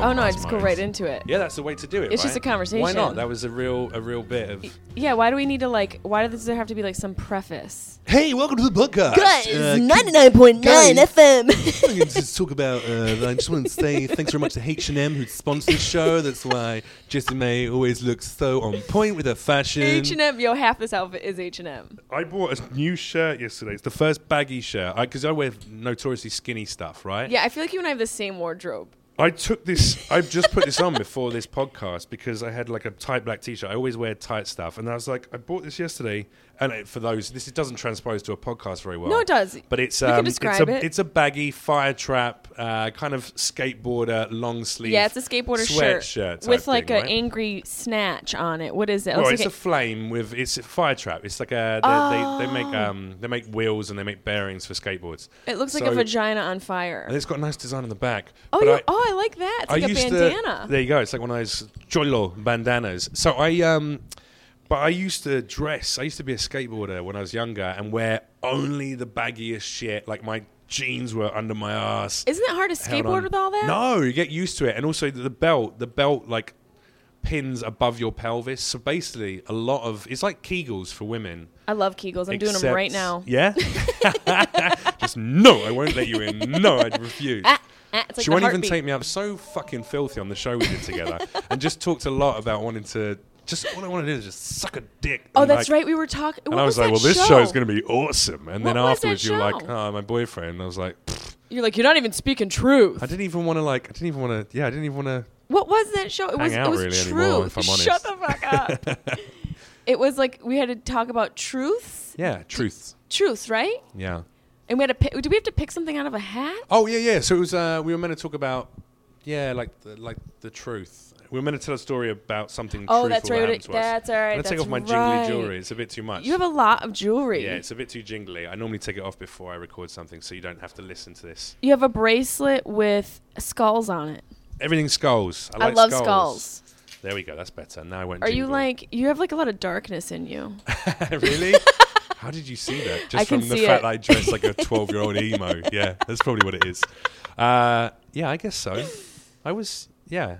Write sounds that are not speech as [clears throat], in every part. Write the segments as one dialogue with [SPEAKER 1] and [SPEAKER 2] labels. [SPEAKER 1] Oh no, I
[SPEAKER 2] That's
[SPEAKER 1] just go
[SPEAKER 2] mine.
[SPEAKER 1] right into it.
[SPEAKER 2] Yeah, that's the way to do it.
[SPEAKER 1] It's
[SPEAKER 2] right?
[SPEAKER 1] just a conversation.
[SPEAKER 2] Why not? That was a real, a real bit of.
[SPEAKER 1] Yeah, why do we need to like? Why does there have to be like some preface?
[SPEAKER 2] Hey, welcome to the podcast. Uh,
[SPEAKER 3] ninety-nine point
[SPEAKER 2] nine guys.
[SPEAKER 3] FM.
[SPEAKER 2] can you just talk about. Uh, I just want to say thanks very much to H and M who sponsors the show. That's why Jessie May always looks so on point with her fashion.
[SPEAKER 1] H and M, yo, half this outfit is H and M.
[SPEAKER 2] I bought a new shirt yesterday. It's the first baggy shirt because I, wear notoriously skinny stuff, right?
[SPEAKER 1] Yeah, I feel like you and I have the same wardrobe.
[SPEAKER 2] I took this. I've just put this on before this podcast because I had like a tight black t-shirt. I always wear tight stuff, and I was like, I bought this yesterday. And it, for those, this doesn't transpose to a podcast very well.
[SPEAKER 1] No, it does.
[SPEAKER 2] But it's
[SPEAKER 1] We can
[SPEAKER 2] um, it's
[SPEAKER 1] describe
[SPEAKER 2] a
[SPEAKER 1] it.
[SPEAKER 2] it's a baggy fire trap uh, kind of skateboarder long sleeve.
[SPEAKER 1] Yeah, it's a skateboarder
[SPEAKER 2] sweatshirt
[SPEAKER 1] shirt
[SPEAKER 2] type
[SPEAKER 1] with like
[SPEAKER 2] thing,
[SPEAKER 1] an
[SPEAKER 2] right?
[SPEAKER 1] angry snatch on it. What is it? It
[SPEAKER 2] Well,
[SPEAKER 1] looks
[SPEAKER 2] it's
[SPEAKER 1] like
[SPEAKER 2] a flame with it's a fire trap. It's like a they, they, they make um they make wheels and they make bearings for skateboards.
[SPEAKER 1] a- Oh. it looks like
[SPEAKER 2] So-
[SPEAKER 1] a vagina on fire.
[SPEAKER 2] And it's got a nice design on the back.
[SPEAKER 1] Oh,
[SPEAKER 2] but
[SPEAKER 1] you,
[SPEAKER 2] I-
[SPEAKER 1] oh, I like that. It's
[SPEAKER 2] I
[SPEAKER 1] like a
[SPEAKER 2] used
[SPEAKER 1] bandana.
[SPEAKER 2] To, there you go. It's like one of those cholo bandanas. So I um, but I used to dress. I used to be a skateboarder when I was younger and wear only the baggiest shit. Like my jeans were under my ass.
[SPEAKER 1] Isn't it hard to
[SPEAKER 2] held
[SPEAKER 1] skateboard
[SPEAKER 2] on-
[SPEAKER 1] with all that?
[SPEAKER 2] No, you get used to it, and also the the belt. The belt like pins above your pelvis. So basically, a lot of it's like Kegels for women.
[SPEAKER 1] I love Kegels. I'm doing them
[SPEAKER 2] except-
[SPEAKER 1] right now.
[SPEAKER 2] Yeah. [laughs] Just no, I won't let you in. No, I refuse
[SPEAKER 1] Ah, it's like
[SPEAKER 2] she
[SPEAKER 1] the
[SPEAKER 2] won't even
[SPEAKER 1] heartbeat.
[SPEAKER 2] take me up. So fucking filthy on the show we did together, and just talked a lot about wanting to. Just all I want to do is just suck a dick.
[SPEAKER 1] Oh,
[SPEAKER 2] and,
[SPEAKER 1] that's
[SPEAKER 2] like-
[SPEAKER 1] right. We were talking.
[SPEAKER 2] And I was like, "Well, this show is going to be awesome." And then
[SPEAKER 1] What was that
[SPEAKER 2] afterwards, you were like,
[SPEAKER 1] show?
[SPEAKER 2] "Oh, my boyfriend." And I was like, "Pfft,
[SPEAKER 1] You're like, you're not even speaking truth.
[SPEAKER 2] "I didn't even want to like. I didn't even want to. Yeah, I didn't even want to."
[SPEAKER 1] What was that show? It
[SPEAKER 2] Hang
[SPEAKER 1] was
[SPEAKER 2] out
[SPEAKER 1] it was
[SPEAKER 2] really
[SPEAKER 1] truth.
[SPEAKER 2] anymore, if I'm honest.
[SPEAKER 1] Shut the fuck up.
[SPEAKER 2] [laughs]
[SPEAKER 1] it was like we had to talk about truths,
[SPEAKER 2] Yeah, truth.
[SPEAKER 1] truths, right?
[SPEAKER 2] Yeah.
[SPEAKER 1] And we had to pick. Did we have to pick something out of a hat?
[SPEAKER 2] Oh yeah, yeah. So it was. Uh, we were meant to talk about. Yeah, like the, like the truth. We were meant to tell a story about something.
[SPEAKER 1] Oh,
[SPEAKER 2] truthful
[SPEAKER 1] that's
[SPEAKER 2] that
[SPEAKER 1] right.
[SPEAKER 2] happened to us.
[SPEAKER 1] That's all right,
[SPEAKER 2] I'm gonna take
[SPEAKER 1] that's
[SPEAKER 2] off my
[SPEAKER 1] right.
[SPEAKER 2] jingly jewelry. It's a bit too much.
[SPEAKER 1] You have a lot of jewelry.
[SPEAKER 2] Yeah, it's a bit too jingly. I normally take it off before I record something, so you don't have to listen to this.
[SPEAKER 1] you have a bracelet with skulls on it.
[SPEAKER 2] Everything's skulls. I,
[SPEAKER 1] I,
[SPEAKER 2] like
[SPEAKER 1] love
[SPEAKER 2] skulls.
[SPEAKER 1] skulls.
[SPEAKER 2] There we go. That's better. Now I went.
[SPEAKER 1] Are you
[SPEAKER 2] jingle.
[SPEAKER 1] like you have like a lot of darkness in
[SPEAKER 2] [laughs]
[SPEAKER 1] you?
[SPEAKER 2] really? How did you see that? Just
[SPEAKER 1] I can
[SPEAKER 2] from the
[SPEAKER 1] see
[SPEAKER 2] fact
[SPEAKER 1] it.
[SPEAKER 2] that I dressed like a twelve-year-old emo. Yeah, that's probably what it is. Uh, yeah, I guess so. I was. Yeah.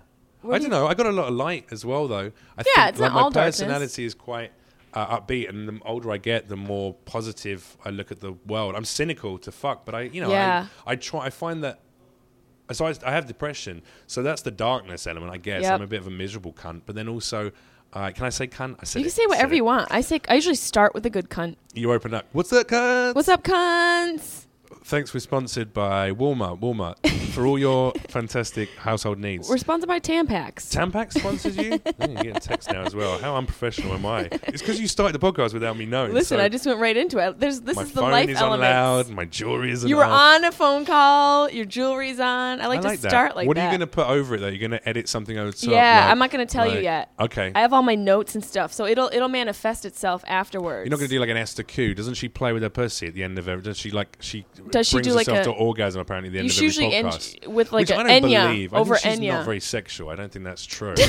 [SPEAKER 2] I
[SPEAKER 1] do
[SPEAKER 2] don't know. I got a lot of light as well, though.
[SPEAKER 1] Yeah,
[SPEAKER 2] I think,
[SPEAKER 1] it's not
[SPEAKER 2] like, my
[SPEAKER 1] all darkness.
[SPEAKER 2] personality is quite uh, upbeat, and the older I get, the more positive I look at the world. I'm cynical to fuck, but I, you know,
[SPEAKER 1] Yeah.
[SPEAKER 2] I, I try. I find that so I, I have depression. So that's the darkness element, I guess.
[SPEAKER 1] Yep.
[SPEAKER 2] I'm a bit of a miserable cunt, but then also, uh, can I say cunt? I said
[SPEAKER 1] You can
[SPEAKER 2] it,
[SPEAKER 1] say
[SPEAKER 2] said
[SPEAKER 1] whatever
[SPEAKER 2] it.
[SPEAKER 1] you want. I say I usually start with a good cunt.
[SPEAKER 2] You open up. What's that, cunt?
[SPEAKER 1] What's up, cunts?
[SPEAKER 2] Thanks. We're sponsored by Walmart. Walmart for all your
[SPEAKER 1] [laughs]
[SPEAKER 2] fantastic household needs.
[SPEAKER 1] We're sponsored by Tampax.
[SPEAKER 2] Tampax
[SPEAKER 1] [laughs]
[SPEAKER 2] sponsors you. oh, you get a text now as well. How unprofessional am I? It's because you started the podcast without me knowing.
[SPEAKER 1] Listen,
[SPEAKER 2] so
[SPEAKER 1] I just went right into it. There's this
[SPEAKER 2] my
[SPEAKER 1] is the
[SPEAKER 2] phone
[SPEAKER 1] life
[SPEAKER 2] is
[SPEAKER 1] element.
[SPEAKER 2] on loud. My jewelry is.
[SPEAKER 1] You were on a phone call. Your jewelry's on. I like,
[SPEAKER 2] I like
[SPEAKER 1] to
[SPEAKER 2] that.
[SPEAKER 1] start like
[SPEAKER 2] what
[SPEAKER 1] that.
[SPEAKER 2] are you going to put over it though? You're going to edit something over top.
[SPEAKER 1] Yeah,
[SPEAKER 2] like-
[SPEAKER 1] I'm not going to tell you
[SPEAKER 2] like-
[SPEAKER 1] yet.
[SPEAKER 2] Okay.
[SPEAKER 1] I have all my notes and stuff, so it'll it'll manifest itself afterwards.
[SPEAKER 2] You're not going to do like an Esther Q. Doesn't she play with her pussy at the end of every? Does she like she?
[SPEAKER 1] Does she
[SPEAKER 2] brings
[SPEAKER 1] do, like,
[SPEAKER 2] herself
[SPEAKER 1] a-
[SPEAKER 2] to orgasm apparently at the end
[SPEAKER 1] You
[SPEAKER 2] of
[SPEAKER 1] should
[SPEAKER 2] every
[SPEAKER 1] usually end
[SPEAKER 2] podcast?
[SPEAKER 1] with like
[SPEAKER 2] Which
[SPEAKER 1] an
[SPEAKER 2] I don't
[SPEAKER 1] Enya
[SPEAKER 2] believe.
[SPEAKER 1] over
[SPEAKER 2] I think she's
[SPEAKER 1] Enya.
[SPEAKER 2] not very sexual. I don't think
[SPEAKER 1] [laughs]
[SPEAKER 2] that's true. no,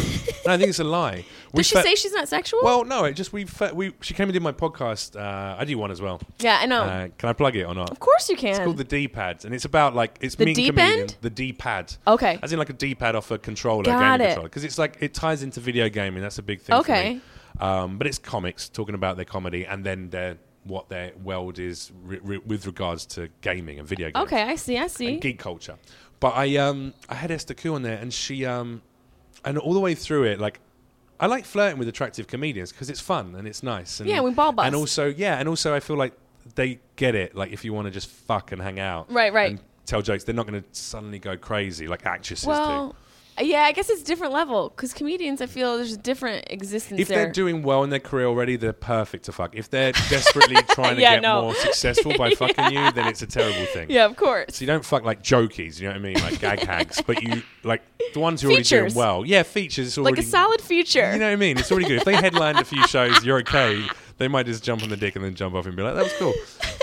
[SPEAKER 2] I think it's a lie. We
[SPEAKER 1] Does she
[SPEAKER 2] fa-
[SPEAKER 1] say she's not sexual?
[SPEAKER 2] Well, no. It just we fa- we she came and did my podcast. Uh, I do one as well.
[SPEAKER 1] yeah, I know.
[SPEAKER 2] Uh, can I plug it or not?
[SPEAKER 1] of course you can.
[SPEAKER 2] It's called the D pads, and it's about like it's
[SPEAKER 1] The
[SPEAKER 2] me and
[SPEAKER 1] deep
[SPEAKER 2] comedian.
[SPEAKER 1] end?
[SPEAKER 2] The D pad.
[SPEAKER 1] Okay.
[SPEAKER 2] As in like a D pad off a controller,
[SPEAKER 1] Got
[SPEAKER 2] gaming
[SPEAKER 1] it.
[SPEAKER 2] controller, because it's like it ties into video gaming. That's a big thing.
[SPEAKER 1] Okay.
[SPEAKER 2] For me. Um, but it's comics talking about their comedy and then their what their world is re- re- with regards to gaming and video games
[SPEAKER 1] okay, I see. I see.
[SPEAKER 2] and geek culture. But I um I had Esther Koo on there, and she um and all the way through it, like I like flirting with attractive comedians because it's fun and it's nice. And,
[SPEAKER 1] Yeah, we ball bust.
[SPEAKER 2] And also, yeah, and also I feel like they get it. Like if you want to just fuck and hang out,
[SPEAKER 1] Right, right.
[SPEAKER 2] and tell jokes, they're not going to suddenly go crazy like actresses
[SPEAKER 1] well,
[SPEAKER 2] do.
[SPEAKER 1] Yeah, I guess it's different level because comedians, I feel there's a different existence
[SPEAKER 2] If
[SPEAKER 1] there.
[SPEAKER 2] they're doing well in their career already, they're perfect to fuck.
[SPEAKER 1] [laughs]
[SPEAKER 2] If they're desperately trying to
[SPEAKER 1] Yeah,
[SPEAKER 2] get
[SPEAKER 1] no.
[SPEAKER 2] more successful
[SPEAKER 1] [laughs]
[SPEAKER 2] by fucking you, then it's a terrible thing.
[SPEAKER 1] yeah, of course.
[SPEAKER 2] So you don't fuck like jokies, you know what I mean,
[SPEAKER 1] [laughs]
[SPEAKER 2] like gag hags, but you like the ones who are already doing
[SPEAKER 1] Features.
[SPEAKER 2] well. Yeah, features. it's
[SPEAKER 1] Like
[SPEAKER 2] Already,
[SPEAKER 1] a solid feature.
[SPEAKER 2] You know what I mean? It's already good. If they headlined a few shows, you're okay. They might just jump on the dick and then jump off and be like, "That was cool."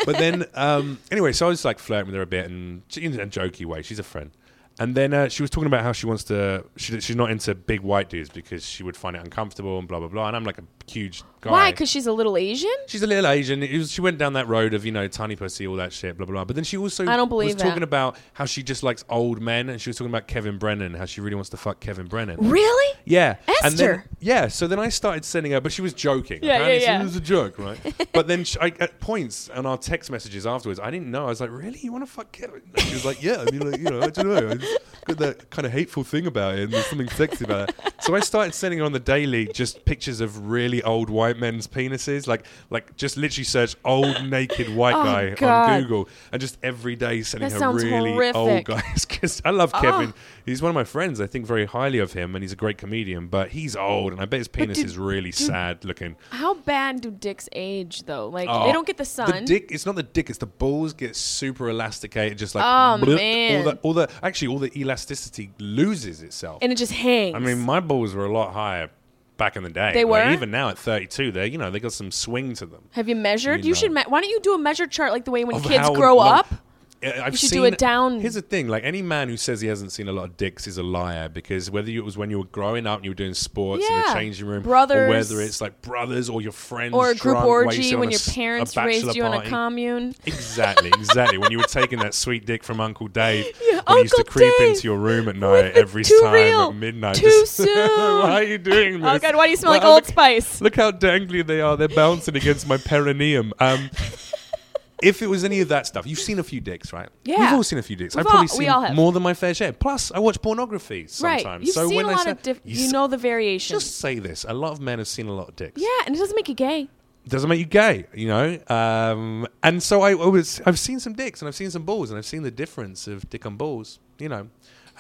[SPEAKER 2] But then, um, anyway, so I was like flirting with her a bit and she- in a jokey way. She's a friend. And then uh, she was talking about how she wants to. She, she's not into big white dudes because she would find it uncomfortable and blah blah blah. And I'm like a huge guy.
[SPEAKER 1] Why? Because she's a little Asian.
[SPEAKER 2] She's a little Asian. It was, she went down that road of you know tiny pussy, all that shit, blah blah blah. But then she also
[SPEAKER 1] I don't
[SPEAKER 2] was
[SPEAKER 1] believe that.
[SPEAKER 2] talking about how she just likes old men, and she was talking about Kevin Brennan, how she really wants to fuck Kevin Brennan.
[SPEAKER 1] Really?
[SPEAKER 2] Yeah, And then-
[SPEAKER 1] Esther.
[SPEAKER 2] yeah. So then I started sending her, but she was joking.
[SPEAKER 1] Yeah,
[SPEAKER 2] Apparently
[SPEAKER 1] yeah, yeah.
[SPEAKER 2] She was a
[SPEAKER 1] [laughs]
[SPEAKER 2] joke, right? but then she, I, at points on our text messages afterwards, I didn't know. I was like, "Really, you want to fuck Kevin?" And she was like, "Yeah." I mean, like, you know, I don't know. I just got that kind of hateful thing about it, and there's something sexy about it. So I started sending her on the daily just pictures of really old white men's penises, like like just literally search "old naked white
[SPEAKER 1] Oh,
[SPEAKER 2] guy"
[SPEAKER 1] God.
[SPEAKER 2] on Google, and just every day sending
[SPEAKER 1] That
[SPEAKER 2] her
[SPEAKER 1] sounds
[SPEAKER 2] really old
[SPEAKER 1] horrific.
[SPEAKER 2] [laughs] guys because I
[SPEAKER 1] Ah.
[SPEAKER 2] love Kevin. He's one of my friends. I think very highly of him, and he's a great comedian. But he's old, and I bet his penis
[SPEAKER 1] did-
[SPEAKER 2] is really sad looking.
[SPEAKER 1] How bad do dicks age though? Like
[SPEAKER 2] Oh.
[SPEAKER 1] they don't get the sun.
[SPEAKER 2] dick. It's not the dick. It's the balls get super elasticated, just like
[SPEAKER 1] Oh,
[SPEAKER 2] bleh,
[SPEAKER 1] man.
[SPEAKER 2] all the all the actually all the elasticity loses itself.
[SPEAKER 1] and it just hangs.
[SPEAKER 2] I mean, my balls were a lot higher back in the day.
[SPEAKER 1] They
[SPEAKER 2] Like,
[SPEAKER 1] were?
[SPEAKER 2] even now at 32. They you know they got some swing to them.
[SPEAKER 1] have you measured?
[SPEAKER 2] You
[SPEAKER 1] You,
[SPEAKER 2] know.
[SPEAKER 1] should. Me- why don't you do a measure chart like the way when
[SPEAKER 2] of
[SPEAKER 1] kids
[SPEAKER 2] how
[SPEAKER 1] grow
[SPEAKER 2] long-
[SPEAKER 1] up?
[SPEAKER 2] Yeah, I've
[SPEAKER 1] You should
[SPEAKER 2] seen,
[SPEAKER 1] do a down-
[SPEAKER 2] Here's the thing: like any man who says he hasn't seen a lot of dicks is a liar because whether you- it was when you were growing up and you were doing sports in the
[SPEAKER 1] Yeah.
[SPEAKER 2] changing room, or
[SPEAKER 1] Brothers.
[SPEAKER 2] whether it's like brothers or your friends,
[SPEAKER 1] Or a group
[SPEAKER 2] drunk, wasted
[SPEAKER 1] orgy
[SPEAKER 2] on
[SPEAKER 1] when
[SPEAKER 2] a
[SPEAKER 1] your
[SPEAKER 2] s- a
[SPEAKER 1] parents
[SPEAKER 2] bachelor
[SPEAKER 1] raised you on
[SPEAKER 2] party.
[SPEAKER 1] a commune? [laughs]
[SPEAKER 2] Exactly, exactly. when you were taking that sweet dick from Uncle Dave,
[SPEAKER 1] Yeah,
[SPEAKER 2] when you used to
[SPEAKER 1] Uncle
[SPEAKER 2] creep
[SPEAKER 1] Dave
[SPEAKER 2] into your room
[SPEAKER 1] [laughs]
[SPEAKER 2] at night
[SPEAKER 1] with the
[SPEAKER 2] every
[SPEAKER 1] too
[SPEAKER 2] time
[SPEAKER 1] real,
[SPEAKER 2] at midnight.
[SPEAKER 1] too
[SPEAKER 2] just- [laughs]
[SPEAKER 1] soon.
[SPEAKER 2] why are you doing this?
[SPEAKER 1] Oh god, why do you smell
[SPEAKER 2] Why-
[SPEAKER 1] like Old
[SPEAKER 2] look-
[SPEAKER 1] Spice?
[SPEAKER 2] [laughs] Look how dangly they are. They're bouncing against my perineum. Um, [laughs] if it was any of that stuff, you've seen a few dicks, right?
[SPEAKER 1] Yeah.
[SPEAKER 2] We've all seen a few dicks. I've
[SPEAKER 1] We've all-
[SPEAKER 2] probably
[SPEAKER 1] we
[SPEAKER 2] seen
[SPEAKER 1] all have.
[SPEAKER 2] more than my fair share. Plus, I watch pornography sometimes.
[SPEAKER 1] Right. You've
[SPEAKER 2] so
[SPEAKER 1] seen
[SPEAKER 2] when
[SPEAKER 1] a
[SPEAKER 2] I
[SPEAKER 1] lot
[SPEAKER 2] say,
[SPEAKER 1] of diff-
[SPEAKER 2] you,
[SPEAKER 1] you,
[SPEAKER 2] s-
[SPEAKER 1] know the variations.
[SPEAKER 2] just say this. A lot of men have seen a lot of dicks.
[SPEAKER 1] yeah, and it doesn't make you gay.
[SPEAKER 2] Doesn't make you gay, you know. Um, and so I, I was. I've seen some dicks and I've seen some balls and I've seen the difference of dick and balls, you know.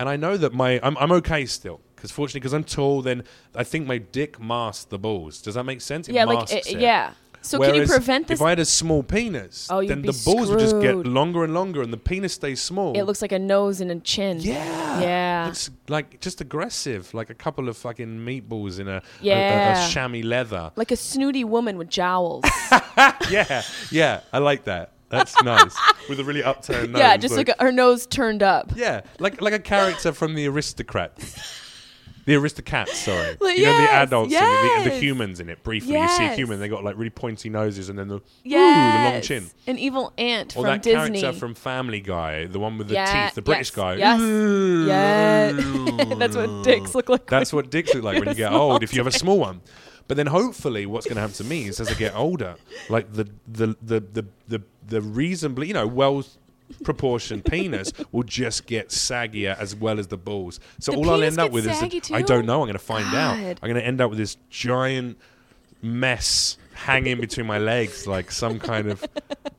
[SPEAKER 2] And I know that my I'm, I'm okay still because fortunately because I'm tall, then I think my dick masks the balls. Does that make sense? It
[SPEAKER 1] Yeah, like
[SPEAKER 2] masks
[SPEAKER 1] it-
[SPEAKER 2] it.
[SPEAKER 1] yeah. So can you
[SPEAKER 2] Whereas
[SPEAKER 1] prevent this?
[SPEAKER 2] If I had a small penis,
[SPEAKER 1] Oh, you'd
[SPEAKER 2] then
[SPEAKER 1] be
[SPEAKER 2] the balls would just get
[SPEAKER 1] screwed.
[SPEAKER 2] longer and longer, and the penis stays small.
[SPEAKER 1] it looks like a nose and a chin.
[SPEAKER 2] yeah,
[SPEAKER 1] Yeah.
[SPEAKER 2] It's like just aggressive, like a couple of fucking meatballs in a a- a,
[SPEAKER 1] Yeah.
[SPEAKER 2] a chamois leather. [laughs]
[SPEAKER 1] Like a snooty woman with jowls.
[SPEAKER 2] yeah, yeah, I like that.
[SPEAKER 1] [laughs]
[SPEAKER 2] That's nice with a really upturned nose.
[SPEAKER 1] yeah, just like, her nose turned up.
[SPEAKER 2] yeah, like like a character from the aristocrat. The aristocrats, sorry.
[SPEAKER 1] [laughs] Like,
[SPEAKER 2] you know the
[SPEAKER 1] yes,
[SPEAKER 2] adults and the, the
[SPEAKER 1] yes.
[SPEAKER 2] humans in it. Briefly, you see a
[SPEAKER 1] Yes.
[SPEAKER 2] human, they got like really pointy noses and then the ooh, the long
[SPEAKER 1] Yes.
[SPEAKER 2] chin.
[SPEAKER 1] An evil aunt
[SPEAKER 2] Or
[SPEAKER 1] from
[SPEAKER 2] that
[SPEAKER 1] Disney.
[SPEAKER 2] character from Family Guy, the one with the
[SPEAKER 1] Yeah,
[SPEAKER 2] teeth, the British
[SPEAKER 1] yes,
[SPEAKER 2] guy.
[SPEAKER 1] yes,
[SPEAKER 2] Ooh.
[SPEAKER 1] yeah. [laughs] That's what dicks look like.
[SPEAKER 2] That's what dicks look
[SPEAKER 1] [laughs]
[SPEAKER 2] like when you get
[SPEAKER 1] small
[SPEAKER 2] old, if you have a small one. But then hopefully what's going to happen to me is as I get older, like the the the the the, the reasonably, you know, well
[SPEAKER 1] [laughs]
[SPEAKER 2] proportioned penis will just get saggier as well as the balls. So
[SPEAKER 1] The
[SPEAKER 2] all I'll
[SPEAKER 1] penis
[SPEAKER 2] end up
[SPEAKER 1] gets
[SPEAKER 2] with is
[SPEAKER 1] saggy
[SPEAKER 2] that- I
[SPEAKER 1] too?
[SPEAKER 2] don't know, I'm going to find out.
[SPEAKER 1] God.
[SPEAKER 2] I'm going to end up with this giant mess hanging between my legs like some kind of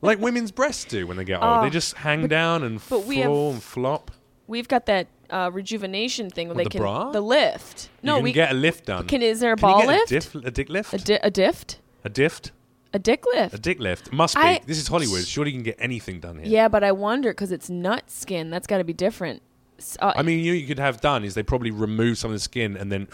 [SPEAKER 2] like women's breasts do when they get old.
[SPEAKER 1] Oh,
[SPEAKER 2] they just hang down and
[SPEAKER 1] but we have-
[SPEAKER 2] fall and flop.
[SPEAKER 1] We've got that uh, rejuvenation thing where
[SPEAKER 2] What,
[SPEAKER 1] they
[SPEAKER 2] the
[SPEAKER 1] can
[SPEAKER 2] bra?
[SPEAKER 1] the lift.
[SPEAKER 2] you
[SPEAKER 1] No,
[SPEAKER 2] can
[SPEAKER 1] we
[SPEAKER 2] get a lift done.
[SPEAKER 1] can. Is there a
[SPEAKER 2] Can
[SPEAKER 1] ball
[SPEAKER 2] you get
[SPEAKER 1] lift?
[SPEAKER 2] A, diff, a dick lift?
[SPEAKER 1] A, di- a dift?
[SPEAKER 2] A dift?
[SPEAKER 1] A dick lift?
[SPEAKER 2] A dick lift? Must be.
[SPEAKER 1] I-
[SPEAKER 2] this is Hollywood. Surely you can get anything done here.
[SPEAKER 1] yeah. but I wonder because it's nut skin. That's got to be different. S- uh,
[SPEAKER 2] I mean, you, you could have done is they probably remove some of the skin and then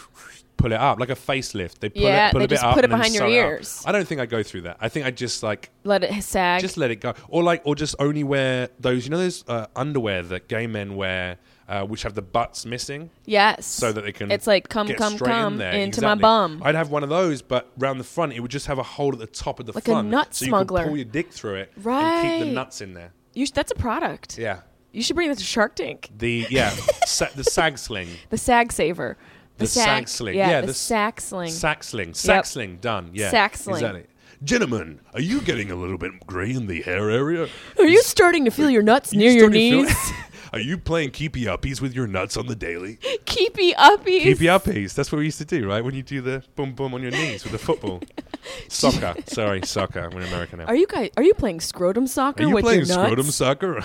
[SPEAKER 2] pull it up like a facelift. They pull
[SPEAKER 1] Yeah,
[SPEAKER 2] it, pull
[SPEAKER 1] they
[SPEAKER 2] a bit
[SPEAKER 1] just
[SPEAKER 2] up
[SPEAKER 1] put it
[SPEAKER 2] and then
[SPEAKER 1] behind your
[SPEAKER 2] sew up.
[SPEAKER 1] ears.
[SPEAKER 2] I don't think I go through that. I think I just like
[SPEAKER 1] let it sag.
[SPEAKER 2] just let it go, or like, or just only wear those. You know those uh, underwear that gay men wear, uh, which have the butts missing.
[SPEAKER 1] yes.
[SPEAKER 2] so that they can.
[SPEAKER 1] It's like come,
[SPEAKER 2] get
[SPEAKER 1] come,
[SPEAKER 2] straight in
[SPEAKER 1] come
[SPEAKER 2] there.
[SPEAKER 1] into my
[SPEAKER 2] Exactly.
[SPEAKER 1] bum.
[SPEAKER 2] I'd have one of those, but round the front, it would just have a hole at the top of the
[SPEAKER 1] Like a
[SPEAKER 2] front,
[SPEAKER 1] nut
[SPEAKER 2] so you
[SPEAKER 1] smuggler.
[SPEAKER 2] can pull your dick through it and keep the
[SPEAKER 1] Right.
[SPEAKER 2] nuts in there.
[SPEAKER 1] you sh- that's a product.
[SPEAKER 2] Yeah,
[SPEAKER 1] You should bring that to Shark Tank.
[SPEAKER 2] the yeah sa- the
[SPEAKER 1] [laughs]
[SPEAKER 2] sag sling,
[SPEAKER 1] The sag saver.
[SPEAKER 2] The sag sling.
[SPEAKER 1] Yeah,
[SPEAKER 2] Yeah,
[SPEAKER 1] the,
[SPEAKER 2] the s-
[SPEAKER 1] sack sling.
[SPEAKER 2] sack sling, sack
[SPEAKER 1] Yep.
[SPEAKER 2] sling. Done. Yeah,
[SPEAKER 1] Sack sling.
[SPEAKER 2] Exactly. Gentlemen, are you getting a little bit grey in the hair area?
[SPEAKER 1] Are you starting to feel your nuts near
[SPEAKER 2] You
[SPEAKER 1] your
[SPEAKER 2] starting to feel-
[SPEAKER 1] knees?
[SPEAKER 2] [laughs] are you playing keepy uppies with your nuts on
[SPEAKER 1] [laughs]
[SPEAKER 2] the daily?
[SPEAKER 1] Keepy uppies.
[SPEAKER 2] Keepy uppies. That's what we used to do, right? When you do the boom boom on your knees with
[SPEAKER 1] [laughs]
[SPEAKER 2] the football. soccer. Sorry, soccer. I'm an American now.
[SPEAKER 1] Are you guys? Are you playing scrotum soccer
[SPEAKER 2] Are you
[SPEAKER 1] with
[SPEAKER 2] playing [laughs]
[SPEAKER 1] your nuts?
[SPEAKER 2] scrotum soccer?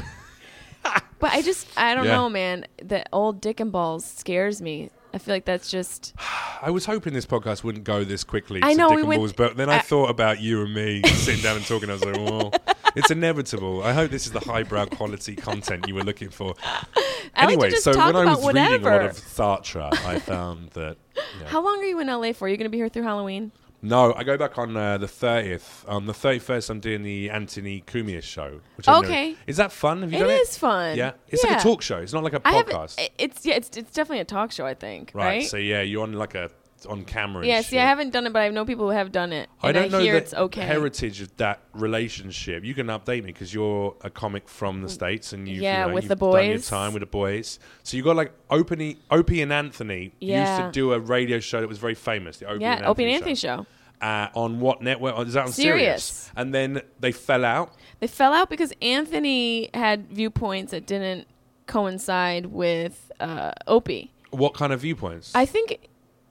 [SPEAKER 1] But I just, I don't
[SPEAKER 2] Yeah.
[SPEAKER 1] know, man. The old dick and balls scares me. I feel like that's just.
[SPEAKER 2] I was hoping this podcast wouldn't go this quickly.
[SPEAKER 1] I
[SPEAKER 2] to
[SPEAKER 1] know,
[SPEAKER 2] dick
[SPEAKER 1] we
[SPEAKER 2] and
[SPEAKER 1] went-
[SPEAKER 2] balls, but then I,
[SPEAKER 1] I-
[SPEAKER 2] thought about you and me sitting down and talking. I was like,
[SPEAKER 1] [laughs]
[SPEAKER 2] well, it's inevitable. I hope this is the highbrow quality content you were looking for.
[SPEAKER 1] I like to
[SPEAKER 2] anyway,
[SPEAKER 1] just
[SPEAKER 2] so
[SPEAKER 1] talk
[SPEAKER 2] when I
[SPEAKER 1] about
[SPEAKER 2] was reading a lot
[SPEAKER 1] whatever.
[SPEAKER 2] of Sartre, I found that. you know,
[SPEAKER 1] How long are you in LA for? You're gonna be here through Halloween?
[SPEAKER 2] no, I go back on uh, the thirtieth. On the thirty-first, I'm doing the Anthony Cumia show. Which I've never-
[SPEAKER 1] Okay.
[SPEAKER 2] is that fun? Have you
[SPEAKER 1] It
[SPEAKER 2] done
[SPEAKER 1] is fun.
[SPEAKER 2] Yeah, it's like
[SPEAKER 1] Yeah.
[SPEAKER 2] a talk show. It's not like a
[SPEAKER 1] I have.
[SPEAKER 2] podcast.
[SPEAKER 1] It's yeah. It's it's definitely a talk show. I think.
[SPEAKER 2] right,
[SPEAKER 1] Right.
[SPEAKER 2] So yeah, you're on like a on camera. and
[SPEAKER 1] yeah. See, I
[SPEAKER 2] shit.
[SPEAKER 1] haven't done it, but I know people who have done it.
[SPEAKER 2] I
[SPEAKER 1] and
[SPEAKER 2] don't know
[SPEAKER 1] hear
[SPEAKER 2] the
[SPEAKER 1] it's okay.
[SPEAKER 2] heritage of that relationship. You can update me because you're a comic from the states and you've,
[SPEAKER 1] Mm, Yeah,
[SPEAKER 2] you know,
[SPEAKER 1] with
[SPEAKER 2] you've
[SPEAKER 1] the
[SPEAKER 2] done your
[SPEAKER 1] boys.
[SPEAKER 2] time with the boys. So you got like Opie, Opie and Anthony used to
[SPEAKER 1] Yeah.
[SPEAKER 2] do a radio show that was very famous, the Opie
[SPEAKER 1] yeah.
[SPEAKER 2] and
[SPEAKER 1] Opie
[SPEAKER 2] Anthony
[SPEAKER 1] and Anthony show.
[SPEAKER 2] Uh, on what network? Is that on
[SPEAKER 1] Sirius.
[SPEAKER 2] And then they fell out.
[SPEAKER 1] They fell out because Anthony had viewpoints that didn't coincide with uh, Opie.
[SPEAKER 2] What kind of viewpoints?
[SPEAKER 1] I think.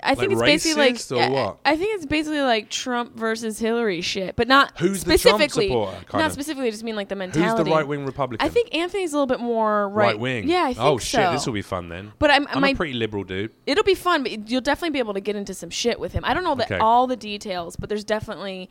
[SPEAKER 1] I think it's basically
[SPEAKER 2] racist
[SPEAKER 1] like
[SPEAKER 2] or what?
[SPEAKER 1] I think it's basically like Trump versus Hillary shit, but not
[SPEAKER 2] Who's the Trump
[SPEAKER 1] specifically.
[SPEAKER 2] supporter, kind
[SPEAKER 1] not
[SPEAKER 2] of?
[SPEAKER 1] specifically, I just mean like the
[SPEAKER 2] Who's
[SPEAKER 1] mentality.
[SPEAKER 2] the right wing Republican?
[SPEAKER 1] I think Anthony's a little bit more right,
[SPEAKER 2] right wing.
[SPEAKER 1] Yeah, I think
[SPEAKER 2] oh
[SPEAKER 1] so.
[SPEAKER 2] shit, this will be fun then.
[SPEAKER 1] But I'm-
[SPEAKER 2] I'm
[SPEAKER 1] my-
[SPEAKER 2] a pretty liberal dude.
[SPEAKER 1] It'll be fun, but you'll definitely be able to get into some shit with him. I don't know that
[SPEAKER 2] Okay.
[SPEAKER 1] all the details, but there's definitely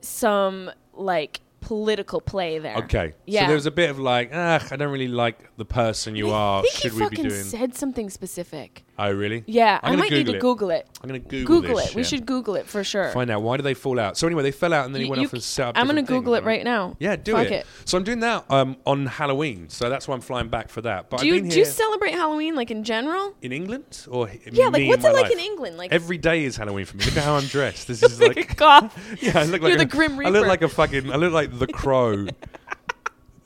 [SPEAKER 1] some like political play there.
[SPEAKER 2] Okay.
[SPEAKER 1] Yeah.
[SPEAKER 2] So there was a bit of like, ah, I don't really like the person you
[SPEAKER 1] I
[SPEAKER 2] are.
[SPEAKER 1] think
[SPEAKER 2] Should
[SPEAKER 1] he
[SPEAKER 2] we be
[SPEAKER 1] fucking
[SPEAKER 2] doing?
[SPEAKER 1] said something specific.
[SPEAKER 2] Oh really?
[SPEAKER 1] Yeah, I
[SPEAKER 2] I'm gonna
[SPEAKER 1] might need to
[SPEAKER 2] it.
[SPEAKER 1] Google it.
[SPEAKER 2] I'm gonna Google,
[SPEAKER 1] Google
[SPEAKER 2] this
[SPEAKER 1] it. We
[SPEAKER 2] shit.
[SPEAKER 1] should Google it for sure.
[SPEAKER 2] find out why do they fall out. So anyway, they fell out and then he
[SPEAKER 1] You-
[SPEAKER 2] went
[SPEAKER 1] you
[SPEAKER 2] off
[SPEAKER 1] c-
[SPEAKER 2] and set up.
[SPEAKER 1] I'm gonna
[SPEAKER 2] different things,
[SPEAKER 1] Google it right now.
[SPEAKER 2] Yeah, do
[SPEAKER 1] Fuck
[SPEAKER 2] it.
[SPEAKER 1] it.
[SPEAKER 2] So I'm doing that um, on Halloween. So that's why I'm flying back for that. But
[SPEAKER 1] Do
[SPEAKER 2] I've
[SPEAKER 1] you
[SPEAKER 2] been
[SPEAKER 1] do you
[SPEAKER 2] here
[SPEAKER 1] celebrate Halloween like in general?
[SPEAKER 2] [laughs] in England or h-
[SPEAKER 1] Yeah, like
[SPEAKER 2] me
[SPEAKER 1] what's
[SPEAKER 2] in
[SPEAKER 1] it
[SPEAKER 2] my
[SPEAKER 1] like
[SPEAKER 2] life?
[SPEAKER 1] in England? Like
[SPEAKER 2] Every day is Halloween for me. Look at how I'm
[SPEAKER 1] [laughs]
[SPEAKER 2] dressed. This is
[SPEAKER 1] like a
[SPEAKER 2] like
[SPEAKER 1] goth.
[SPEAKER 2] [laughs] yeah, I look
[SPEAKER 1] You're
[SPEAKER 2] like
[SPEAKER 1] the
[SPEAKER 2] a-
[SPEAKER 1] Grim
[SPEAKER 2] I look
[SPEAKER 1] Reaper.
[SPEAKER 2] like [laughs] a fucking. I look like
[SPEAKER 1] [laughs]
[SPEAKER 2] the Crow.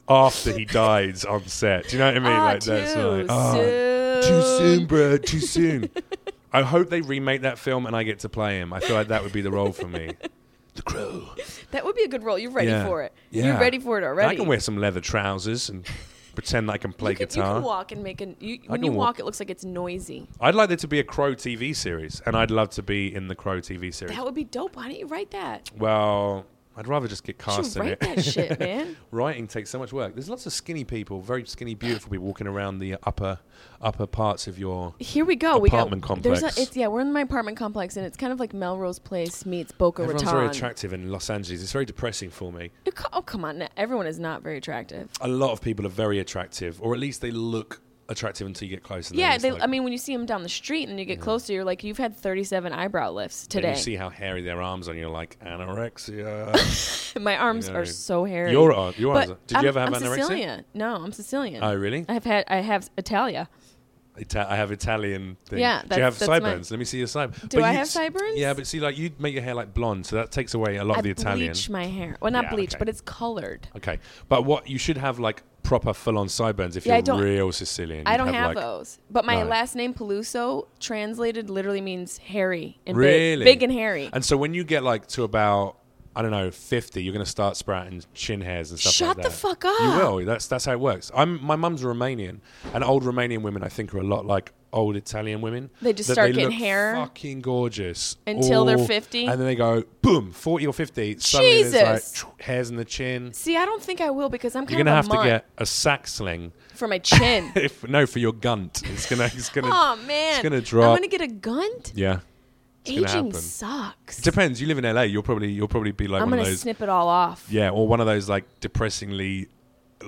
[SPEAKER 2] after he dies on set, do you know what I mean?
[SPEAKER 1] Ah,
[SPEAKER 2] like that's
[SPEAKER 1] too
[SPEAKER 2] like ah, too soon, bro. Too soon. [laughs] I hope they remake that film and I get to play him. I feel like that would be the role for me. The Crow.
[SPEAKER 1] That would be a good role. You're ready
[SPEAKER 2] Yeah.
[SPEAKER 1] for it.
[SPEAKER 2] Yeah.
[SPEAKER 1] You're ready for it already.
[SPEAKER 2] I can wear some leather trousers and pretend I can play
[SPEAKER 1] you can,
[SPEAKER 2] guitar.
[SPEAKER 1] You can walk and make an. You, when
[SPEAKER 2] can
[SPEAKER 1] you walk,
[SPEAKER 2] walk.
[SPEAKER 1] it looks like it's noisy.
[SPEAKER 2] I'd like there to be a Crow TV series, and I'd love to be in the Crow TV series.
[SPEAKER 1] That would be dope. Why don't you write that?
[SPEAKER 2] well, I'd rather just get
[SPEAKER 1] You
[SPEAKER 2] cast
[SPEAKER 1] should
[SPEAKER 2] in
[SPEAKER 1] write
[SPEAKER 2] it.
[SPEAKER 1] that
[SPEAKER 2] [laughs]
[SPEAKER 1] shit, man.
[SPEAKER 2] Writing takes so much work. There's lots of skinny people, very skinny, beautiful people walking around the upper upper parts of
[SPEAKER 1] [laughs]
[SPEAKER 2] your.
[SPEAKER 1] Here we go.
[SPEAKER 2] Apartment
[SPEAKER 1] we got, there's
[SPEAKER 2] complex.
[SPEAKER 1] A, it's, yeah, we're in my apartment complex, and it's kind of like Melrose Place meets Boca
[SPEAKER 2] Everyone's
[SPEAKER 1] Raton.
[SPEAKER 2] very attractive in Los Angeles. It's very depressing for me.
[SPEAKER 1] You ca- Oh come on! no, Everyone is not very attractive.
[SPEAKER 2] A lot of people are very attractive, or at least they look attractive until you get close. And then
[SPEAKER 1] Yeah,
[SPEAKER 2] it's
[SPEAKER 1] they,
[SPEAKER 2] like-
[SPEAKER 1] I mean, when you see them down the street and you get closer, you're like, you've had 37 eyebrow lifts
[SPEAKER 2] and
[SPEAKER 1] today. [laughs]
[SPEAKER 2] You see how hairy their arms are, and you're like anorexia.
[SPEAKER 1] my arms
[SPEAKER 2] Yeah,
[SPEAKER 1] are
[SPEAKER 2] yeah.
[SPEAKER 1] so hairy.
[SPEAKER 2] Your ar- your
[SPEAKER 1] But
[SPEAKER 2] arms are- did you
[SPEAKER 1] I'm-
[SPEAKER 2] ever have
[SPEAKER 1] I'm
[SPEAKER 2] anorexia?
[SPEAKER 1] Sicilian. No, I'm Sicilian.
[SPEAKER 2] Oh, really?
[SPEAKER 1] I've had I have Italia.
[SPEAKER 2] Ita- I have Italian things.
[SPEAKER 1] Yeah,
[SPEAKER 2] Do you
[SPEAKER 1] that's-
[SPEAKER 2] have
[SPEAKER 1] that's
[SPEAKER 2] sideburns? Let me see your sideburns.
[SPEAKER 1] Do I have sideburns?
[SPEAKER 2] Yeah, but see, like you make your hair like blonde, so that takes away a lot
[SPEAKER 1] I
[SPEAKER 2] of the Italian.
[SPEAKER 1] bleach my hair. Well, not
[SPEAKER 2] Yeah,
[SPEAKER 1] bleach,
[SPEAKER 2] okay.
[SPEAKER 1] but it's colored.
[SPEAKER 2] Okay, but what you should have like proper full-on sideburns if
[SPEAKER 1] Yeah, I
[SPEAKER 2] you're
[SPEAKER 1] don't-
[SPEAKER 2] real Sicilian.
[SPEAKER 1] I
[SPEAKER 2] You'd
[SPEAKER 1] don't have,
[SPEAKER 2] like-
[SPEAKER 1] those. But my
[SPEAKER 2] Right.
[SPEAKER 1] last name Peluso translated literally means hairy and
[SPEAKER 2] Really
[SPEAKER 1] big, big and hairy.
[SPEAKER 2] And so when you get like to about I don't know fifty, you're gonna start sprouting chin hairs and stuff.
[SPEAKER 1] Shut
[SPEAKER 2] like
[SPEAKER 1] the
[SPEAKER 2] that.
[SPEAKER 1] fuck
[SPEAKER 2] You
[SPEAKER 1] up.
[SPEAKER 2] will. That's that's how it works. I'm my mum's Romanian, and old Romanian women I think are a lot like old Italian women.
[SPEAKER 1] They just
[SPEAKER 2] that
[SPEAKER 1] start getting
[SPEAKER 2] look
[SPEAKER 1] hair
[SPEAKER 2] Fucking gorgeous
[SPEAKER 1] until they're
[SPEAKER 2] all-
[SPEAKER 1] 50?
[SPEAKER 2] and then they go boom, forty or fifty. Suddenly there's, like,
[SPEAKER 1] Jesus.
[SPEAKER 2] choo, hairs in the chin.
[SPEAKER 1] see, I don't think I will because I'm kind
[SPEAKER 2] You're gonna
[SPEAKER 1] of a
[SPEAKER 2] have to
[SPEAKER 1] mutt
[SPEAKER 2] get a sack sling. [laughs]
[SPEAKER 1] for my chin.
[SPEAKER 2] If no, for your gunt, it's gonna it's gonna
[SPEAKER 1] oh man,
[SPEAKER 2] it's gonna drop.
[SPEAKER 1] I'm gonna get a gunt.
[SPEAKER 2] yeah. It's gonna
[SPEAKER 1] Aging
[SPEAKER 2] happen.
[SPEAKER 1] sucks.
[SPEAKER 2] Depends. You live in LA. You'll probably you'll probably be like
[SPEAKER 1] I'm
[SPEAKER 2] one
[SPEAKER 1] gonna
[SPEAKER 2] of those.
[SPEAKER 1] snip it all off.
[SPEAKER 2] Yeah, or one of those like depressingly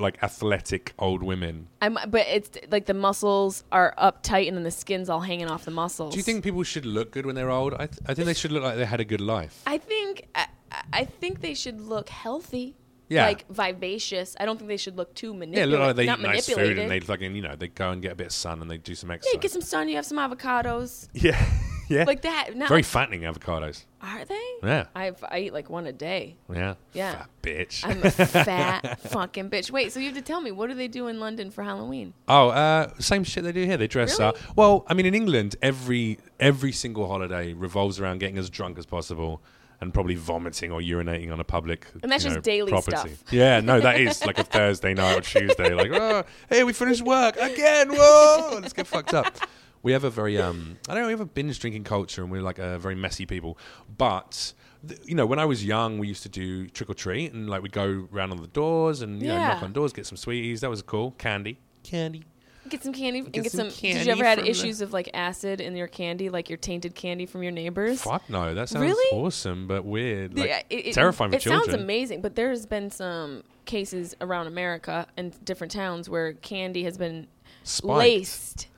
[SPEAKER 2] like athletic old women.
[SPEAKER 1] I'm, but it's like the muscles are up tight and then the skin's all hanging off the muscles.
[SPEAKER 2] Do you think people should look good when they're old? I, th- I think they should look like they had a good life.
[SPEAKER 1] I think I, I think they should look healthy.
[SPEAKER 2] Yeah.
[SPEAKER 1] Like vivacious. I don't think they should look too
[SPEAKER 2] Yeah,
[SPEAKER 1] manipulative.
[SPEAKER 2] look like they
[SPEAKER 1] not
[SPEAKER 2] eat nice
[SPEAKER 1] manipulated.
[SPEAKER 2] food and they fucking you know they go and get a bit of sun and they do some
[SPEAKER 1] yeah,
[SPEAKER 2] exercise.
[SPEAKER 1] get some sun. You have some avocados
[SPEAKER 2] yeah, [laughs] yeah.
[SPEAKER 1] like that. Not
[SPEAKER 2] Very fattening avocados.
[SPEAKER 1] are they?
[SPEAKER 2] Yeah.
[SPEAKER 1] I've, I eat like one a day.
[SPEAKER 2] Yeah.
[SPEAKER 1] Yeah.
[SPEAKER 2] Fat bitch. [laughs]
[SPEAKER 1] I'm a fat fucking bitch. Wait, so you have to tell me what do they do in London for Halloween?
[SPEAKER 2] Oh, uh, same shit they do here. They dress
[SPEAKER 1] Really?
[SPEAKER 2] up. Well, I mean, in England, every every single holiday revolves around getting as drunk as possible and probably vomiting or urinating on a public
[SPEAKER 1] And that's
[SPEAKER 2] you
[SPEAKER 1] just
[SPEAKER 2] know,
[SPEAKER 1] daily
[SPEAKER 2] property.
[SPEAKER 1] stuff.
[SPEAKER 2] Yeah, no, that is like a Thursday night or Tuesday. Like, oh, hey, we finished work again. Whoa, let's get fucked up. We have a very um, I don't know, we have a binge drinking culture, and we're like a very messy people. But th- you know, when I was young, we used to do trick or treat, and like we'd go round on the doors and you know knock
[SPEAKER 1] Yeah.
[SPEAKER 2] on doors, get some sweeties. That was cool. Candy. candy.
[SPEAKER 1] Get some candy and
[SPEAKER 2] Get
[SPEAKER 1] get
[SPEAKER 2] some
[SPEAKER 1] some. did
[SPEAKER 2] candy
[SPEAKER 1] you ever had
[SPEAKER 2] from the-
[SPEAKER 1] issues of like acid in your candy, like your tainted candy from your neighbors?
[SPEAKER 2] Fuck no, that sounds
[SPEAKER 1] Really?
[SPEAKER 2] awesome, but weird.
[SPEAKER 1] The- uh,
[SPEAKER 2] Like,
[SPEAKER 1] it- it-
[SPEAKER 2] terrifying for
[SPEAKER 1] it
[SPEAKER 2] children.
[SPEAKER 1] sounds amazing, but there's been some cases around America and different towns where candy has been
[SPEAKER 2] Spiked.
[SPEAKER 1] laced.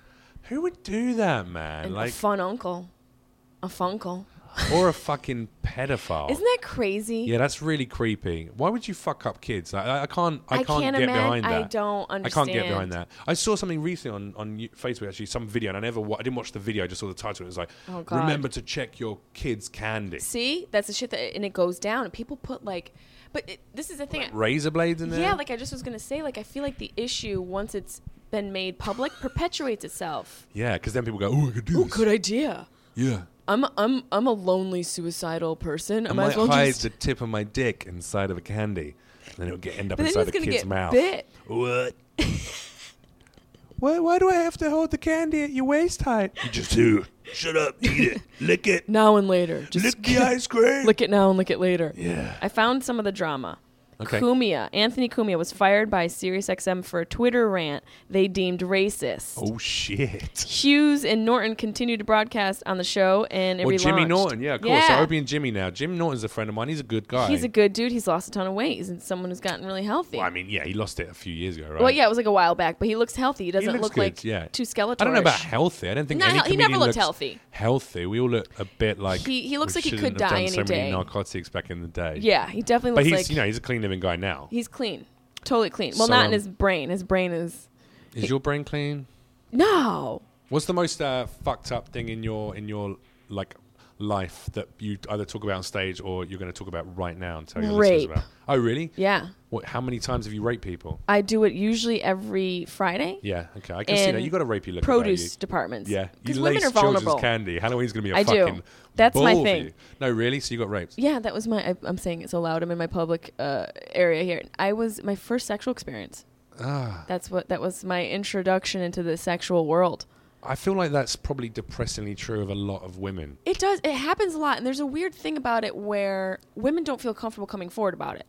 [SPEAKER 2] Who would do that, man?
[SPEAKER 1] And
[SPEAKER 2] like,
[SPEAKER 1] a fun uncle, a funkle.
[SPEAKER 2] or a fucking pedophile.
[SPEAKER 1] Isn't that crazy?
[SPEAKER 2] yeah, that's really creepy. Why would you fuck up kids? Like, I, I can't. I,
[SPEAKER 1] I
[SPEAKER 2] can't
[SPEAKER 1] can't
[SPEAKER 2] get
[SPEAKER 1] imagine-
[SPEAKER 2] behind that.
[SPEAKER 1] I don't
[SPEAKER 2] I can't get behind
[SPEAKER 1] understand.
[SPEAKER 2] that. I saw something recently on on y- Facebook actually, some video, and I never. Wa- I didn't watch the video. I just saw the title. and It was like,
[SPEAKER 1] Oh, God.
[SPEAKER 2] remember to check your kids' candy.
[SPEAKER 1] See, that's the shit that, and it goes down. And people put like, but it, this is the thing.
[SPEAKER 2] Razor blades in there.
[SPEAKER 1] yeah, like I just was gonna say, like I feel like the issue once it's been made public perpetuates itself.
[SPEAKER 2] yeah, because then people go, "Oh, I could do this."
[SPEAKER 1] idea.
[SPEAKER 2] yeah.
[SPEAKER 1] I'm I'm I'm a lonely suicidal person. I,
[SPEAKER 2] I
[SPEAKER 1] might
[SPEAKER 2] might
[SPEAKER 1] as well
[SPEAKER 2] hide
[SPEAKER 1] just.
[SPEAKER 2] the tip of my dick inside of a candy, and then it'll get end up
[SPEAKER 1] But then
[SPEAKER 2] inside
[SPEAKER 1] it's
[SPEAKER 2] a
[SPEAKER 1] gonna
[SPEAKER 2] kid's
[SPEAKER 1] get
[SPEAKER 2] mouth.
[SPEAKER 1] bit. [laughs]
[SPEAKER 2] What? why, why do I have to hold the candy at your waist height? You just do. Shut up. Eat it. Lick it.
[SPEAKER 1] Now and later. Just [laughs]
[SPEAKER 2] Lick the ice cream.
[SPEAKER 1] lick it now and lick it later.
[SPEAKER 2] Yeah.
[SPEAKER 1] I found some of the drama.
[SPEAKER 2] Okay.
[SPEAKER 1] Cumia, Anthony Cumia was fired by SiriusXM for a Twitter rant they deemed racist.
[SPEAKER 2] Oh shit.
[SPEAKER 1] Hughes and Norton continued to broadcast on the show, and it
[SPEAKER 2] Well, Jimmy
[SPEAKER 1] relaunched.
[SPEAKER 2] Norton. Yeah, of course. So I'll be in Jimmy now. Jim Norton's a friend of mine. He's a good guy.
[SPEAKER 1] He's a good dude. He's lost a ton of weight. He's someone who's gotten really healthy.
[SPEAKER 2] Well, I mean, yeah, he lost it a few years ago, right?
[SPEAKER 1] Well, yeah, it was like a while back, but he looks healthy. He
[SPEAKER 2] He
[SPEAKER 1] doesn't
[SPEAKER 2] looks
[SPEAKER 1] look
[SPEAKER 2] good,
[SPEAKER 1] like
[SPEAKER 2] yeah.
[SPEAKER 1] too skeletal.
[SPEAKER 2] I don't know about healthy. I don't think
[SPEAKER 1] Not
[SPEAKER 2] any
[SPEAKER 1] health- he
[SPEAKER 2] comedian
[SPEAKER 1] never looked
[SPEAKER 2] looks
[SPEAKER 1] healthy.
[SPEAKER 2] Healthy. We all look a bit like
[SPEAKER 1] He- he looks
[SPEAKER 2] we
[SPEAKER 1] like he could
[SPEAKER 2] shouldn't have
[SPEAKER 1] die
[SPEAKER 2] done so
[SPEAKER 1] any
[SPEAKER 2] many
[SPEAKER 1] day.
[SPEAKER 2] narcotics back in the day.
[SPEAKER 1] Yeah, he definitely
[SPEAKER 2] but
[SPEAKER 1] looks
[SPEAKER 2] he's
[SPEAKER 1] like
[SPEAKER 2] you know he's a clean living guy now.
[SPEAKER 1] he's clean, totally clean. Well,
[SPEAKER 2] So,
[SPEAKER 1] not
[SPEAKER 2] um,
[SPEAKER 1] in his brain. His brain is
[SPEAKER 2] Is your brain clean?
[SPEAKER 1] no.
[SPEAKER 2] What's the most uh, fucked up thing in your in your like life that you either talk about on stage or you're going to talk about right now and tell your listeners
[SPEAKER 1] Rape.
[SPEAKER 2] about? Oh, really?
[SPEAKER 1] Yeah,
[SPEAKER 2] What, how many times have you raped people?
[SPEAKER 1] I do it usually every Friday.
[SPEAKER 2] Yeah, okay, I can see that.
[SPEAKER 1] in
[SPEAKER 2] You got a rapey look
[SPEAKER 1] Produce
[SPEAKER 2] about you.
[SPEAKER 1] departments.
[SPEAKER 2] Yeah, you
[SPEAKER 1] because women
[SPEAKER 2] lace
[SPEAKER 1] are vulnerable.
[SPEAKER 2] children's candy. Halloween's going to be a
[SPEAKER 1] I do.
[SPEAKER 2] fucking.
[SPEAKER 1] That's my
[SPEAKER 2] ball for
[SPEAKER 1] thing.
[SPEAKER 2] you. No, really. So you got raped.
[SPEAKER 1] Yeah, that was my. I, I'm saying it so loud. I'm in my public uh, area here. I was my first sexual experience.
[SPEAKER 2] Ah,
[SPEAKER 1] That's what. That was my introduction into the sexual world.
[SPEAKER 2] I feel like that's probably depressingly true of a lot of women.
[SPEAKER 1] It does. It happens a lot, and there's a weird thing about it where women don't feel comfortable coming forward about it.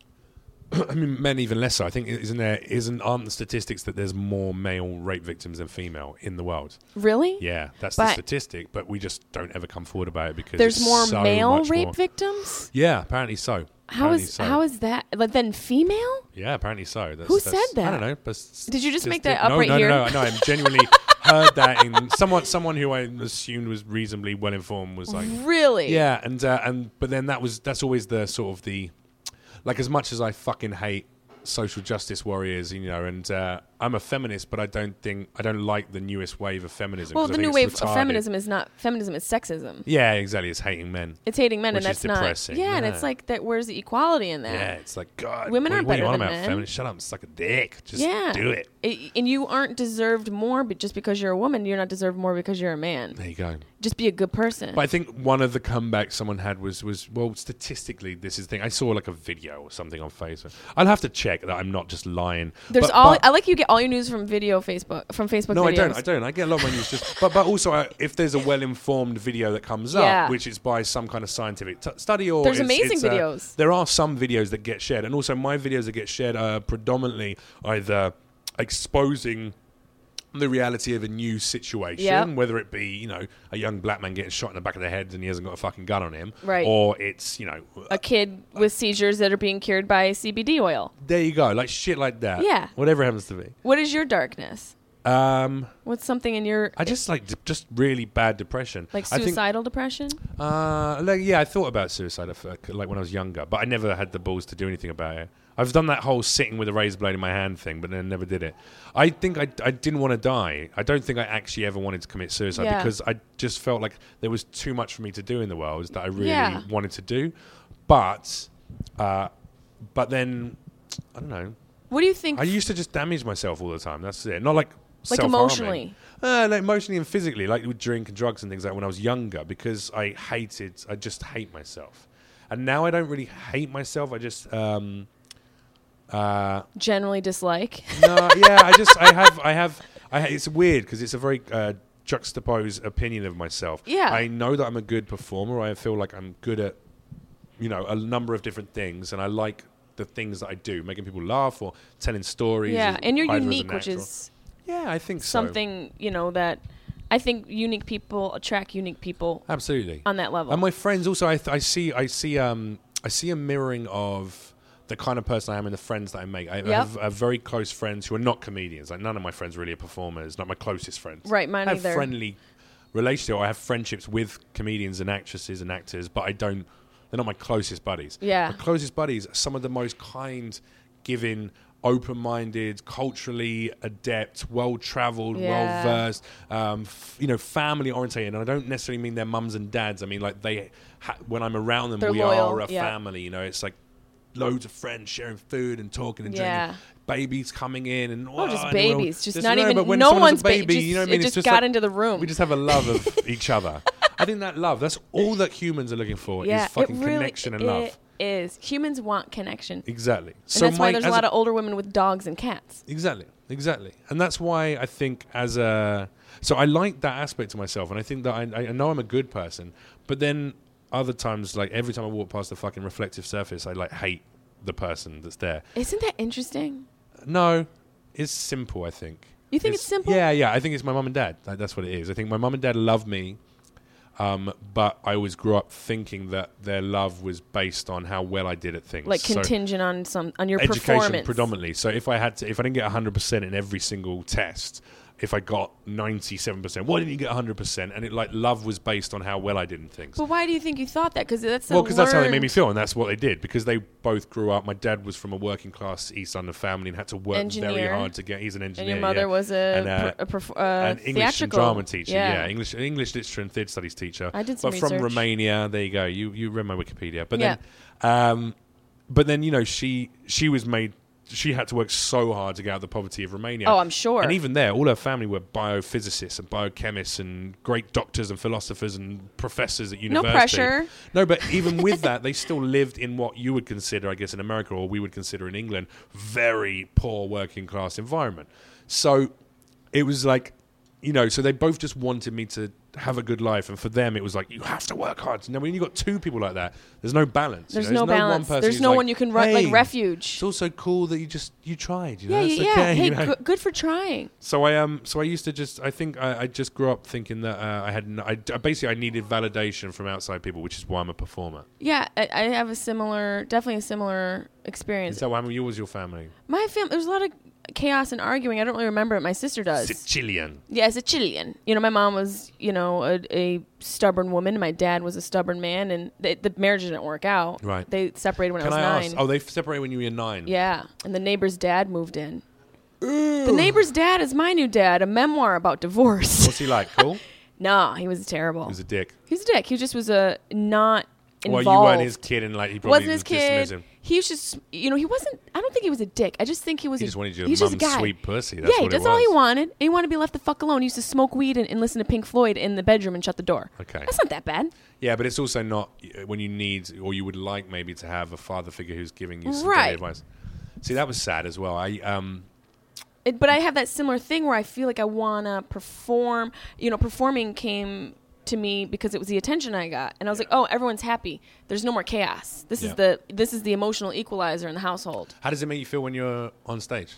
[SPEAKER 2] I mean, men even less so. I think isn't there isn't aren't the statistics that there's more male rape victims than female in the world?
[SPEAKER 1] Really?
[SPEAKER 2] Yeah, that's the
[SPEAKER 1] But-
[SPEAKER 2] statistic, but we just don't ever come forward about it because
[SPEAKER 1] There's
[SPEAKER 2] it's
[SPEAKER 1] more
[SPEAKER 2] so
[SPEAKER 1] male
[SPEAKER 2] much
[SPEAKER 1] rape
[SPEAKER 2] more-
[SPEAKER 1] victims.
[SPEAKER 2] Yeah, apparently so.
[SPEAKER 1] How
[SPEAKER 2] Apparently
[SPEAKER 1] is
[SPEAKER 2] so.
[SPEAKER 1] how is that? Like then female?
[SPEAKER 2] Yeah, apparently so. That's,
[SPEAKER 1] Who
[SPEAKER 2] that's-
[SPEAKER 1] said
[SPEAKER 2] I
[SPEAKER 1] that?
[SPEAKER 2] don't know. But
[SPEAKER 1] Did you just
[SPEAKER 2] statistic-
[SPEAKER 1] make that up
[SPEAKER 2] no,
[SPEAKER 1] right
[SPEAKER 2] no,
[SPEAKER 1] here?
[SPEAKER 2] No, no,
[SPEAKER 1] [laughs]
[SPEAKER 2] no. I'm genuinely heard that in someone someone who I assumed was reasonably well informed was like,
[SPEAKER 1] Really?
[SPEAKER 2] yeah, and uh, and but then that was that's always the sort of the like as much as I fucking hate social justice warriors, you know, and uh, I'm a feminist, but I don't think I don't like the newest wave of feminism.
[SPEAKER 1] Well,
[SPEAKER 2] 'cause I
[SPEAKER 1] the
[SPEAKER 2] think
[SPEAKER 1] new
[SPEAKER 2] it's
[SPEAKER 1] wave
[SPEAKER 2] retarded.
[SPEAKER 1] of feminism is not feminism. It's sexism.
[SPEAKER 2] Yeah, exactly. It's hating men.
[SPEAKER 1] It's hating men,
[SPEAKER 2] Which
[SPEAKER 1] and
[SPEAKER 2] is
[SPEAKER 1] that's not.
[SPEAKER 2] depressing,
[SPEAKER 1] Yeah, and
[SPEAKER 2] yeah.
[SPEAKER 1] it's like that. Where's the equality in that?
[SPEAKER 2] Yeah, it's like God.
[SPEAKER 1] Women
[SPEAKER 2] what,
[SPEAKER 1] are
[SPEAKER 2] what do you
[SPEAKER 1] better
[SPEAKER 2] want
[SPEAKER 1] than
[SPEAKER 2] about
[SPEAKER 1] men.
[SPEAKER 2] feminists? Shut up, and suck a dick. Just
[SPEAKER 1] yeah.
[SPEAKER 2] do it.
[SPEAKER 1] And you aren't deserved more, but just because you're a woman, you're not deserved more because you're a man.
[SPEAKER 2] There you go.
[SPEAKER 1] Just be a good person.
[SPEAKER 2] But I think one of the comebacks someone had was was well, statistically, this is the thing. I saw like a video or something on Facebook. I'll have to check that I'm not just lying.
[SPEAKER 1] There's
[SPEAKER 2] But-
[SPEAKER 1] all.
[SPEAKER 2] but-
[SPEAKER 1] I like you get all your news from video Facebook from Facebook.
[SPEAKER 2] no,
[SPEAKER 1] videos.
[SPEAKER 2] I don't. I don't. I get a lot of my news just. But but also, I, if there's a well-informed video that comes
[SPEAKER 1] Yeah.
[SPEAKER 2] up, which is by some kind of scientific t- study, or
[SPEAKER 1] There's
[SPEAKER 2] it's-
[SPEAKER 1] amazing
[SPEAKER 2] it's, uh,
[SPEAKER 1] videos.
[SPEAKER 2] there are some videos that get shared, and also my videos that get shared are predominantly either exposing the reality of a new situation,
[SPEAKER 1] Yep.
[SPEAKER 2] whether it be you know a young black man getting shot in the back of the head and he hasn't got a fucking gun on him,
[SPEAKER 1] Right.
[SPEAKER 2] Or it's you know.
[SPEAKER 1] A kid with seizures that are being cured by CBD oil.
[SPEAKER 2] there you go, like shit like that.
[SPEAKER 1] Yeah.
[SPEAKER 2] Whatever it happens to be.
[SPEAKER 1] What is your darkness?
[SPEAKER 2] Um,
[SPEAKER 1] What's something in your
[SPEAKER 2] I just like d- just really bad depression.
[SPEAKER 1] like
[SPEAKER 2] I think-
[SPEAKER 1] suicidal depression?
[SPEAKER 2] Uh, like, yeah, I thought about suicide if, uh, like when I was younger, but I never had the balls to do anything about it. I've done that whole sitting with a razor blade in my hand thing, but then never did it. I think I, I didn't want to die. I don't think I actually ever wanted to commit suicide
[SPEAKER 1] Yeah.
[SPEAKER 2] because I just felt like there was too much for me to do in the world that I really
[SPEAKER 1] Yeah.
[SPEAKER 2] wanted to do. But, uh, but then I don't know.
[SPEAKER 1] What do you think?
[SPEAKER 2] I used to just damage myself all the time. That's it. Not like
[SPEAKER 1] Like
[SPEAKER 2] self-harming.
[SPEAKER 1] emotionally?
[SPEAKER 2] Uh, like emotionally and physically, like with drink and drugs and things like when I was younger, because I hated. I just hate myself, and now I don't really hate myself. I just. Um, uh,
[SPEAKER 1] generally dislike.
[SPEAKER 2] no, yeah, I just I have I have I ha- it's weird because it's a very uh, juxtaposed opinion of myself.
[SPEAKER 1] Yeah.
[SPEAKER 2] I know that I'm a good performer. I feel like I'm good at you know a number of different things, and I like the things that I do, making people laugh or telling stories.
[SPEAKER 1] yeah,
[SPEAKER 2] as-
[SPEAKER 1] and you're
[SPEAKER 2] either as an
[SPEAKER 1] unique, which
[SPEAKER 2] actor.
[SPEAKER 1] is
[SPEAKER 2] Yeah, I think so.
[SPEAKER 1] something you know that I think unique people attract unique people
[SPEAKER 2] Absolutely.
[SPEAKER 1] on that level.
[SPEAKER 2] And my friends also, I, th- I see, I see, um, I see a mirroring of the kind of person I am and the friends that I make. I I
[SPEAKER 1] Yep.
[SPEAKER 2] have, I have very close friends who are not comedians. Like none of my friends really are performers. Not my closest friends.
[SPEAKER 1] Right, mine
[SPEAKER 2] I have
[SPEAKER 1] either.
[SPEAKER 2] friendly relationship. I have friendships with comedians and actresses and actors, but I don't. They're not my closest buddies.
[SPEAKER 1] Yeah.
[SPEAKER 2] My closest buddies are some of the most kind, giving, open-minded, culturally adept, well-traveled,
[SPEAKER 1] Yeah.
[SPEAKER 2] well-versed first, um, f- you know, family orientated. And I don't necessarily mean their mums and dads. I mean, like they, ha- when I'm around them,
[SPEAKER 1] They're
[SPEAKER 2] we
[SPEAKER 1] loyal,
[SPEAKER 2] are a
[SPEAKER 1] yeah.
[SPEAKER 2] family. You know, it's like loads of friends sharing food and talking and
[SPEAKER 1] Yeah.
[SPEAKER 2] drinking. Babies coming in and
[SPEAKER 1] Oh, just
[SPEAKER 2] and we're all-
[SPEAKER 1] babies. Just not
[SPEAKER 2] no,
[SPEAKER 1] even.
[SPEAKER 2] but when
[SPEAKER 1] no
[SPEAKER 2] someone has
[SPEAKER 1] one's
[SPEAKER 2] a
[SPEAKER 1] baby.
[SPEAKER 2] baby.
[SPEAKER 1] just,
[SPEAKER 2] you know what
[SPEAKER 1] It
[SPEAKER 2] I mean?
[SPEAKER 1] just,
[SPEAKER 2] It's just
[SPEAKER 1] got
[SPEAKER 2] like-
[SPEAKER 1] into the room.
[SPEAKER 2] We just have a
[SPEAKER 1] [laughs]
[SPEAKER 2] love of each other. I think that love. That's all that humans are looking for
[SPEAKER 1] yeah,
[SPEAKER 2] is fucking
[SPEAKER 1] it really
[SPEAKER 2] connection and love.
[SPEAKER 1] It is. Humans want connection. And
[SPEAKER 2] Exactly. so
[SPEAKER 1] that's
[SPEAKER 2] my,
[SPEAKER 1] why there's a
[SPEAKER 2] as
[SPEAKER 1] lot of older women with dogs and cats.
[SPEAKER 2] Exactly, exactly, and that's why I think as a so I like that aspect to myself, and I think that I, I know I'm a good person, but then other times, like every time I walk past the fucking reflective surface, I like hate the person that's there.
[SPEAKER 1] Isn't that interesting?
[SPEAKER 2] No, it's simple. I think
[SPEAKER 1] You think it's simple?
[SPEAKER 2] Yeah, yeah. I think it's my mum and dad. Like, that's what it is. I think my mum and dad love me, um, but I always grew up thinking that their love was based on how well I did at things.
[SPEAKER 1] Like
[SPEAKER 2] So-
[SPEAKER 1] contingent on some on your
[SPEAKER 2] education
[SPEAKER 1] performance.
[SPEAKER 2] predominantly. So if I had to, if I didn't get 100% in every single test, if I got 97%, why didn't you get 100%? And it like love was based on how well I did in things.
[SPEAKER 1] But why do you think you thought that? Because that's a
[SPEAKER 2] Well, because that's how they made me
[SPEAKER 1] learned-
[SPEAKER 2] feel, and that's what they did. Because they both grew up. My dad was from a working class East London family and had to work very
[SPEAKER 1] Engineer.
[SPEAKER 2] hard to get. He's an engineer.
[SPEAKER 1] And your mother
[SPEAKER 2] yeah.
[SPEAKER 1] was a,
[SPEAKER 2] And, uh,
[SPEAKER 1] per- a perf- uh,
[SPEAKER 2] an English and
[SPEAKER 1] theatrical
[SPEAKER 2] drama teacher. Yeah, English English literature and theatre studies teacher.
[SPEAKER 1] I did some
[SPEAKER 2] But
[SPEAKER 1] research.
[SPEAKER 2] from Romania, there you go. You you read my Wikipedia. But then, um, but then you know she she was made. She had to work so hard to get out of the poverty of Romania.
[SPEAKER 1] Oh, I'm sure.
[SPEAKER 2] And even there, all her family were biophysicists and biochemists and great doctors and philosophers and professors at university.
[SPEAKER 1] pressure.
[SPEAKER 2] No, but even with that, they still lived in what you would consider, I guess, in America or we would consider in England, very poor working class environment. So it was like, you know, so they both just wanted me to have a good life, and for them, it was like you have to work hard. Now, when you have got two people like that, there's no balance. you
[SPEAKER 1] There's
[SPEAKER 2] know?
[SPEAKER 1] no balance.
[SPEAKER 2] One person
[SPEAKER 1] There's
[SPEAKER 2] who's
[SPEAKER 1] no
[SPEAKER 2] like,
[SPEAKER 1] one you can run like
[SPEAKER 2] "Hey,
[SPEAKER 1] refuge.
[SPEAKER 2] It's also cool that you just you tried. You know?
[SPEAKER 1] yeah,
[SPEAKER 2] It's
[SPEAKER 1] yeah, yeah.
[SPEAKER 2] okay,
[SPEAKER 1] hey,
[SPEAKER 2] you know?
[SPEAKER 1] goo- good for trying.
[SPEAKER 2] So I um so I used to just I think I, I just grew up thinking that uh, I had no, I I basically I needed validation from outside people, which is why I'm a performer.
[SPEAKER 1] Yeah, I, I have a similar, definitely a similar experience.
[SPEAKER 2] Is that why I'm, you was your family?
[SPEAKER 1] My family, there's a lot of chaos and arguing. I don't really remember it. My sister does.
[SPEAKER 2] Sicilian.
[SPEAKER 1] yeah, it's a Chilean. You know, my mom was, you know, a, a stubborn woman. My dad was a stubborn man, and they, the marriage didn't work out.
[SPEAKER 2] Right.
[SPEAKER 1] They separated when
[SPEAKER 2] Can
[SPEAKER 1] I
[SPEAKER 2] I
[SPEAKER 1] was nine.
[SPEAKER 2] ask? Oh, they separated when you were nine.
[SPEAKER 1] Yeah, and the neighbor's dad moved in. The neighbor's dad is my new dad. A memoir about divorce.
[SPEAKER 2] What's he like? Cool.
[SPEAKER 1] [laughs] nah, he was terrible.
[SPEAKER 2] He was a dick.
[SPEAKER 1] He was a dick. He just was a not involved.
[SPEAKER 2] Well, you weren't his kid, and like he probably
[SPEAKER 1] wasn't his
[SPEAKER 2] was dismissing.
[SPEAKER 1] kid. He was just, you know, he wasn't. I don't think he was a dick. I just think he was.
[SPEAKER 2] He
[SPEAKER 1] a,
[SPEAKER 2] just wanted your
[SPEAKER 1] he's just a
[SPEAKER 2] mum's
[SPEAKER 1] guy.
[SPEAKER 2] sweet pussy. That's
[SPEAKER 1] yeah,
[SPEAKER 2] what it
[SPEAKER 1] that's all he
[SPEAKER 2] was.
[SPEAKER 1] wanted. And he wanted to be left the fuck alone. He used to smoke weed and, and listen to Pink Floyd in the bedroom and shut the door.
[SPEAKER 2] Okay.
[SPEAKER 1] that's not that bad.
[SPEAKER 2] Yeah, but it's also not uh, when you need or you would like maybe to have a father figure who's giving you some
[SPEAKER 1] Right.
[SPEAKER 2] right. advice. See, that was sad as well. I um
[SPEAKER 1] It, but I have that similar thing where I feel like I wanna perform. You know, performing came to me because it was the attention I got, and I was like, oh, everyone's happy. There's no more chaos. This is
[SPEAKER 2] Yeah.
[SPEAKER 1] the this is the emotional equalizer in the household.
[SPEAKER 2] how does it make you feel when you're on stage?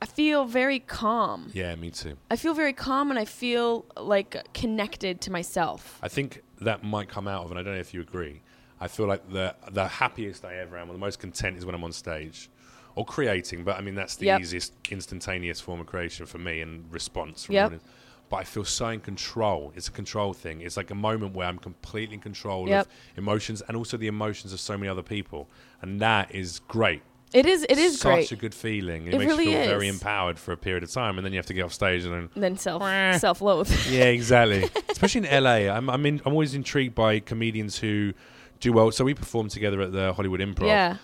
[SPEAKER 1] I feel very calm.
[SPEAKER 2] Yeah, me too.
[SPEAKER 1] I feel very calm, and I feel like connected to myself.
[SPEAKER 2] I think that might come out of, and I don't know if you agree. I feel like the the happiest I ever am, or the most content, is when I'm on stage, or creating. But I mean, that's the
[SPEAKER 1] Yep.
[SPEAKER 2] easiest instantaneous form of creation for me and response. From
[SPEAKER 1] Yep.
[SPEAKER 2] audience. But I feel so in control. It's a control thing. It's like a moment where I'm completely in control
[SPEAKER 1] Yep.
[SPEAKER 2] of emotions and also the emotions of so many other people, and that is great.
[SPEAKER 1] It is. It is
[SPEAKER 2] such
[SPEAKER 1] great.
[SPEAKER 2] a good feeling. It,
[SPEAKER 1] It
[SPEAKER 2] makes
[SPEAKER 1] really
[SPEAKER 2] you feel very
[SPEAKER 1] is.
[SPEAKER 2] empowered for a period of time, and then you have to get off stage and then
[SPEAKER 1] And then self
[SPEAKER 2] Meh.
[SPEAKER 1] self loathe.
[SPEAKER 2] yeah, exactly. Especially in LA, I'm I'm, in, I'm always intrigued by comedians who do well. So we performed together at the Hollywood Improv.
[SPEAKER 1] Yeah.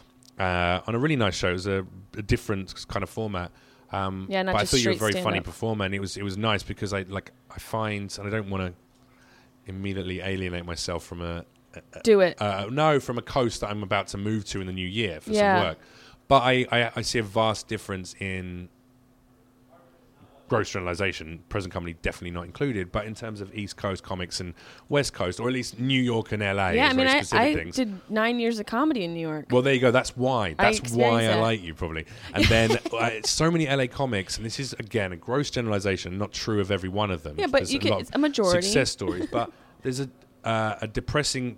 [SPEAKER 2] Uh, on a really nice show. It was a, a different kind of format. Um,
[SPEAKER 1] Yeah, not
[SPEAKER 2] but
[SPEAKER 1] just
[SPEAKER 2] I thought you were a
[SPEAKER 1] straight
[SPEAKER 2] very funny
[SPEAKER 1] stand-up.
[SPEAKER 2] performer, and it was it was nice because I like I find, and I don't want to immediately alienate myself from a
[SPEAKER 1] [laughs] Do it.
[SPEAKER 2] uh, no, from a coast that I'm about to move to in the new year for
[SPEAKER 1] Yeah.
[SPEAKER 2] some work. But I, I, I see a vast difference in gross generalization, present company definitely not included. But in terms of East Coast comics and West Coast, or at least New York and LA,
[SPEAKER 1] yeah,
[SPEAKER 2] is
[SPEAKER 1] I mean,
[SPEAKER 2] very
[SPEAKER 1] I,
[SPEAKER 2] specific
[SPEAKER 1] I
[SPEAKER 2] things.
[SPEAKER 1] did nine years of comedy in New York.
[SPEAKER 2] Well, there you go. That's why.
[SPEAKER 1] I
[SPEAKER 2] That's why
[SPEAKER 1] experienced
[SPEAKER 2] I
[SPEAKER 1] it.
[SPEAKER 2] like you probably.
[SPEAKER 1] [laughs]
[SPEAKER 2] And then uh, so many LA comics, and this is again a gross generalization, not true of every one of them.
[SPEAKER 1] Yeah, but
[SPEAKER 2] There's
[SPEAKER 1] you can-
[SPEAKER 2] lot of
[SPEAKER 1] it's a majority.
[SPEAKER 2] success stories, but
[SPEAKER 1] [laughs]
[SPEAKER 2] there's a uh, a depressing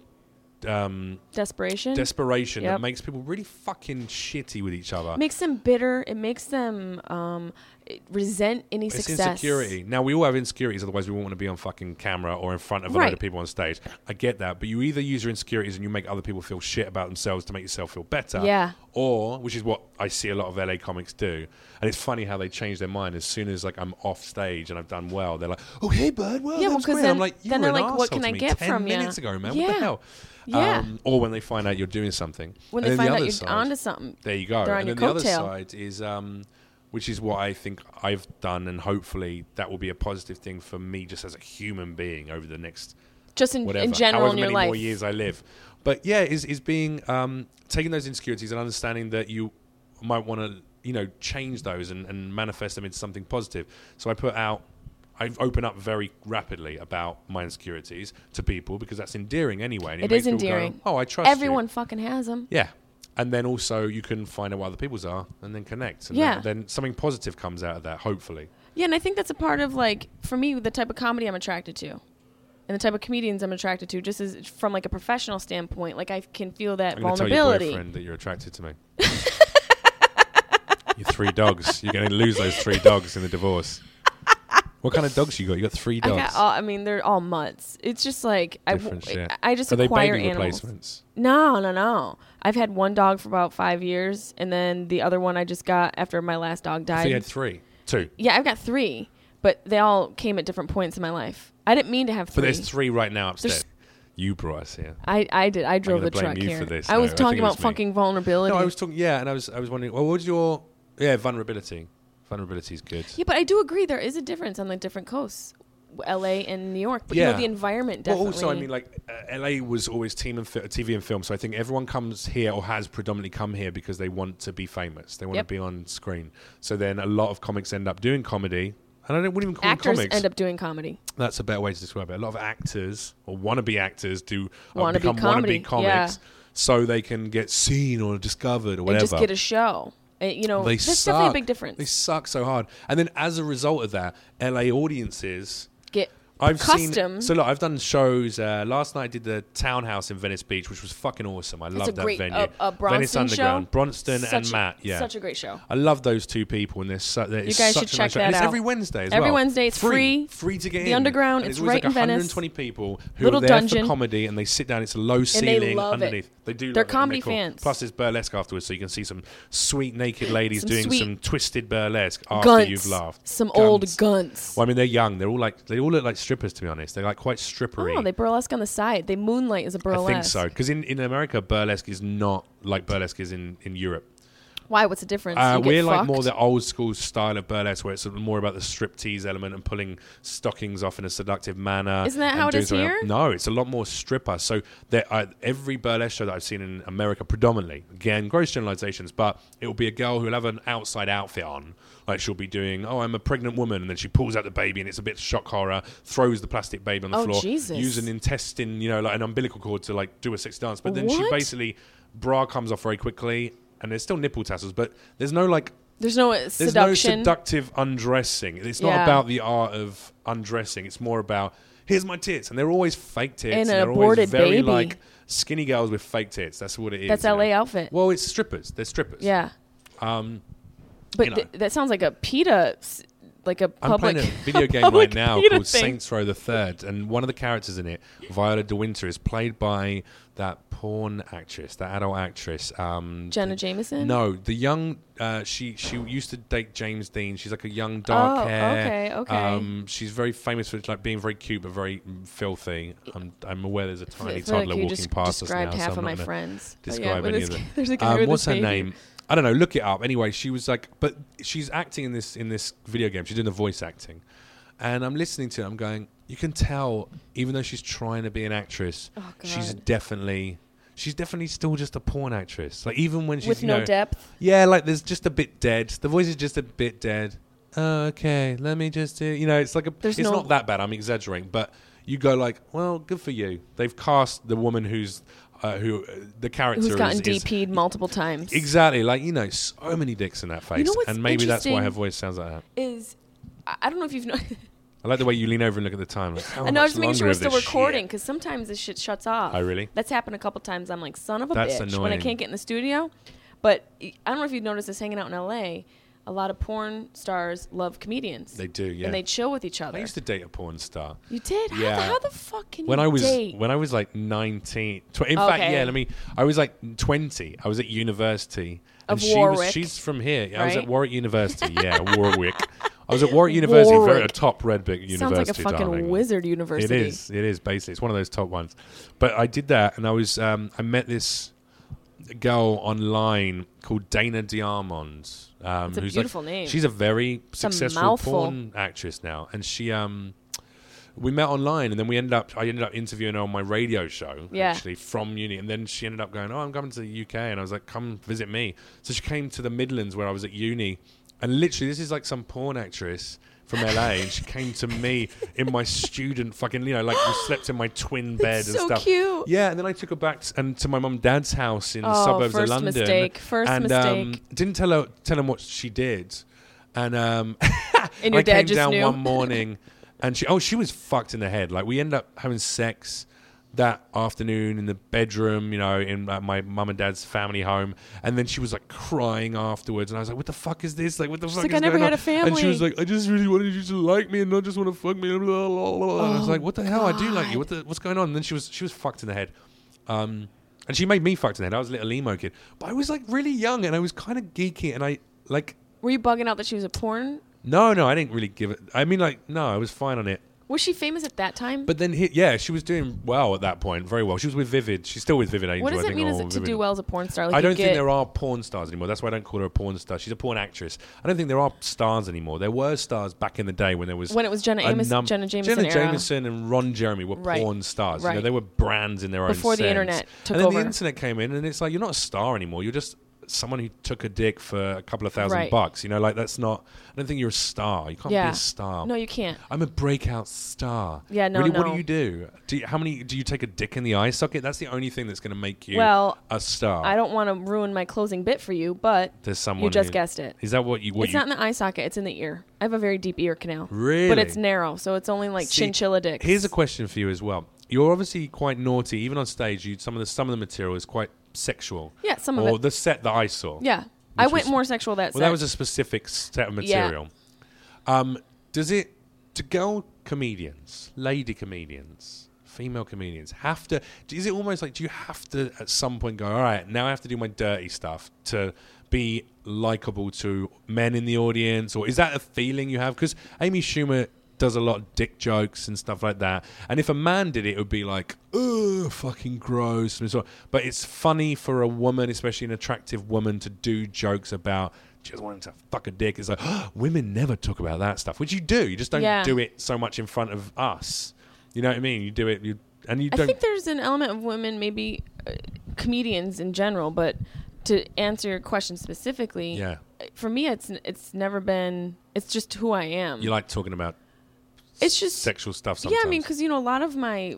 [SPEAKER 2] um,
[SPEAKER 1] Desperation
[SPEAKER 2] desperation that
[SPEAKER 1] Mm. Yep.
[SPEAKER 2] makes people really fucking shitty with each other.
[SPEAKER 1] makes them bitter. It makes them um, it- resent any
[SPEAKER 2] it's
[SPEAKER 1] success.
[SPEAKER 2] insecurity. Now we all have insecurities, otherwise we won't want to be on fucking camera or in front of a load of
[SPEAKER 1] Right.
[SPEAKER 2] people on stage. I get that, but you either use your insecurities and you make other people feel shit about themselves to make yourself feel better,
[SPEAKER 1] Yeah.
[SPEAKER 2] Or, which is what I see a lot of LA comics do, and it's funny how they change their mind as soon as like I'm off stage and I've done well. They're like, "Oh hey bud, well
[SPEAKER 1] Yeah,
[SPEAKER 2] that
[SPEAKER 1] well,
[SPEAKER 2] was
[SPEAKER 1] 'cause
[SPEAKER 2] great."
[SPEAKER 1] then-
[SPEAKER 2] I'm like, "You
[SPEAKER 1] then
[SPEAKER 2] were
[SPEAKER 1] they're
[SPEAKER 2] an
[SPEAKER 1] like, what
[SPEAKER 2] asshole
[SPEAKER 1] can
[SPEAKER 2] to
[SPEAKER 1] I
[SPEAKER 2] me
[SPEAKER 1] get
[SPEAKER 2] 10
[SPEAKER 1] from ya?"
[SPEAKER 2] minutes ago, man? What the
[SPEAKER 1] Yeah.
[SPEAKER 2] hell?"
[SPEAKER 1] Yeah.
[SPEAKER 2] Um, or when they find out you're doing something.
[SPEAKER 1] When
[SPEAKER 2] And
[SPEAKER 1] they
[SPEAKER 2] then the
[SPEAKER 1] find out
[SPEAKER 2] other
[SPEAKER 1] you're
[SPEAKER 2] side-
[SPEAKER 1] onto something,
[SPEAKER 2] there you go.
[SPEAKER 1] They're on
[SPEAKER 2] and
[SPEAKER 1] your
[SPEAKER 2] then the other
[SPEAKER 1] coattail.
[SPEAKER 2] side is, um, which is what I think I've done, and hopefully that will be a positive thing for me just as a human being over the next
[SPEAKER 1] just in,
[SPEAKER 2] whatever,
[SPEAKER 1] in general
[SPEAKER 2] however
[SPEAKER 1] in your
[SPEAKER 2] many
[SPEAKER 1] life.
[SPEAKER 2] more years I live. But yeah, is is being um, taking those insecurities and understanding that you might want to you know change those and, and manifest them into something positive. So I put out. I've opened up very rapidly about my insecurities to people because that's endearing anyway. And
[SPEAKER 1] it
[SPEAKER 2] makes
[SPEAKER 1] is
[SPEAKER 2] people go,
[SPEAKER 1] endearing.
[SPEAKER 2] oh, I trust you."
[SPEAKER 1] everyone. Fucking has them.
[SPEAKER 2] Yeah. And then also you can find out what other people's are and then connect. And
[SPEAKER 1] Yeah.
[SPEAKER 2] Then, then something positive comes out of that, hopefully.
[SPEAKER 1] Yeah, and I think that's a part of like for me the type of comedy I'm attracted to, and the type of comedians I'm attracted to. Just as from like a professional standpoint, like I can feel that
[SPEAKER 2] I'm going to tell your
[SPEAKER 1] vulnerability.
[SPEAKER 2] boyfriend that you're attracted to me. [laughs] your three dogs. You're going to lose those three dogs in the divorce. What kind of dogs you got? You got three
[SPEAKER 1] I,
[SPEAKER 2] dogs.
[SPEAKER 1] got all, I mean, they're all mutts. It's just like I, w-
[SPEAKER 2] Different shit.
[SPEAKER 1] I just
[SPEAKER 2] are they
[SPEAKER 1] acquire
[SPEAKER 2] baby
[SPEAKER 1] animals.
[SPEAKER 2] replacements?
[SPEAKER 1] No, no, no. I've had one dog for about five years, and then the other one I just got after my last dog
[SPEAKER 2] So
[SPEAKER 1] died.
[SPEAKER 2] you had three, two,
[SPEAKER 1] yeah, I've got three, but they all came at different points in my life. I didn't mean to have
[SPEAKER 2] but
[SPEAKER 1] three.
[SPEAKER 2] there's three right now upstairs.
[SPEAKER 1] There's-
[SPEAKER 2] you brought us here.
[SPEAKER 1] I, I did. I drove the
[SPEAKER 2] gonna blame
[SPEAKER 1] truck
[SPEAKER 2] you
[SPEAKER 1] here.
[SPEAKER 2] for this.
[SPEAKER 1] I was
[SPEAKER 2] No, I
[SPEAKER 1] talking
[SPEAKER 2] think it was
[SPEAKER 1] about
[SPEAKER 2] me.
[SPEAKER 1] fucking vulnerability.
[SPEAKER 2] No, I was talking. Yeah, and I was, I was wondering. Well, what was your? Yeah, vulnerability. Vulnerability is good.
[SPEAKER 1] yeah, but I do agree there is a difference on the different coasts, L.A. and New York. But you
[SPEAKER 2] Yeah.
[SPEAKER 1] know the environment
[SPEAKER 2] Well,
[SPEAKER 1] definitely.
[SPEAKER 2] also, I mean, like uh, LA was always team and fi- TV and film, so I think everyone comes here or has predominantly come here because they want to be famous. They want
[SPEAKER 1] Yep.
[SPEAKER 2] to be on screen. So then a lot of comics end up doing comedy, and I don't wouldn't even call
[SPEAKER 1] actors
[SPEAKER 2] them comics.
[SPEAKER 1] end up doing comedy.
[SPEAKER 2] That's a better way to describe it. A lot of actors or wannabe actors do uh,
[SPEAKER 1] Wannabe
[SPEAKER 2] become
[SPEAKER 1] comedy,
[SPEAKER 2] wannabe comics,
[SPEAKER 1] yeah.
[SPEAKER 2] so they can get seen or discovered or whatever.
[SPEAKER 1] And just get a show. Uh, you know,
[SPEAKER 2] They
[SPEAKER 1] that's
[SPEAKER 2] suck.
[SPEAKER 1] definitely a big difference.
[SPEAKER 2] They suck so hard, and then as a result of that, LA audiences
[SPEAKER 1] get
[SPEAKER 2] I've
[SPEAKER 1] custom.
[SPEAKER 2] seen so look. I've done shows. Uh, last night I did the Townhouse in Venice Beach, which was fucking awesome. I
[SPEAKER 1] It's
[SPEAKER 2] love
[SPEAKER 1] a
[SPEAKER 2] that
[SPEAKER 1] great
[SPEAKER 2] venue.
[SPEAKER 1] uh, uh, Bronston
[SPEAKER 2] Venice Underground,
[SPEAKER 1] show.
[SPEAKER 2] Bronston and
[SPEAKER 1] Such a-
[SPEAKER 2] Matt. Yeah,
[SPEAKER 1] such a great show.
[SPEAKER 2] I love those two people, and they're so, they're
[SPEAKER 1] You guys
[SPEAKER 2] such
[SPEAKER 1] should
[SPEAKER 2] a nice
[SPEAKER 1] check
[SPEAKER 2] show. And
[SPEAKER 1] that
[SPEAKER 2] It's
[SPEAKER 1] out.
[SPEAKER 2] every Wednesday as
[SPEAKER 1] Every
[SPEAKER 2] well.
[SPEAKER 1] Wednesday, it's free.
[SPEAKER 2] free, free to get in.
[SPEAKER 1] The Underground,
[SPEAKER 2] And
[SPEAKER 1] it's
[SPEAKER 2] always
[SPEAKER 1] right
[SPEAKER 2] like
[SPEAKER 1] in Venice.
[SPEAKER 2] 120 people who
[SPEAKER 1] Little
[SPEAKER 2] are there for
[SPEAKER 1] dungeon.
[SPEAKER 2] comedy, and they sit down. It's a low
[SPEAKER 1] And they
[SPEAKER 2] ceiling
[SPEAKER 1] love it.
[SPEAKER 2] underneath. They do.
[SPEAKER 1] They're
[SPEAKER 2] love it, and
[SPEAKER 1] comedy
[SPEAKER 2] cool.
[SPEAKER 1] fans.
[SPEAKER 2] Plus, there's burlesque afterwards, so you can see some sweet naked ladies
[SPEAKER 1] Some
[SPEAKER 2] doing
[SPEAKER 1] sweet-
[SPEAKER 2] some twisted burlesque after
[SPEAKER 1] Guns.
[SPEAKER 2] you've laughed.
[SPEAKER 1] Some old
[SPEAKER 2] Guns.
[SPEAKER 1] guns.
[SPEAKER 2] Well, I mean, they're young. They're all like they all look like strippers. To be honest, they're like quite strippery.
[SPEAKER 1] Oh, they burlesque on the side. They moonlight as a
[SPEAKER 2] I
[SPEAKER 1] burlesque.
[SPEAKER 2] think so because in, in America, burlesque is not like burlesque is in in Europe.
[SPEAKER 1] Why? What's the difference?
[SPEAKER 2] Uh,
[SPEAKER 1] You get
[SPEAKER 2] we're like
[SPEAKER 1] fucked?
[SPEAKER 2] more the old school style of burlesque, where it's more about the striptease element and pulling stockings off in a seductive manner.
[SPEAKER 1] Isn't that
[SPEAKER 2] and
[SPEAKER 1] how it
[SPEAKER 2] doing
[SPEAKER 1] is
[SPEAKER 2] something
[SPEAKER 1] here?
[SPEAKER 2] else. No, it's a lot more stripper. So there are, every burlesque show that I've seen in America, predominantly, again, gross generalizations, but it will be a girl who'll have an outside outfit on. Like she'll be doing, oh, I'm a pregnant woman, and then she pulls out the baby, and it's a bit shock horror. Throws the plastic baby on the
[SPEAKER 1] Oh,
[SPEAKER 2] floor,
[SPEAKER 1] Jesus.
[SPEAKER 2] uses an intestine, you know, like an umbilical cord to like do a sex dance. But then she
[SPEAKER 1] What?
[SPEAKER 2] basically bra comes off very quickly. And there's still nipple tassels, but there's no like
[SPEAKER 1] There's no uh,
[SPEAKER 2] there's
[SPEAKER 1] seduction.
[SPEAKER 2] no seductive undressing. It's not
[SPEAKER 1] Yeah.
[SPEAKER 2] about the art of undressing. It's more about here's my tits, and they're always fake tits,
[SPEAKER 1] And an
[SPEAKER 2] they're always
[SPEAKER 1] aborted
[SPEAKER 2] very
[SPEAKER 1] baby.
[SPEAKER 2] like skinny girls with fake tits. That's what it is.
[SPEAKER 1] That's
[SPEAKER 2] you know?
[SPEAKER 1] LA outfit.
[SPEAKER 2] Well, it's strippers. They're strippers.
[SPEAKER 1] yeah. Um, but
[SPEAKER 2] you know.
[SPEAKER 1] th- that sounds like a PETA, s- like a
[SPEAKER 2] I'm
[SPEAKER 1] public [laughs]
[SPEAKER 2] playing a video
[SPEAKER 1] a
[SPEAKER 2] game
[SPEAKER 1] public
[SPEAKER 2] right now
[SPEAKER 1] PETA
[SPEAKER 2] called
[SPEAKER 1] thing.
[SPEAKER 2] Saints Row the Third, and one of the characters in it, Viola De Winter, is played by that porn actress, that adult actress. Um,
[SPEAKER 1] Jenna Jameson.
[SPEAKER 2] No, the young. Uh, she she used to date James Dean. She's like a young dark
[SPEAKER 1] Oh,
[SPEAKER 2] hair.
[SPEAKER 1] okay, okay.
[SPEAKER 2] Um, she's very famous for like being very cute but very filthy. I'm, I'm aware there's a
[SPEAKER 1] I
[SPEAKER 2] tiny
[SPEAKER 1] feel like
[SPEAKER 2] toddler
[SPEAKER 1] you
[SPEAKER 2] walking
[SPEAKER 1] just
[SPEAKER 2] past us now.
[SPEAKER 1] described half
[SPEAKER 2] so I'm
[SPEAKER 1] of
[SPEAKER 2] not
[SPEAKER 1] my
[SPEAKER 2] gonna
[SPEAKER 1] friends. But yeah,
[SPEAKER 2] Describe
[SPEAKER 1] with
[SPEAKER 2] any
[SPEAKER 1] this
[SPEAKER 2] of them.
[SPEAKER 1] kid- [laughs] There's a guy
[SPEAKER 2] Um,
[SPEAKER 1] with
[SPEAKER 2] what's
[SPEAKER 1] this
[SPEAKER 2] her
[SPEAKER 1] baby.
[SPEAKER 2] name? I don't know. Look it up. Anyway, she was like, but she's acting in this in this video game. She's doing the voice acting, and I'm listening to it. I'm going. You can tell, even though she's trying to be an actress,
[SPEAKER 1] Oh,
[SPEAKER 2] she's
[SPEAKER 1] God.
[SPEAKER 2] definitely she's definitely still just a porn actress. Like even when she's
[SPEAKER 1] With
[SPEAKER 2] you
[SPEAKER 1] no
[SPEAKER 2] know,
[SPEAKER 1] depth.
[SPEAKER 2] yeah, like there's just a bit dead. The voice is just a bit dead. oh, okay, let me just do. You know, it's like a.
[SPEAKER 1] There's
[SPEAKER 2] it's
[SPEAKER 1] no-
[SPEAKER 2] not that bad. I'm exaggerating, but you go like, well, good for you. They've cast the woman who's uh, who uh, the character
[SPEAKER 1] Who's gotten
[SPEAKER 2] is, is-
[SPEAKER 1] DP'd
[SPEAKER 2] [laughs]
[SPEAKER 1] multiple times?
[SPEAKER 2] Exactly, like you know, so many dicks in that face,
[SPEAKER 1] know what's
[SPEAKER 2] and maybe that's why her
[SPEAKER 1] interesting?
[SPEAKER 2] voice sounds like that.
[SPEAKER 1] is I I don't know if you've [laughs] noticed.
[SPEAKER 2] I like the way you lean over and look at the time. Like, how
[SPEAKER 1] I know. I
[SPEAKER 2] Oh, much
[SPEAKER 1] was making sure
[SPEAKER 2] longer
[SPEAKER 1] we're
[SPEAKER 2] of
[SPEAKER 1] still
[SPEAKER 2] this
[SPEAKER 1] recording
[SPEAKER 2] shit?
[SPEAKER 1] because sometimes this shit shuts off.
[SPEAKER 2] Oh, really?
[SPEAKER 1] That's happened a couple times. I'm like, son of a
[SPEAKER 2] That's
[SPEAKER 1] bitch, when I
[SPEAKER 2] annoying.
[SPEAKER 1] can't get in the studio. But I don't know if you've noticed this hanging out in L.A. A lot of porn stars love comedians.
[SPEAKER 2] They do, yeah.
[SPEAKER 1] And they chill with each other.
[SPEAKER 2] I used to date a porn star.
[SPEAKER 1] you did? How,
[SPEAKER 2] Yeah.
[SPEAKER 1] the, how the fuck can
[SPEAKER 2] when
[SPEAKER 1] you
[SPEAKER 2] I was
[SPEAKER 1] date?
[SPEAKER 2] when I was like 19 tw- in fact
[SPEAKER 1] Okay.
[SPEAKER 2] yeah let me I was like 20 I was at university
[SPEAKER 1] Of
[SPEAKER 2] she was,
[SPEAKER 1] Warwick,
[SPEAKER 2] she's from here Yeah, I was at
[SPEAKER 1] right?
[SPEAKER 2] Warwick University
[SPEAKER 1] [laughs]
[SPEAKER 2] yeah Warwick I was at Warwick University very a
[SPEAKER 1] Warwick.
[SPEAKER 2] top red brick university
[SPEAKER 1] Sounds like a fucking
[SPEAKER 2] darling.
[SPEAKER 1] wizard university.
[SPEAKER 2] It is. It is basically. It's one of those top ones. But I did that, and I was um, I met this girl online called Dana Diamond. Um,
[SPEAKER 1] It's a
[SPEAKER 2] who's
[SPEAKER 1] beautiful
[SPEAKER 2] like,
[SPEAKER 1] name.
[SPEAKER 2] She's a very successful
[SPEAKER 1] mouthful.
[SPEAKER 2] porn actress now, and she um. We met online, and then we ended up. I ended up interviewing her on my radio show,
[SPEAKER 1] Yeah.
[SPEAKER 2] actually from uni. And then she ended up going, "Oh, I'm coming to the UK," and I was like, "Come visit me." So she came to the Midlands where I was at uni, and literally, this is like some porn actress from LA, and she
[SPEAKER 1] [laughs]
[SPEAKER 2] came to me in my student fucking, you know, like we slept in my twin bed and
[SPEAKER 1] so
[SPEAKER 2] stuff.
[SPEAKER 1] cute.
[SPEAKER 2] Yeah, and then I took her back to, and to my mum and dad's house in the
[SPEAKER 1] Oh,
[SPEAKER 2] suburbs of
[SPEAKER 1] first
[SPEAKER 2] London.
[SPEAKER 1] mistake, first
[SPEAKER 2] and, Um,
[SPEAKER 1] mistake.
[SPEAKER 2] didn't tell her tell him what she did, and um, [laughs]
[SPEAKER 1] And your
[SPEAKER 2] I
[SPEAKER 1] dad
[SPEAKER 2] came
[SPEAKER 1] just
[SPEAKER 2] down
[SPEAKER 1] knew. [laughs]
[SPEAKER 2] one morning, and she oh she was fucked in the head. Like we ended up having sex that afternoon in the bedroom, you know, in uh, my mum and dad's family home, and then she was like crying afterwards, and I was like, "What the fuck is this? Like, what the fuck?"
[SPEAKER 1] like,
[SPEAKER 2] is
[SPEAKER 1] "I never
[SPEAKER 2] going
[SPEAKER 1] had
[SPEAKER 2] on?"
[SPEAKER 1] a
[SPEAKER 2] and she was
[SPEAKER 1] family.
[SPEAKER 2] like, "I just really wanted you to like me and not just want to fuck me." Blah, blah, blah, blah. and I was
[SPEAKER 1] Oh,
[SPEAKER 2] like, "What the hell? I do like you. What the, what's going on?" And then she was she was fucked in the head. Um, and she made me fucked in the head. I was a little emo kid, but I was like really young and I was kind of geeky. And I like,
[SPEAKER 1] Were you bugging out that she was a porn?
[SPEAKER 2] no, no, I didn't really give it. I mean, like, no, I was fine on it.
[SPEAKER 1] Was she famous at that time?
[SPEAKER 2] But then, he, yeah, she was doing well at that point, very well. She was with Vivid. She's still with Vivid Angel.
[SPEAKER 1] what does
[SPEAKER 2] I
[SPEAKER 1] it
[SPEAKER 2] think,
[SPEAKER 1] mean
[SPEAKER 2] or
[SPEAKER 1] is it to
[SPEAKER 2] Vivid-
[SPEAKER 1] do well as a porn star? Like
[SPEAKER 2] I
[SPEAKER 1] Oh, you
[SPEAKER 2] don't
[SPEAKER 1] get,
[SPEAKER 2] think there are porn stars anymore. That's why I don't call her a porn star. She's a porn actress. I don't think there are stars anymore. There were stars back in the day when there was
[SPEAKER 1] When it was Jenna
[SPEAKER 2] a
[SPEAKER 1] Amos- Jenna Jameson
[SPEAKER 2] Jenna
[SPEAKER 1] era.
[SPEAKER 2] Jameson and Ron Jeremy were
[SPEAKER 1] Right.
[SPEAKER 2] porn stars. You know,
[SPEAKER 1] Right.
[SPEAKER 2] they were brands in their
[SPEAKER 1] Before
[SPEAKER 2] own
[SPEAKER 1] the
[SPEAKER 2] sense.
[SPEAKER 1] internet took
[SPEAKER 2] and then the
[SPEAKER 1] over.
[SPEAKER 2] internet came in, and it's like you're not a star anymore. You're just someone who took a dick for a couple of thousand
[SPEAKER 1] Right.
[SPEAKER 2] bucks. You know, like that's not. I don't think you're a star. You can't
[SPEAKER 1] yeah.
[SPEAKER 2] be a star. Oh.
[SPEAKER 1] No, you can't.
[SPEAKER 2] I'm a breakout star.
[SPEAKER 1] Yeah, no,
[SPEAKER 2] Really, what
[SPEAKER 1] no.
[SPEAKER 2] do you do? Do you, how many do you take a dick in the eye socket? That's the only thing that's going to make you
[SPEAKER 1] Well,
[SPEAKER 2] a star.
[SPEAKER 1] I don't want to ruin my closing bit for you, but
[SPEAKER 2] There's someone
[SPEAKER 1] you just
[SPEAKER 2] who-
[SPEAKER 1] guessed it.
[SPEAKER 2] Is that what you? What
[SPEAKER 1] it's
[SPEAKER 2] you
[SPEAKER 1] not in the eye socket; it's in the ear. I have a very deep ear canal,
[SPEAKER 2] Really?
[SPEAKER 1] but it's narrow, so it's only like
[SPEAKER 2] See,
[SPEAKER 1] chinchilla dicks.
[SPEAKER 2] Here's a question for you as well. You're obviously quite naughty, even on stage. You some of the some of the material is quite sexual.
[SPEAKER 1] Yeah, some of
[SPEAKER 2] or
[SPEAKER 1] it.
[SPEAKER 2] the set that I saw.
[SPEAKER 1] yeah. I
[SPEAKER 2] which
[SPEAKER 1] went
[SPEAKER 2] was-
[SPEAKER 1] more sexual that.
[SPEAKER 2] Well,
[SPEAKER 1] set.
[SPEAKER 2] that was a specific set of material. Um, does it? Do girl comedians, lady comedians, female comedians have to? Is it almost like do you have to at some point go? All right, now I have to do my dirty stuff to be likable to men in the audience, or is that a feeling you have? Because Amy Schumer does a lot of dick jokes and stuff like that, and if a man did it, it would be like, oh, fucking gross. And so, but it's funny for a woman, especially an attractive woman, to do jokes about. Just wanting to fuck a dick. It's like [gasps] women never talk about that stuff, which you do. You just don't
[SPEAKER 1] Yeah.
[SPEAKER 2] do it so much in front of us. You know what I mean? You do it, you and you
[SPEAKER 1] I
[SPEAKER 2] don't.
[SPEAKER 1] think there's an element of women, maybe uh, comedians in general, but to answer your question specifically,
[SPEAKER 2] Yeah.
[SPEAKER 1] uh, for me, it's n- it's never been. It's just who I am.
[SPEAKER 2] you like talking about
[SPEAKER 1] it's just
[SPEAKER 2] sexual stuff. Sometimes.
[SPEAKER 1] Yeah, I mean, because you know, a lot of my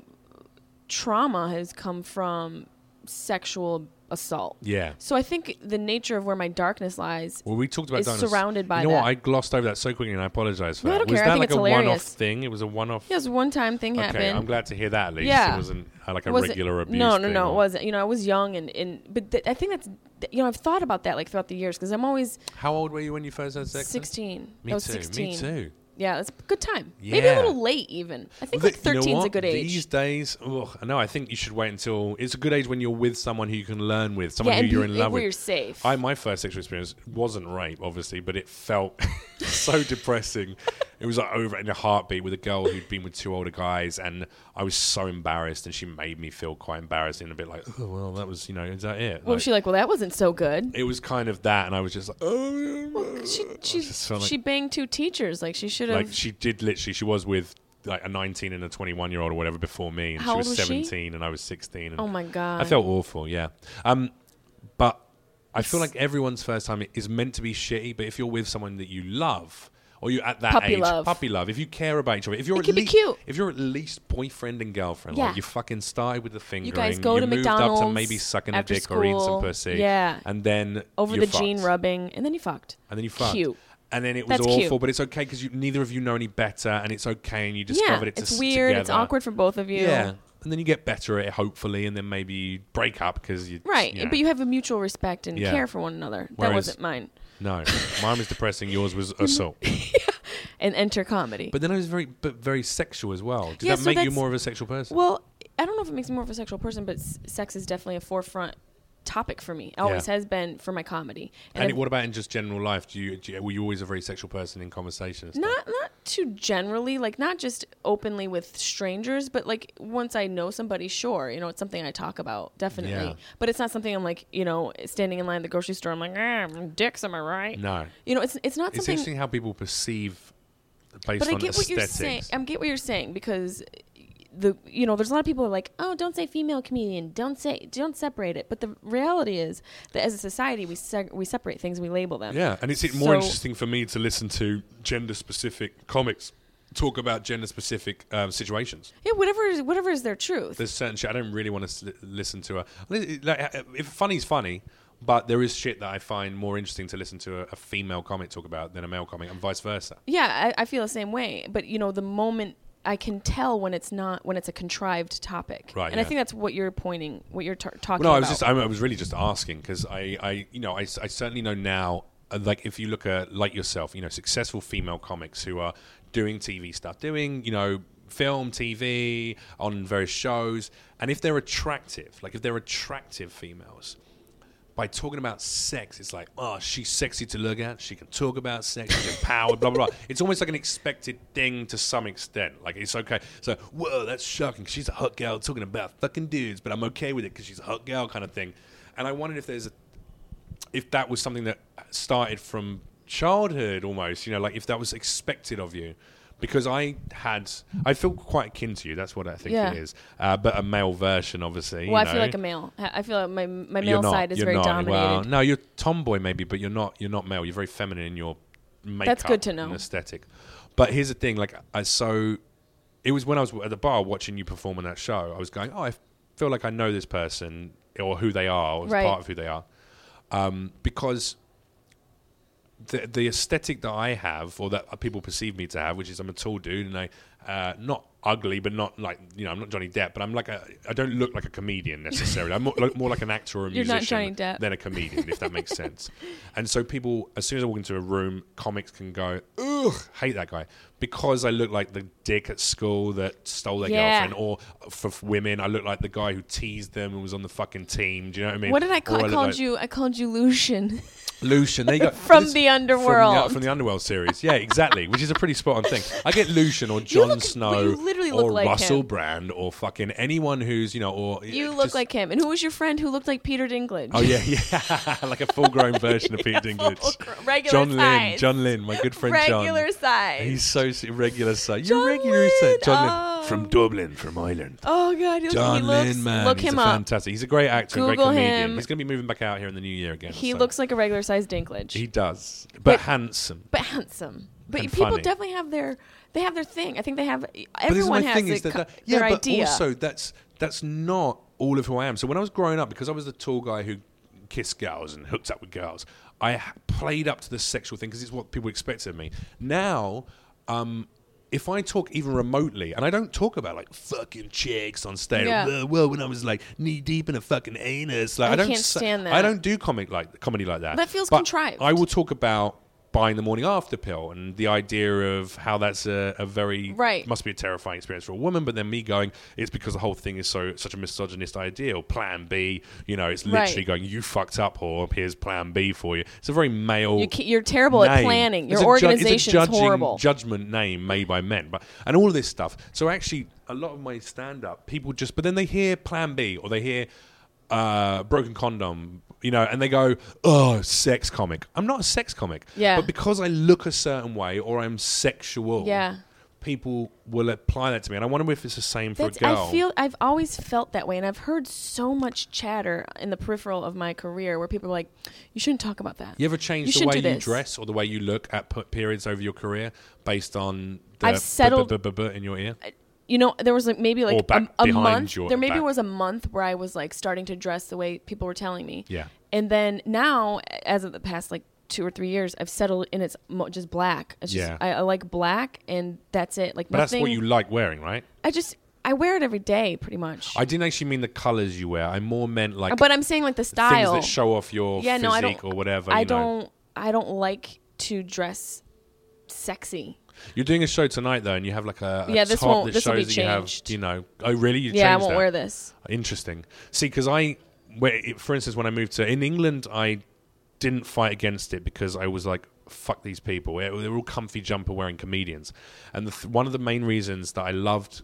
[SPEAKER 1] trauma has come from sexual assault.
[SPEAKER 2] yeah.
[SPEAKER 1] So I think the nature of where my darkness lies.
[SPEAKER 2] Well, we talked about
[SPEAKER 1] It's
[SPEAKER 2] that.
[SPEAKER 1] surrounded by
[SPEAKER 2] You know what?
[SPEAKER 1] that.
[SPEAKER 2] I glossed over that so quickly, and I apologize for
[SPEAKER 1] No, I
[SPEAKER 2] that.
[SPEAKER 1] don't
[SPEAKER 2] was
[SPEAKER 1] care. I
[SPEAKER 2] that
[SPEAKER 1] think
[SPEAKER 2] like
[SPEAKER 1] it's
[SPEAKER 2] a one-off
[SPEAKER 1] hilarious.
[SPEAKER 2] thing? It was a one-off.
[SPEAKER 1] Yes, one time thing
[SPEAKER 2] okay,
[SPEAKER 1] happened.
[SPEAKER 2] I'm glad to hear that at least.
[SPEAKER 1] Yeah.
[SPEAKER 2] It wasn't uh, like a
[SPEAKER 1] Wasn't-
[SPEAKER 2] regular abuse.
[SPEAKER 1] No, no,
[SPEAKER 2] thing
[SPEAKER 1] no,
[SPEAKER 2] or-
[SPEAKER 1] it wasn't. You know, I was young and and but th- I think that's th- you know I've thought about that like throughout the years because I'm always
[SPEAKER 2] How old were you when you first had sex? then?
[SPEAKER 1] 16.
[SPEAKER 2] Me
[SPEAKER 1] I was
[SPEAKER 2] too.
[SPEAKER 1] 16.
[SPEAKER 2] Me too.
[SPEAKER 1] Yeah, that's a good time. Maybe a
[SPEAKER 2] Yeah.
[SPEAKER 1] little late even. I think like
[SPEAKER 2] Th- you know
[SPEAKER 1] 13's a
[SPEAKER 2] what?
[SPEAKER 1] good age.
[SPEAKER 2] These days, ugh, no, I think you should wait until it's a good age when you're with someone who you can learn with,
[SPEAKER 1] yeah,
[SPEAKER 2] someone who
[SPEAKER 1] and
[SPEAKER 2] you're
[SPEAKER 1] be-
[SPEAKER 2] in love
[SPEAKER 1] where
[SPEAKER 2] with.
[SPEAKER 1] you're safe.
[SPEAKER 2] I my first sexual experience wasn't rape, obviously, but it felt [laughs] so depressing. It was like over in a heartbeat with a girl who'd been with two older guys, and I was so embarrassed, and she made me feel quite embarrassed and a bit like, oh well, that was you know, is that it?
[SPEAKER 1] what was she like? Well, that wasn't so good.
[SPEAKER 2] It was kind of that, and I was just like, oh,
[SPEAKER 1] She she
[SPEAKER 2] just felt like-
[SPEAKER 1] she banged two teachers. Like she should have.
[SPEAKER 2] like she did literally. She was with like a 19 and a 21 year old or whatever before me, and
[SPEAKER 1] How
[SPEAKER 2] she
[SPEAKER 1] old
[SPEAKER 2] was,
[SPEAKER 1] was she?
[SPEAKER 2] 17, and I was 16. And
[SPEAKER 1] Oh my god.
[SPEAKER 2] I felt awful, yeah. Um, but I feel like everyone's first time is meant to be shitty. But if you're with someone that you love, or you at that
[SPEAKER 1] Puppy
[SPEAKER 2] age,
[SPEAKER 1] love.
[SPEAKER 2] puppy love. If you care about each other, if you're
[SPEAKER 1] It
[SPEAKER 2] at
[SPEAKER 1] can be
[SPEAKER 2] least,
[SPEAKER 1] cute.
[SPEAKER 2] if you're at least boyfriend and girlfriend,
[SPEAKER 1] Yeah.
[SPEAKER 2] like you fucking started with the fingering,
[SPEAKER 1] go to
[SPEAKER 2] moved up to
[SPEAKER 1] McDonald's
[SPEAKER 2] maybe sucking a
[SPEAKER 1] after
[SPEAKER 2] dick or eating
[SPEAKER 1] school.
[SPEAKER 2] some pussy,
[SPEAKER 1] Yeah.
[SPEAKER 2] and then
[SPEAKER 1] over
[SPEAKER 2] you're
[SPEAKER 1] the gene
[SPEAKER 2] fucked.
[SPEAKER 1] rubbing, and then you fucked.
[SPEAKER 2] and then you fucked.
[SPEAKER 1] Cute.
[SPEAKER 2] And then it was
[SPEAKER 1] That's
[SPEAKER 2] awful,
[SPEAKER 1] cute.
[SPEAKER 2] but it's okay because you, neither of you know any better, and it's okay, and you
[SPEAKER 1] Yeah,
[SPEAKER 2] discovered it.
[SPEAKER 1] it's
[SPEAKER 2] to-
[SPEAKER 1] weird. It's
[SPEAKER 2] together.
[SPEAKER 1] awkward for both of you.
[SPEAKER 2] Yeah, and then you get better at it, hopefully, and then maybe you break up because you
[SPEAKER 1] Right,
[SPEAKER 2] You know.
[SPEAKER 1] but you have a mutual respect and
[SPEAKER 2] Yeah.
[SPEAKER 1] care for one another. that
[SPEAKER 2] Whereas-
[SPEAKER 1] wasn't mine.
[SPEAKER 2] no, mine was depressing. Yours
[SPEAKER 1] [laughs]
[SPEAKER 2] was assault,
[SPEAKER 1] And enter comedy.
[SPEAKER 2] but then I was very but very sexual as well. Did
[SPEAKER 1] Yeah,
[SPEAKER 2] that
[SPEAKER 1] so
[SPEAKER 2] make you
[SPEAKER 1] that's-
[SPEAKER 2] more of a sexual person?
[SPEAKER 1] Well, I don't know if it makes me more of a sexual person, but s- sex is definitely a forefront topic for me. It always
[SPEAKER 2] Yeah.
[SPEAKER 1] has been for my comedy.
[SPEAKER 2] and it,
[SPEAKER 1] I've-
[SPEAKER 2] what about in just general life? Do you, do you- were you always a very sexual person in conversations? and stuff?
[SPEAKER 1] not not too generally, like not just openly with strangers, but like once I know somebody, sure, you know, it's something I talk about definitely.
[SPEAKER 2] Yeah.
[SPEAKER 1] But it's not something I'm like, you know, standing in line at the grocery store, I'm like, ah, dicks, am I right?
[SPEAKER 2] No.
[SPEAKER 1] You know, it's it's not
[SPEAKER 2] It's
[SPEAKER 1] something.
[SPEAKER 2] interesting how people perceive based
[SPEAKER 1] but I
[SPEAKER 2] on
[SPEAKER 1] get what
[SPEAKER 2] aesthetics.
[SPEAKER 1] you're saying. I get what you're saying because the you know there's a lot of people who are like oh don't say female comedian don't say don't separate it but the reality is that as a society we seg- we separate things we label them
[SPEAKER 2] Yeah, and it's it more
[SPEAKER 1] So-
[SPEAKER 2] interesting for me to listen to gender specific comics talk about gender specific um, situations.
[SPEAKER 1] yeah whatever is whatever is their truth
[SPEAKER 2] There's certain shit I don't really want to s- listen to. A, li- like, uh, if funny's funny, but there is shit that I find more interesting to listen to a, a female comic talk about than a male comic, and vice versa.
[SPEAKER 1] Yeah, I, I feel the same way. But you know, the moment I can tell when it's not when it's a contrived topic,
[SPEAKER 2] Right,
[SPEAKER 1] And I
[SPEAKER 2] yeah.
[SPEAKER 1] think that's what you're pointing, what you're tar- talking
[SPEAKER 2] Well, no, I
[SPEAKER 1] about.
[SPEAKER 2] was just I, I was really just asking because I, I you know I, s- I certainly know now uh, like if you look at like yourself you know successful female comics who are doing TV stuff doing you know film TV on various shows and if they're attractive like if they're attractive females by talking about sex, it's like, oh, she's sexy to look at. She can talk about sex. She's empowered. blah blah blah. It's almost like an expected thing to some extent. Like it's okay. So whoa, that's shocking. She's a hot girl talking about fucking dudes, but I'm okay with it because she's a hot girl kind of thing. And I wondered if there's a, if that was something that started from childhood almost. You know, like if that was expected of you. Because I had, I feel quite akin to you. That's what I think
[SPEAKER 1] Yeah.
[SPEAKER 2] it is, uh, but a male version, obviously.
[SPEAKER 1] well,
[SPEAKER 2] you
[SPEAKER 1] I feel
[SPEAKER 2] know.
[SPEAKER 1] like a male. I I feel like my my male
[SPEAKER 2] You're not,
[SPEAKER 1] side is
[SPEAKER 2] you're
[SPEAKER 1] very
[SPEAKER 2] not. Well,
[SPEAKER 1] dominated.
[SPEAKER 2] no, you're tomboy maybe, but you're not. You're not male. You're very feminine in your makeup.
[SPEAKER 1] good to know.
[SPEAKER 2] And aesthetic. But here's the thing: like I so, it was when I was at the bar watching you perform on that show. I was going, oh, I feel like I know this person or who they are, or it's
[SPEAKER 1] Right.
[SPEAKER 2] part of who they are, um, because the the aesthetic that I have, or that people perceive me to have, which is I'm a tall dude and I, uh, not ugly, but not like you know, I'm not Johnny Depp, but I'm like a, I don't look like a comedian necessarily. I'm more like, more like an actor or
[SPEAKER 1] [laughs]
[SPEAKER 2] a
[SPEAKER 1] You're not Johnny
[SPEAKER 2] musician
[SPEAKER 1] Depp.
[SPEAKER 2] than a comedian, if that makes
[SPEAKER 1] [laughs]
[SPEAKER 2] sense. And so people, as soon as I walk into a room, comics can go, ugh, hate that guy because I look like the dick at school that stole their
[SPEAKER 1] Yeah.
[SPEAKER 2] girlfriend, or for f- women, I look like the guy who teased them and was on the fucking team. Do you know what I mean?
[SPEAKER 1] What did I
[SPEAKER 2] Or
[SPEAKER 1] call? I
[SPEAKER 2] look
[SPEAKER 1] called
[SPEAKER 2] like-
[SPEAKER 1] you. I called you Lucian. [laughs]
[SPEAKER 2] Lucian. There you go.
[SPEAKER 1] From
[SPEAKER 2] This-
[SPEAKER 1] the
[SPEAKER 2] From
[SPEAKER 1] underworld.
[SPEAKER 2] the, from the underworld series. Yeah, exactly. which is a pretty spot on thing. I get Lucian
[SPEAKER 1] [laughs]
[SPEAKER 2] or
[SPEAKER 1] You
[SPEAKER 2] Jon
[SPEAKER 1] look-
[SPEAKER 2] Snow
[SPEAKER 1] you literally
[SPEAKER 2] or
[SPEAKER 1] look like
[SPEAKER 2] Russell
[SPEAKER 1] him.
[SPEAKER 2] Brand or fucking anyone who's you know or
[SPEAKER 1] you look
[SPEAKER 2] just-
[SPEAKER 1] like him. And who was your friend who looked like Peter Dinklage?
[SPEAKER 2] Oh
[SPEAKER 1] [laughs]
[SPEAKER 2] yeah, yeah, [laughs] like a full-grown version of Peter Dinklage.
[SPEAKER 1] full-grown- regular
[SPEAKER 2] John Lynn,
[SPEAKER 1] size.
[SPEAKER 2] John Lynn, my good friend
[SPEAKER 1] regular
[SPEAKER 2] John.
[SPEAKER 1] size.
[SPEAKER 2] He's so s- regular size.
[SPEAKER 1] John
[SPEAKER 2] You're regular size.
[SPEAKER 1] Lynn,
[SPEAKER 2] John
[SPEAKER 1] oh.
[SPEAKER 2] Lynn from Dublin, from Ireland.
[SPEAKER 1] oh god, he, look-
[SPEAKER 2] John
[SPEAKER 1] he looks.
[SPEAKER 2] Lynn, man,
[SPEAKER 1] look
[SPEAKER 2] he's
[SPEAKER 1] him
[SPEAKER 2] a
[SPEAKER 1] up.
[SPEAKER 2] fantastic. He's a great actor, and
[SPEAKER 1] Google
[SPEAKER 2] great comedian.
[SPEAKER 1] him.
[SPEAKER 2] He's going to be moving back out here in the new year again.
[SPEAKER 1] He
[SPEAKER 2] so-
[SPEAKER 1] looks like a regular sized Dinklage.
[SPEAKER 2] He does, but,
[SPEAKER 1] But-
[SPEAKER 2] handsome.
[SPEAKER 1] but handsome. But
[SPEAKER 2] And
[SPEAKER 1] people
[SPEAKER 2] funny.
[SPEAKER 1] definitely have their they have their thing. I think they have
[SPEAKER 2] But this is my
[SPEAKER 1] everyone has
[SPEAKER 2] thing
[SPEAKER 1] a
[SPEAKER 2] is that,
[SPEAKER 1] co-
[SPEAKER 2] that- yeah,
[SPEAKER 1] their
[SPEAKER 2] but
[SPEAKER 1] idea.
[SPEAKER 2] also that's that's not all of who I am. So when I was growing up, because I was the tall guy who kissed girls and hooked up with girls, I h- played up to the sexual thing because it's what people expected of me. Now, um, if I talk even remotely, and I don't talk about like fucking chicks on stage,
[SPEAKER 1] Yeah.
[SPEAKER 2] "Well, well, when I was like knee deep in a fucking anus, like I,
[SPEAKER 1] I
[SPEAKER 2] don't
[SPEAKER 1] can't
[SPEAKER 2] sa-
[SPEAKER 1] stand
[SPEAKER 2] I
[SPEAKER 1] that.
[SPEAKER 2] don't do comic like comedy like that.
[SPEAKER 1] That feels
[SPEAKER 2] But
[SPEAKER 1] contrived.
[SPEAKER 2] I will talk about buying the morning after pill and the idea of how that's a, a very
[SPEAKER 1] Right.
[SPEAKER 2] must be a terrifying experience for a woman but then me going it's because the whole thing is so such a misogynist ideal plan b you know it's literally
[SPEAKER 1] Right.
[SPEAKER 2] going you fucked up or here's plan b for you it's a very male
[SPEAKER 1] You ca- you're terrible at
[SPEAKER 2] name.
[SPEAKER 1] planning. Your
[SPEAKER 2] It's a ju- it's a
[SPEAKER 1] organization's
[SPEAKER 2] judging-
[SPEAKER 1] horrible.
[SPEAKER 2] judgment name made by men but and all of this stuff so actually a lot of my stand up people just but then they hear plan b or they hear uh, broken condom you know and they go oh sex comic i'm not a sex comic
[SPEAKER 1] Yeah.
[SPEAKER 2] but because i look a certain way or i'm sexual
[SPEAKER 1] Yeah.
[SPEAKER 2] people will apply that to me, and I wonder if it's the same for
[SPEAKER 1] That's,
[SPEAKER 2] a girl.
[SPEAKER 1] I feel I've always felt that way, and I've heard so much chatter in the peripheral of my career where people are like, "You shouldn't talk about that."
[SPEAKER 2] you ever change the
[SPEAKER 1] shouldn't
[SPEAKER 2] way
[SPEAKER 1] do
[SPEAKER 2] you
[SPEAKER 1] this."
[SPEAKER 2] dress or the way you look at put periods over your career based on the
[SPEAKER 1] I've
[SPEAKER 2] bu- bu-
[SPEAKER 1] settled-
[SPEAKER 2] bu- bu- bu- in your ear?
[SPEAKER 1] You know, there was like maybe like
[SPEAKER 2] Or back
[SPEAKER 1] a, a
[SPEAKER 2] behind
[SPEAKER 1] month.
[SPEAKER 2] your
[SPEAKER 1] there maybe
[SPEAKER 2] back.
[SPEAKER 1] was a month where I was like starting to dress the way people were telling me.
[SPEAKER 2] Yeah.
[SPEAKER 1] And then now, as of the past like two or three years, I've settled in it's mo- just black. It's just,
[SPEAKER 2] Yeah.
[SPEAKER 1] I, I like black, and that's it. Like
[SPEAKER 2] But that's
[SPEAKER 1] nothing.
[SPEAKER 2] what you like wearing, right?
[SPEAKER 1] I just I wear it every day, pretty much. Uh,
[SPEAKER 2] I didn't actually mean the colors you wear. I more meant like
[SPEAKER 1] but I'm saying like the
[SPEAKER 2] things
[SPEAKER 1] style.
[SPEAKER 2] that show off your
[SPEAKER 1] yeah,
[SPEAKER 2] physique
[SPEAKER 1] no, I don't.
[SPEAKER 2] or whatever.
[SPEAKER 1] I
[SPEAKER 2] you know.
[SPEAKER 1] don't. I don't like to dress sexy.
[SPEAKER 2] You're doing a show tonight though, and you have like a, a
[SPEAKER 1] Yeah, this
[SPEAKER 2] top
[SPEAKER 1] won't-
[SPEAKER 2] that
[SPEAKER 1] this will
[SPEAKER 2] shows
[SPEAKER 1] be
[SPEAKER 2] that you have.
[SPEAKER 1] changed.
[SPEAKER 2] You know, oh really? You
[SPEAKER 1] yeah, I
[SPEAKER 2] changed
[SPEAKER 1] won't
[SPEAKER 2] that?
[SPEAKER 1] wear this.
[SPEAKER 2] Interesting. See, because I, where it, for instance, when I moved to in England, I didn't fight against it because I was like, "Fuck these people! They're they're all comfy jumper wearing comedians." And the th- one of the main reasons that I loved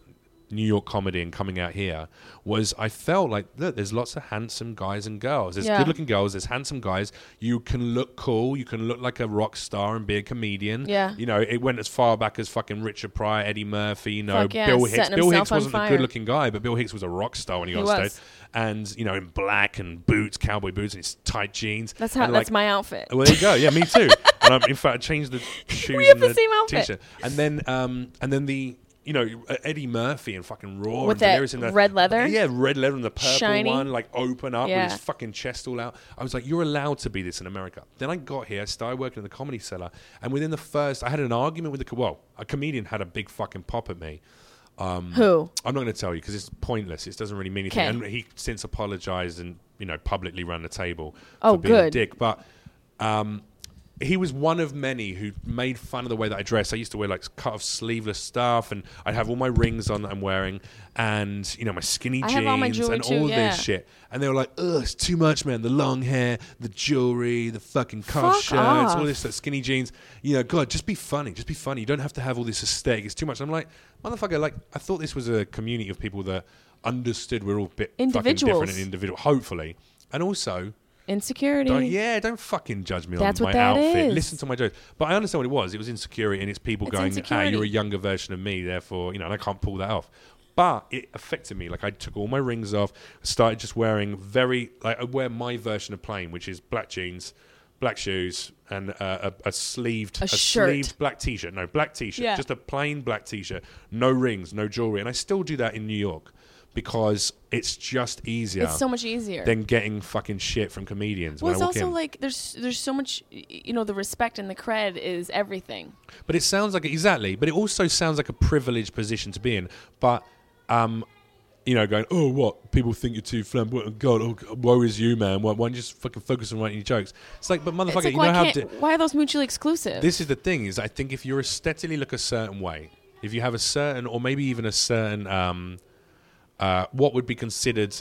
[SPEAKER 2] New York comedy and coming out here was I felt like look, there's lots of handsome guys and girls. There's
[SPEAKER 1] Yeah.
[SPEAKER 2] good-looking girls. There's handsome guys. You can look cool. You can look like a rock star and be a comedian.
[SPEAKER 1] Yeah.
[SPEAKER 2] You know, it went as far back as fucking Richard Pryor, Eddie Murphy. You know,
[SPEAKER 1] Fuck yeah,
[SPEAKER 2] Bill Hicks.
[SPEAKER 1] setting
[SPEAKER 2] Bill
[SPEAKER 1] himself
[SPEAKER 2] Hicks
[SPEAKER 1] on
[SPEAKER 2] wasn't a
[SPEAKER 1] fire.
[SPEAKER 2] good-looking looking guy, but Bill Hicks was a rock star when he got
[SPEAKER 1] He
[SPEAKER 2] on
[SPEAKER 1] was.
[SPEAKER 2] stage. And, you know, in black and boots, cowboy boots, and his tight jeans.
[SPEAKER 1] That's how.
[SPEAKER 2] And,
[SPEAKER 1] that's
[SPEAKER 2] like,
[SPEAKER 1] my outfit.
[SPEAKER 2] Well, there you go. Yeah,
[SPEAKER 1] [laughs]
[SPEAKER 2] me too. and I'm, in fact, I changed the shoes
[SPEAKER 1] We have
[SPEAKER 2] and
[SPEAKER 1] the same outfit.
[SPEAKER 2] t-shirt. And then, um, and then the, you know, uh, Eddie Murphy and fucking Raw.
[SPEAKER 1] With
[SPEAKER 2] and
[SPEAKER 1] that
[SPEAKER 2] Delirious and the,
[SPEAKER 1] red leather?
[SPEAKER 2] Yeah, red leather and the purple
[SPEAKER 1] Shiny.
[SPEAKER 2] one, like open up
[SPEAKER 1] Yeah.
[SPEAKER 2] with his fucking chest all out. I was like, you're allowed to be this in America. Then I got here, I started working in the comedy cellar. And within the first, I had an argument with the, co- well, a comedian had a big fucking pop at me.
[SPEAKER 1] Who?
[SPEAKER 2] I'm not going to tell you because it's pointless. It doesn't really mean anything.
[SPEAKER 1] 'Kay.
[SPEAKER 2] And he since apologized and you know publicly ran the table
[SPEAKER 1] Oh,
[SPEAKER 2] for being a
[SPEAKER 1] good.
[SPEAKER 2] dick. But um, he was one of many who made fun of the way that I dress. I used to wear like cut off sleeveless stuff, and I'd have all my rings on that I'm wearing, and you know my skinny
[SPEAKER 1] I
[SPEAKER 2] jeans
[SPEAKER 1] have all my jewelry
[SPEAKER 2] and
[SPEAKER 1] too,
[SPEAKER 2] all
[SPEAKER 1] yeah.
[SPEAKER 2] this shit. And they were like, "Ugh, it's too much, man. The long hair, the jewelry, the fucking car
[SPEAKER 1] Fuck
[SPEAKER 2] shirts,
[SPEAKER 1] off.
[SPEAKER 2] all this stuff, skinny jeans. You know, God, just be funny. Just be funny. You don't have to have all this aesthetic. It's too much." I'm like, motherfucker. Like, I thought this was a community of people that understood we're all a bit fucking different
[SPEAKER 1] Individuals.
[SPEAKER 2] and individual. Hopefully, and also
[SPEAKER 1] Insecurity.
[SPEAKER 2] don't, yeah, don't fucking judge me
[SPEAKER 1] That's
[SPEAKER 2] on
[SPEAKER 1] what
[SPEAKER 2] my
[SPEAKER 1] that
[SPEAKER 2] outfit.
[SPEAKER 1] is.
[SPEAKER 2] Listen to my jokes. But I understand what it was. It was insecurity, and it's people
[SPEAKER 1] It's
[SPEAKER 2] going, "Ah,
[SPEAKER 1] insecurity.
[SPEAKER 2] you're a younger version of me, therefore, you know, and I can't pull that off." But it affected me. Like I took all my rings off, started just wearing very like I wear my version of plain, which is black jeans, black shoes, and uh, a, a sleeved
[SPEAKER 1] A shirt.
[SPEAKER 2] sleeved black t-shirt. No, black t-shirt.
[SPEAKER 1] Yeah.
[SPEAKER 2] Just a plain black t-shirt. No rings, no jewelry, and I still do that in New York because it's just easier.
[SPEAKER 1] It's so much easier.
[SPEAKER 2] than getting fucking shit from comedians.
[SPEAKER 1] well,
[SPEAKER 2] when
[SPEAKER 1] it's
[SPEAKER 2] I walk
[SPEAKER 1] also
[SPEAKER 2] in.
[SPEAKER 1] like there's there's so much y- you know the respect and the cred is everything.
[SPEAKER 2] But it sounds like exactly. But it also sounds like a privileged position to be in. But um, you know, going oh what people think you're too flamboyant. God, oh, God, woe is you, man. Why, why don't you just fucking focus on writing your jokes? It's like, but motherfucker,
[SPEAKER 1] It's like
[SPEAKER 2] you
[SPEAKER 1] why
[SPEAKER 2] know how.
[SPEAKER 1] can't
[SPEAKER 2] To,
[SPEAKER 1] why are those mutually exclusive?
[SPEAKER 2] this is the thing is I think if you aesthetically look a certain way, if you have a certain or maybe even a certain um, uh, what would be considered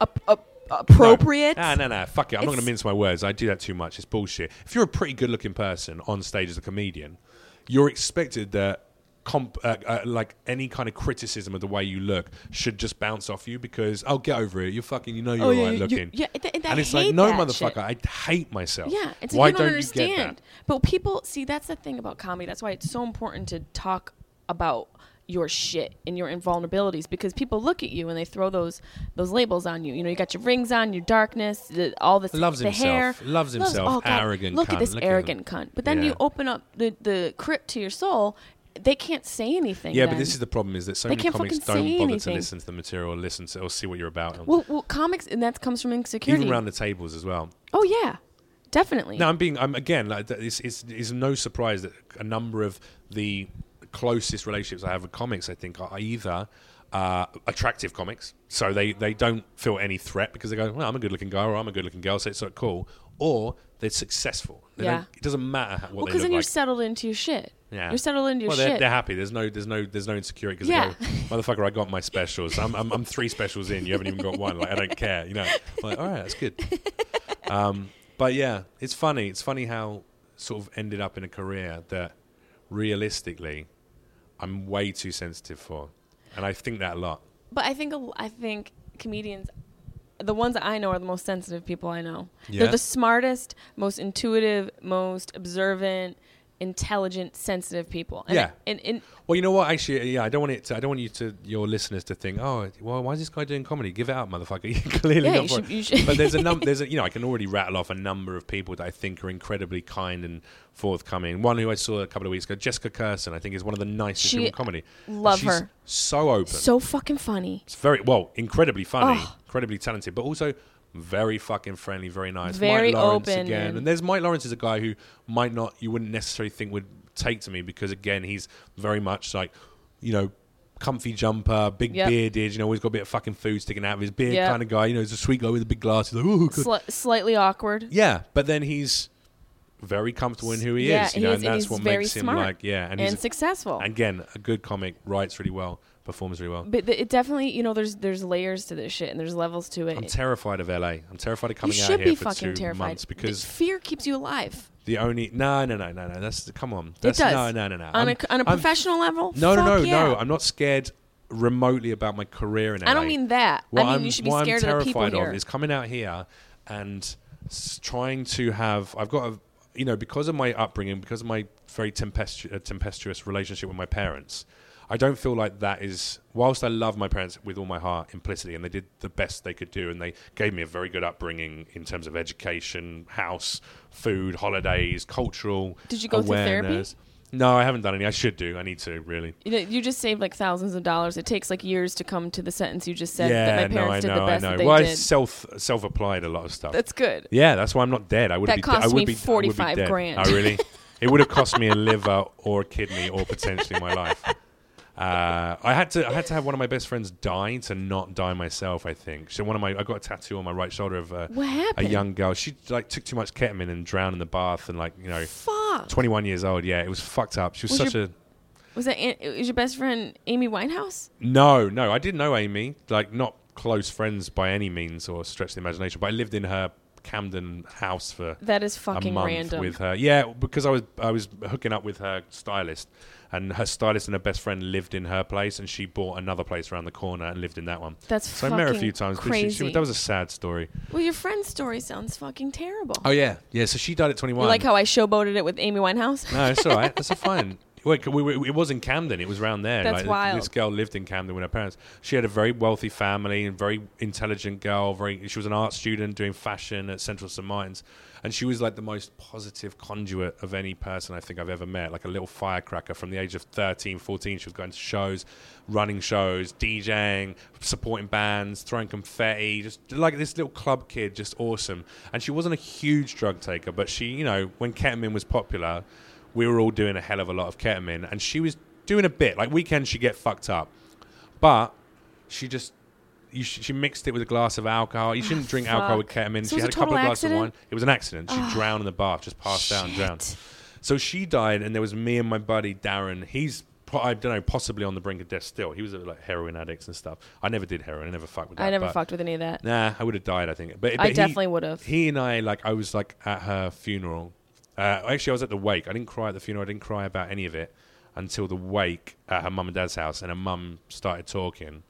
[SPEAKER 1] Ap- ap- appropriate.
[SPEAKER 2] No, no, no. Fuck it. I'm not
[SPEAKER 1] It's-
[SPEAKER 2] going to mince my words. I do that too much. It's bullshit. If you're a pretty good looking person on stage as a comedian, you're expected that. Comp, uh, uh, like any kind of criticism of the way you look should just bounce off you because I'll get over it. You're fucking, you know, you're
[SPEAKER 1] Oh,
[SPEAKER 2] all
[SPEAKER 1] yeah,
[SPEAKER 2] right
[SPEAKER 1] you- you-
[SPEAKER 2] looking.
[SPEAKER 1] yeah, th- th- I
[SPEAKER 2] and it's
[SPEAKER 1] hate
[SPEAKER 2] like, no,
[SPEAKER 1] that
[SPEAKER 2] motherfucker,
[SPEAKER 1] shit.
[SPEAKER 2] I hate myself.
[SPEAKER 1] Yeah, it's
[SPEAKER 2] why
[SPEAKER 1] like you don't,
[SPEAKER 2] you get
[SPEAKER 1] understand.
[SPEAKER 2] that?
[SPEAKER 1] But people see that's the thing about comedy. That's why it's so important to talk about your shit and your invulnerabilities because people look at you and they throw those those labels on you. You know, you got your rings on, your darkness, the, all this
[SPEAKER 2] Loves
[SPEAKER 1] the
[SPEAKER 2] himself.
[SPEAKER 1] hair,
[SPEAKER 2] Loves himself. Arrogant
[SPEAKER 1] Look
[SPEAKER 2] cunt.
[SPEAKER 1] at this
[SPEAKER 2] Look at him.
[SPEAKER 1] arrogant cunt. But then
[SPEAKER 2] Yeah.
[SPEAKER 1] you open up the the crypt to your soul. They can't say anything.
[SPEAKER 2] Yeah,
[SPEAKER 1] then.
[SPEAKER 2] but this is the problem is that so
[SPEAKER 1] They
[SPEAKER 2] many
[SPEAKER 1] can't
[SPEAKER 2] comics
[SPEAKER 1] fucking
[SPEAKER 2] don't bother
[SPEAKER 1] say
[SPEAKER 2] to
[SPEAKER 1] anything.
[SPEAKER 2] listen to the material, listen to or see what you're about. and-
[SPEAKER 1] well, well, comics, and that comes from insecurity.
[SPEAKER 2] even around the tables as well.
[SPEAKER 1] oh yeah, definitely.
[SPEAKER 2] No, I'm being. I'm again. Like, that- it's, it's, it's no surprise that a number of the closest relationships I have with comics, I think, are either uh, attractive comics, so they they don't feel any threat because they go, "Well, I'm a good-looking guy, or I'm a good-looking girl, so it's sort of cool," or they're successful. They
[SPEAKER 1] Yeah.
[SPEAKER 2] don't- It doesn't matter how, what
[SPEAKER 1] well,
[SPEAKER 2] they
[SPEAKER 1] because
[SPEAKER 2] look
[SPEAKER 1] then you're
[SPEAKER 2] like.
[SPEAKER 1] settled into your shit.
[SPEAKER 2] Yeah.
[SPEAKER 1] You're settled into your
[SPEAKER 2] well,
[SPEAKER 1] shit.
[SPEAKER 2] they're, they're happy. There's no, there's no, there's no insecurity because
[SPEAKER 1] Yeah.
[SPEAKER 2] they go, motherfucker, I got my specials. I'm, I'm, I'm three specials in. You haven't even got one. Like I don't care. You know. I'm like all right,
[SPEAKER 1] [laughs]
[SPEAKER 2] that's good. Um, but yeah, it's funny. It's funny how sort of ended up in a career that realistically I'm way too sensitive for, and I think that a lot.
[SPEAKER 1] But I think a l- I think comedians, the ones that I know are the most sensitive people I know.
[SPEAKER 2] Yeah.
[SPEAKER 1] They're the smartest, most intuitive, most observant, intelligent, sensitive people. And
[SPEAKER 2] Yeah.
[SPEAKER 1] And, and
[SPEAKER 2] Well, you know what? Actually, uh, yeah, I don't want it. To, I don't want you to your listeners to think, oh, well, why is this guy doing comedy? Give it up, motherfucker! [laughs] You're clearly
[SPEAKER 1] Yeah,
[SPEAKER 2] not
[SPEAKER 1] you
[SPEAKER 2] for
[SPEAKER 1] should-
[SPEAKER 2] it.
[SPEAKER 1] you should-
[SPEAKER 2] But there's
[SPEAKER 1] [laughs]
[SPEAKER 2] a num- there's a you know I can already rattle off a number of people that I think are incredibly kind and forthcoming. One who I saw a couple of weeks ago, Jessica Kirsten, I think is one of the nicest
[SPEAKER 1] She-
[SPEAKER 2] people in comedy.
[SPEAKER 1] love
[SPEAKER 2] She's
[SPEAKER 1] her.
[SPEAKER 2] So open.
[SPEAKER 1] so fucking funny.
[SPEAKER 2] it's very well, incredibly funny,
[SPEAKER 1] Oh.
[SPEAKER 2] incredibly talented, but also. Very fucking friendly, very nice.
[SPEAKER 1] Very
[SPEAKER 2] Mike Lawrence
[SPEAKER 1] open
[SPEAKER 2] again,
[SPEAKER 1] and-
[SPEAKER 2] and there's Mike Lawrence is a guy who might not you wouldn't necessarily think would take to me because again he's very much like you know comfy jumper, big
[SPEAKER 1] Yep.
[SPEAKER 2] bearded, you know always got a bit of fucking food sticking out of his beard
[SPEAKER 1] Yeah.
[SPEAKER 2] kind of guy. You know he's a sweet guy with a big glass. He's like, "Ooh, good."
[SPEAKER 1] Sli- slightly awkward.
[SPEAKER 2] yeah, but then he's very comfortable in who he
[SPEAKER 1] Yeah,
[SPEAKER 2] is, you
[SPEAKER 1] he
[SPEAKER 2] know,
[SPEAKER 1] is,
[SPEAKER 2] and
[SPEAKER 1] and
[SPEAKER 2] that's
[SPEAKER 1] he's
[SPEAKER 2] what
[SPEAKER 1] very
[SPEAKER 2] makes him
[SPEAKER 1] smart
[SPEAKER 2] like yeah, and,
[SPEAKER 1] And,
[SPEAKER 2] he's
[SPEAKER 1] successful.
[SPEAKER 2] again a good comic, writes really well, performs really well.
[SPEAKER 1] but th- it definitely, you know, there's there's layers to this shit and there's levels to it.
[SPEAKER 2] I'm terrified of LA. I'm terrified of
[SPEAKER 1] you
[SPEAKER 2] coming out
[SPEAKER 1] should
[SPEAKER 2] here
[SPEAKER 1] be
[SPEAKER 2] for
[SPEAKER 1] fucking
[SPEAKER 2] two
[SPEAKER 1] terrified
[SPEAKER 2] months because
[SPEAKER 1] fear keeps you alive.
[SPEAKER 2] the only no no no no no that's come on that's
[SPEAKER 1] it does.
[SPEAKER 2] no no no no
[SPEAKER 1] On
[SPEAKER 2] I'm-
[SPEAKER 1] a, on a
[SPEAKER 2] I'm
[SPEAKER 1] professional level.
[SPEAKER 2] No,
[SPEAKER 1] Fuck
[SPEAKER 2] no, no,
[SPEAKER 1] yeah.
[SPEAKER 2] no. I'm not scared remotely about my career in LA.
[SPEAKER 1] I don't mean that.
[SPEAKER 2] What
[SPEAKER 1] I mean
[SPEAKER 2] I'm-
[SPEAKER 1] you should be
[SPEAKER 2] what I'm
[SPEAKER 1] scared of the people
[SPEAKER 2] terrified
[SPEAKER 1] here.
[SPEAKER 2] Of is coming out here and s- trying to have. I've got a, you know, because of my upbringing, because of my very tempestu- uh, tempestuous relationship with my parents. I don't feel like that is. Whilst I love my parents with all my heart implicitly, and they did the best they could do, and they gave me a very good upbringing in terms of education, house, food, holidays, cultural.
[SPEAKER 1] Did you go through therapy?
[SPEAKER 2] awareness. No, I haven't done any. I should do. I need to really.
[SPEAKER 1] You, know, you just saved like thousands of dollars. It takes like years to come to the sentence you just said that my parents did the best that they
[SPEAKER 2] well, I
[SPEAKER 1] did.
[SPEAKER 2] self self applied a lot of stuff.
[SPEAKER 1] That's good.
[SPEAKER 2] yeah, that's why I'm not dead. I would
[SPEAKER 1] That
[SPEAKER 2] be. de-
[SPEAKER 1] cost
[SPEAKER 2] I would
[SPEAKER 1] me
[SPEAKER 2] be, I would be
[SPEAKER 1] 45
[SPEAKER 2] dead.
[SPEAKER 1] grand.
[SPEAKER 2] Oh,
[SPEAKER 1] [laughs]
[SPEAKER 2] really? it would have cost me a liver or a kidney or potentially my life. Uh, I had to. I had to have one of my best friends die to not die myself. I think. So one of my. I got a tattoo on my right shoulder of uh, a,
[SPEAKER 1] What
[SPEAKER 2] a
[SPEAKER 1] happened?
[SPEAKER 2] young girl. She like took too much ketamine and drowned in the bath and like you know.
[SPEAKER 1] Fuck.
[SPEAKER 2] 21 years old, yeah, it was fucked up. She was,
[SPEAKER 1] Was
[SPEAKER 2] such
[SPEAKER 1] your-
[SPEAKER 2] a
[SPEAKER 1] Was that Aunt, was your best friend Amy Winehouse?
[SPEAKER 2] No, no, I didn't know Amy. Like, not close friends by any means or stretch of the imagination, but I lived in her Camden house for
[SPEAKER 1] That is
[SPEAKER 2] a
[SPEAKER 1] fucking
[SPEAKER 2] month
[SPEAKER 1] random.
[SPEAKER 2] with her. Yeah, because I was I was hooking up with her stylist, and her stylist and her best friend lived in her place, and she bought another place around the corner and lived in that one.
[SPEAKER 1] That's
[SPEAKER 2] so I met her a
[SPEAKER 1] fucking
[SPEAKER 2] few times. but She, she,
[SPEAKER 1] crazy.
[SPEAKER 2] that was a sad story.
[SPEAKER 1] well, your friend's story sounds fucking terrible.
[SPEAKER 2] Oh yeah, yeah. So she died at twenty
[SPEAKER 1] You
[SPEAKER 2] one.
[SPEAKER 1] like how I showboated it with Amy
[SPEAKER 2] [laughs]
[SPEAKER 1] Winehouse?
[SPEAKER 2] No, it's all right. That's a fine. Well, c- we, we, it was in Camden. It was around there.
[SPEAKER 1] That's
[SPEAKER 2] like,
[SPEAKER 1] wild.
[SPEAKER 2] This girl lived in Camden with her parents. She had a very wealthy family and very intelligent girl. Very, she was an art student doing fashion at Central St Martin's, and she was like the most positive conduit of any person I think I've ever met. Like a little firecracker from the age of 13, 14. She was going to shows, running shows, DJing, supporting bands, throwing confetti, just like this little club kid, just awesome. And she wasn't a huge drug taker, but she, you know, when ketamine was popular we were all doing a hell of a lot of ketamine, and she was doing a bit. Like weekends, she get fucked up, but she just you sh- she mixed it with a glass of alcohol. You shouldn't drink alcohol with
[SPEAKER 1] Ah, fuck. So
[SPEAKER 2] ketamine.
[SPEAKER 1] it
[SPEAKER 2] she
[SPEAKER 1] was
[SPEAKER 2] had
[SPEAKER 1] a
[SPEAKER 2] a couple
[SPEAKER 1] total
[SPEAKER 2] of glasses of
[SPEAKER 1] accident? Ah,
[SPEAKER 2] wine. It was an accident. She drowned in the bath, just passed out and drowned.
[SPEAKER 1] Shit.
[SPEAKER 2] So she died, and there was me and my buddy Darren. He's pro- I don't know, possibly on the brink of death still. He was a, like heroin addicts and stuff. I never did heroin. I never fucked with that.
[SPEAKER 1] I never
[SPEAKER 2] but-
[SPEAKER 1] fucked with any of that.
[SPEAKER 2] Nah, I would have died. I think, but, but
[SPEAKER 1] I
[SPEAKER 2] he-
[SPEAKER 1] definitely would've.
[SPEAKER 2] He and I, like, I was like at her funeral. Uh, actually, I was at the wake. I didn't cry at the funeral. I didn't cry about any of it until the wake at her mum and dad's house, and her mum started talking,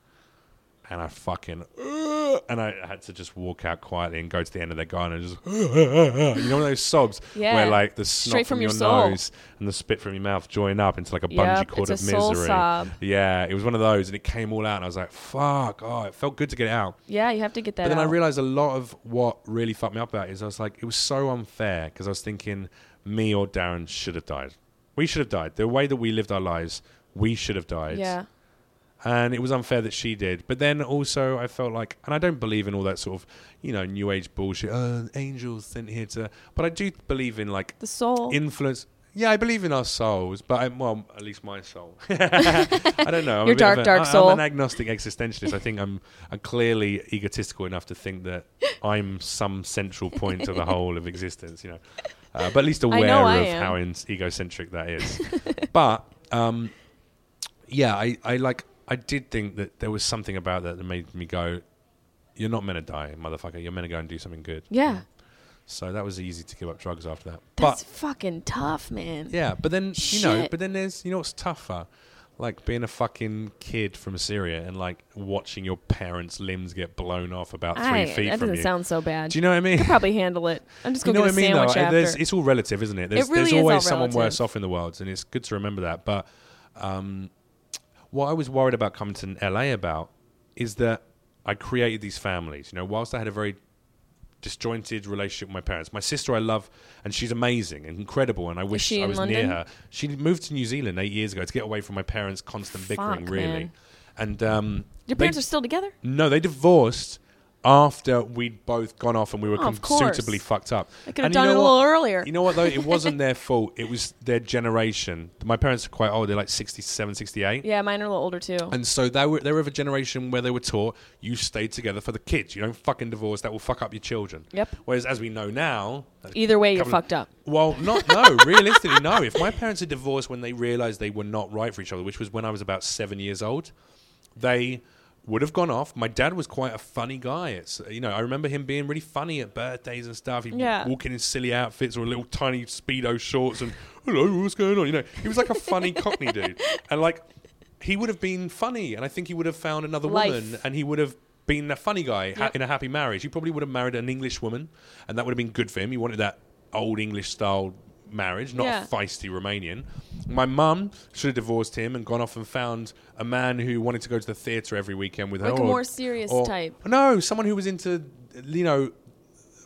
[SPEAKER 2] and I fucking "Ugh," and I had to just walk out quietly and go to the end of their garden and just you know those sobs
[SPEAKER 1] Yeah.
[SPEAKER 2] where like the snot
[SPEAKER 1] Straight
[SPEAKER 2] from,
[SPEAKER 1] from
[SPEAKER 2] your,
[SPEAKER 1] your soul.
[SPEAKER 2] nose and the spit from your mouth join up into like a
[SPEAKER 1] Yep,
[SPEAKER 2] bungee cord
[SPEAKER 1] it's
[SPEAKER 2] of
[SPEAKER 1] a soul
[SPEAKER 2] misery.
[SPEAKER 1] sob.
[SPEAKER 2] Yeah, it was one of those, and it came all out, and I was like, "Fuck!" Oh, it felt good to get it out.
[SPEAKER 1] Yeah, you have to get that
[SPEAKER 2] But then I
[SPEAKER 1] out.
[SPEAKER 2] realized a lot of what really fucked me up about it is I was like, it was so unfair because I was thinking me or Darren should have died. We should have died. The way that we lived our lives, we should have died.
[SPEAKER 1] yeah.
[SPEAKER 2] And it was unfair that she did. But then also I felt like, and I don't believe in all that sort of, you know, new age bullshit. Oh, angels sent here to. But I do believe in like
[SPEAKER 1] The soul.
[SPEAKER 2] influence. Yeah, I believe in our souls, but i well, at least
[SPEAKER 1] [laughs]
[SPEAKER 2] my soul. I don't know.
[SPEAKER 1] Your
[SPEAKER 2] I'm a bit of
[SPEAKER 1] dark,
[SPEAKER 2] a-
[SPEAKER 1] dark
[SPEAKER 2] I-
[SPEAKER 1] soul.
[SPEAKER 2] I'm an agnostic existentialist. I think I'm, I'm clearly egotistical enough to think that I'm some central point to the whole of existence. You know, uh, but at least aware
[SPEAKER 1] know I
[SPEAKER 2] of
[SPEAKER 1] am.
[SPEAKER 2] how in- egocentric
[SPEAKER 1] [laughs]
[SPEAKER 2] that is. but um, yeah, I, I like. I did think that there was something about that that made me go, "You're not meant to die, motherfucker. You're meant to go and do something good."
[SPEAKER 1] yeah.
[SPEAKER 2] So that was easy to give up drugs after that. but
[SPEAKER 1] That's fucking tough, man.
[SPEAKER 2] yeah, but then you know,
[SPEAKER 1] Shit.
[SPEAKER 2] but then there's you know what's tougher? like being a fucking kid from Syria and like watching your parents' limbs get blown off about three
[SPEAKER 1] I,
[SPEAKER 2] feet
[SPEAKER 1] that
[SPEAKER 2] from
[SPEAKER 1] doesn't
[SPEAKER 2] you.
[SPEAKER 1] sound so bad.
[SPEAKER 2] Do you know what I mean?
[SPEAKER 1] I could probably handle it. I'm just
[SPEAKER 2] you
[SPEAKER 1] going
[SPEAKER 2] know
[SPEAKER 1] to
[SPEAKER 2] what
[SPEAKER 1] get
[SPEAKER 2] I
[SPEAKER 1] a
[SPEAKER 2] mean?
[SPEAKER 1] sandwich
[SPEAKER 2] Though, I- there's,
[SPEAKER 1] after.
[SPEAKER 2] it's all relative, isn't it? There's,
[SPEAKER 1] really
[SPEAKER 2] there's
[SPEAKER 1] is all
[SPEAKER 2] always someone
[SPEAKER 1] relative.
[SPEAKER 2] worse off in the world, and it's good to remember that. But um, what I was worried about coming to LA about is that I created these families. You know, whilst I had a very disjointed relationship with my parents, my sister I love, and she's amazing and incredible, and I wish
[SPEAKER 1] she
[SPEAKER 2] I
[SPEAKER 1] in
[SPEAKER 2] was near
[SPEAKER 1] London?
[SPEAKER 2] her. She moved to New Zealand eight years ago to get away from my parents' constant bickering,
[SPEAKER 1] Fuck,
[SPEAKER 2] really.
[SPEAKER 1] man.
[SPEAKER 2] And um,
[SPEAKER 1] Your
[SPEAKER 2] they-
[SPEAKER 1] parents are still together?
[SPEAKER 2] no, they divorced after we'd both gone off and we were
[SPEAKER 1] Oh, of
[SPEAKER 2] com-
[SPEAKER 1] course.
[SPEAKER 2] suitably fucked up.
[SPEAKER 1] They could have
[SPEAKER 2] And you
[SPEAKER 1] done
[SPEAKER 2] know
[SPEAKER 1] it a
[SPEAKER 2] what?
[SPEAKER 1] little earlier.
[SPEAKER 2] You know what, though?
[SPEAKER 1] [laughs]
[SPEAKER 2] It wasn't their fault. It was their generation. My parents are quite old. They're like 67, 68.
[SPEAKER 1] Yeah, mine are a little older too.
[SPEAKER 2] And so they were, they were of a generation where they were taught you stay together for the kids. You don't fucking divorce. That will fuck up your children.
[SPEAKER 1] Yep.
[SPEAKER 2] Whereas, as we know now,
[SPEAKER 1] Either way, you're
[SPEAKER 2] couple of-
[SPEAKER 1] fucked up.
[SPEAKER 2] Well, not no. realistically, no. If my parents had divorced when they realized they were not right for each other, which was when I was about seven years old, they would have gone off. My dad was quite a funny guy. It's you know I remember him being really funny at birthdays and stuff. He'd
[SPEAKER 1] Yeah.
[SPEAKER 2] walking in silly outfits or little tiny speedo shorts and hello, what's going on? You know, he was like
[SPEAKER 1] [laughs]
[SPEAKER 2] a funny Cockney dude, and like he would have been funny, and I think he would have found another
[SPEAKER 1] Life.
[SPEAKER 2] woman, and he would have. Been a funny guy ha-
[SPEAKER 1] Yep.
[SPEAKER 2] in a happy marriage. He probably would have married an English woman, and that would have been good for him. He wanted that old English style marriage, not
[SPEAKER 1] Yeah.
[SPEAKER 2] a feisty Romanian. My mum should have divorced him and gone off and found a man who wanted to go to the theatre every weekend with her.
[SPEAKER 1] Like a
[SPEAKER 2] or-
[SPEAKER 1] more serious type.
[SPEAKER 2] No, someone who was into, you know,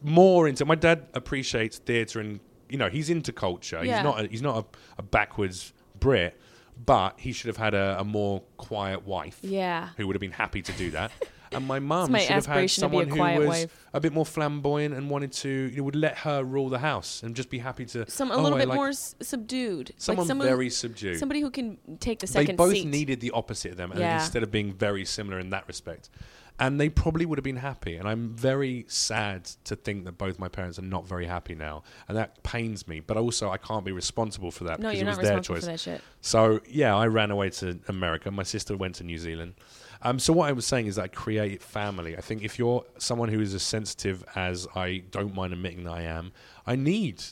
[SPEAKER 2] more into. My dad appreciates theatre and you know he's into culture.
[SPEAKER 1] Yeah.
[SPEAKER 2] He's not a, he's not a, a backwards Brit, but he should have had a, a more quiet wife.
[SPEAKER 1] Yeah.
[SPEAKER 2] who would have been happy to do that. And my mum
[SPEAKER 1] my
[SPEAKER 2] should have had
[SPEAKER 1] aspiration to be a
[SPEAKER 2] someone who
[SPEAKER 1] quiet
[SPEAKER 2] was
[SPEAKER 1] wife.
[SPEAKER 2] a bit more flamboyant and wanted to you know, would let her rule the house and just be happy to
[SPEAKER 1] Some a
[SPEAKER 2] "Oh,
[SPEAKER 1] little
[SPEAKER 2] I
[SPEAKER 1] bit
[SPEAKER 2] like
[SPEAKER 1] more s- subdued. Like
[SPEAKER 2] someone
[SPEAKER 1] someone-
[SPEAKER 2] very subdued.
[SPEAKER 1] Somebody who can take the
[SPEAKER 2] they
[SPEAKER 1] second
[SPEAKER 2] both
[SPEAKER 1] seat.
[SPEAKER 2] needed the opposite of them, and
[SPEAKER 1] Yeah.
[SPEAKER 2] instead of being very similar in that respect, and they probably would have been happy. And I'm very sad to think that both my parents are not very happy now, and that pains me. But also, I can't be responsible for that
[SPEAKER 1] no,
[SPEAKER 2] because
[SPEAKER 1] you're
[SPEAKER 2] it was
[SPEAKER 1] not
[SPEAKER 2] their
[SPEAKER 1] responsible
[SPEAKER 2] choice.
[SPEAKER 1] for that shit.
[SPEAKER 2] So yeah, I ran away to America. My sister went to New Zealand. Um, so what I was saying is that I create family. I think if you're someone who is as sensitive as I don't mind admitting that I am, I need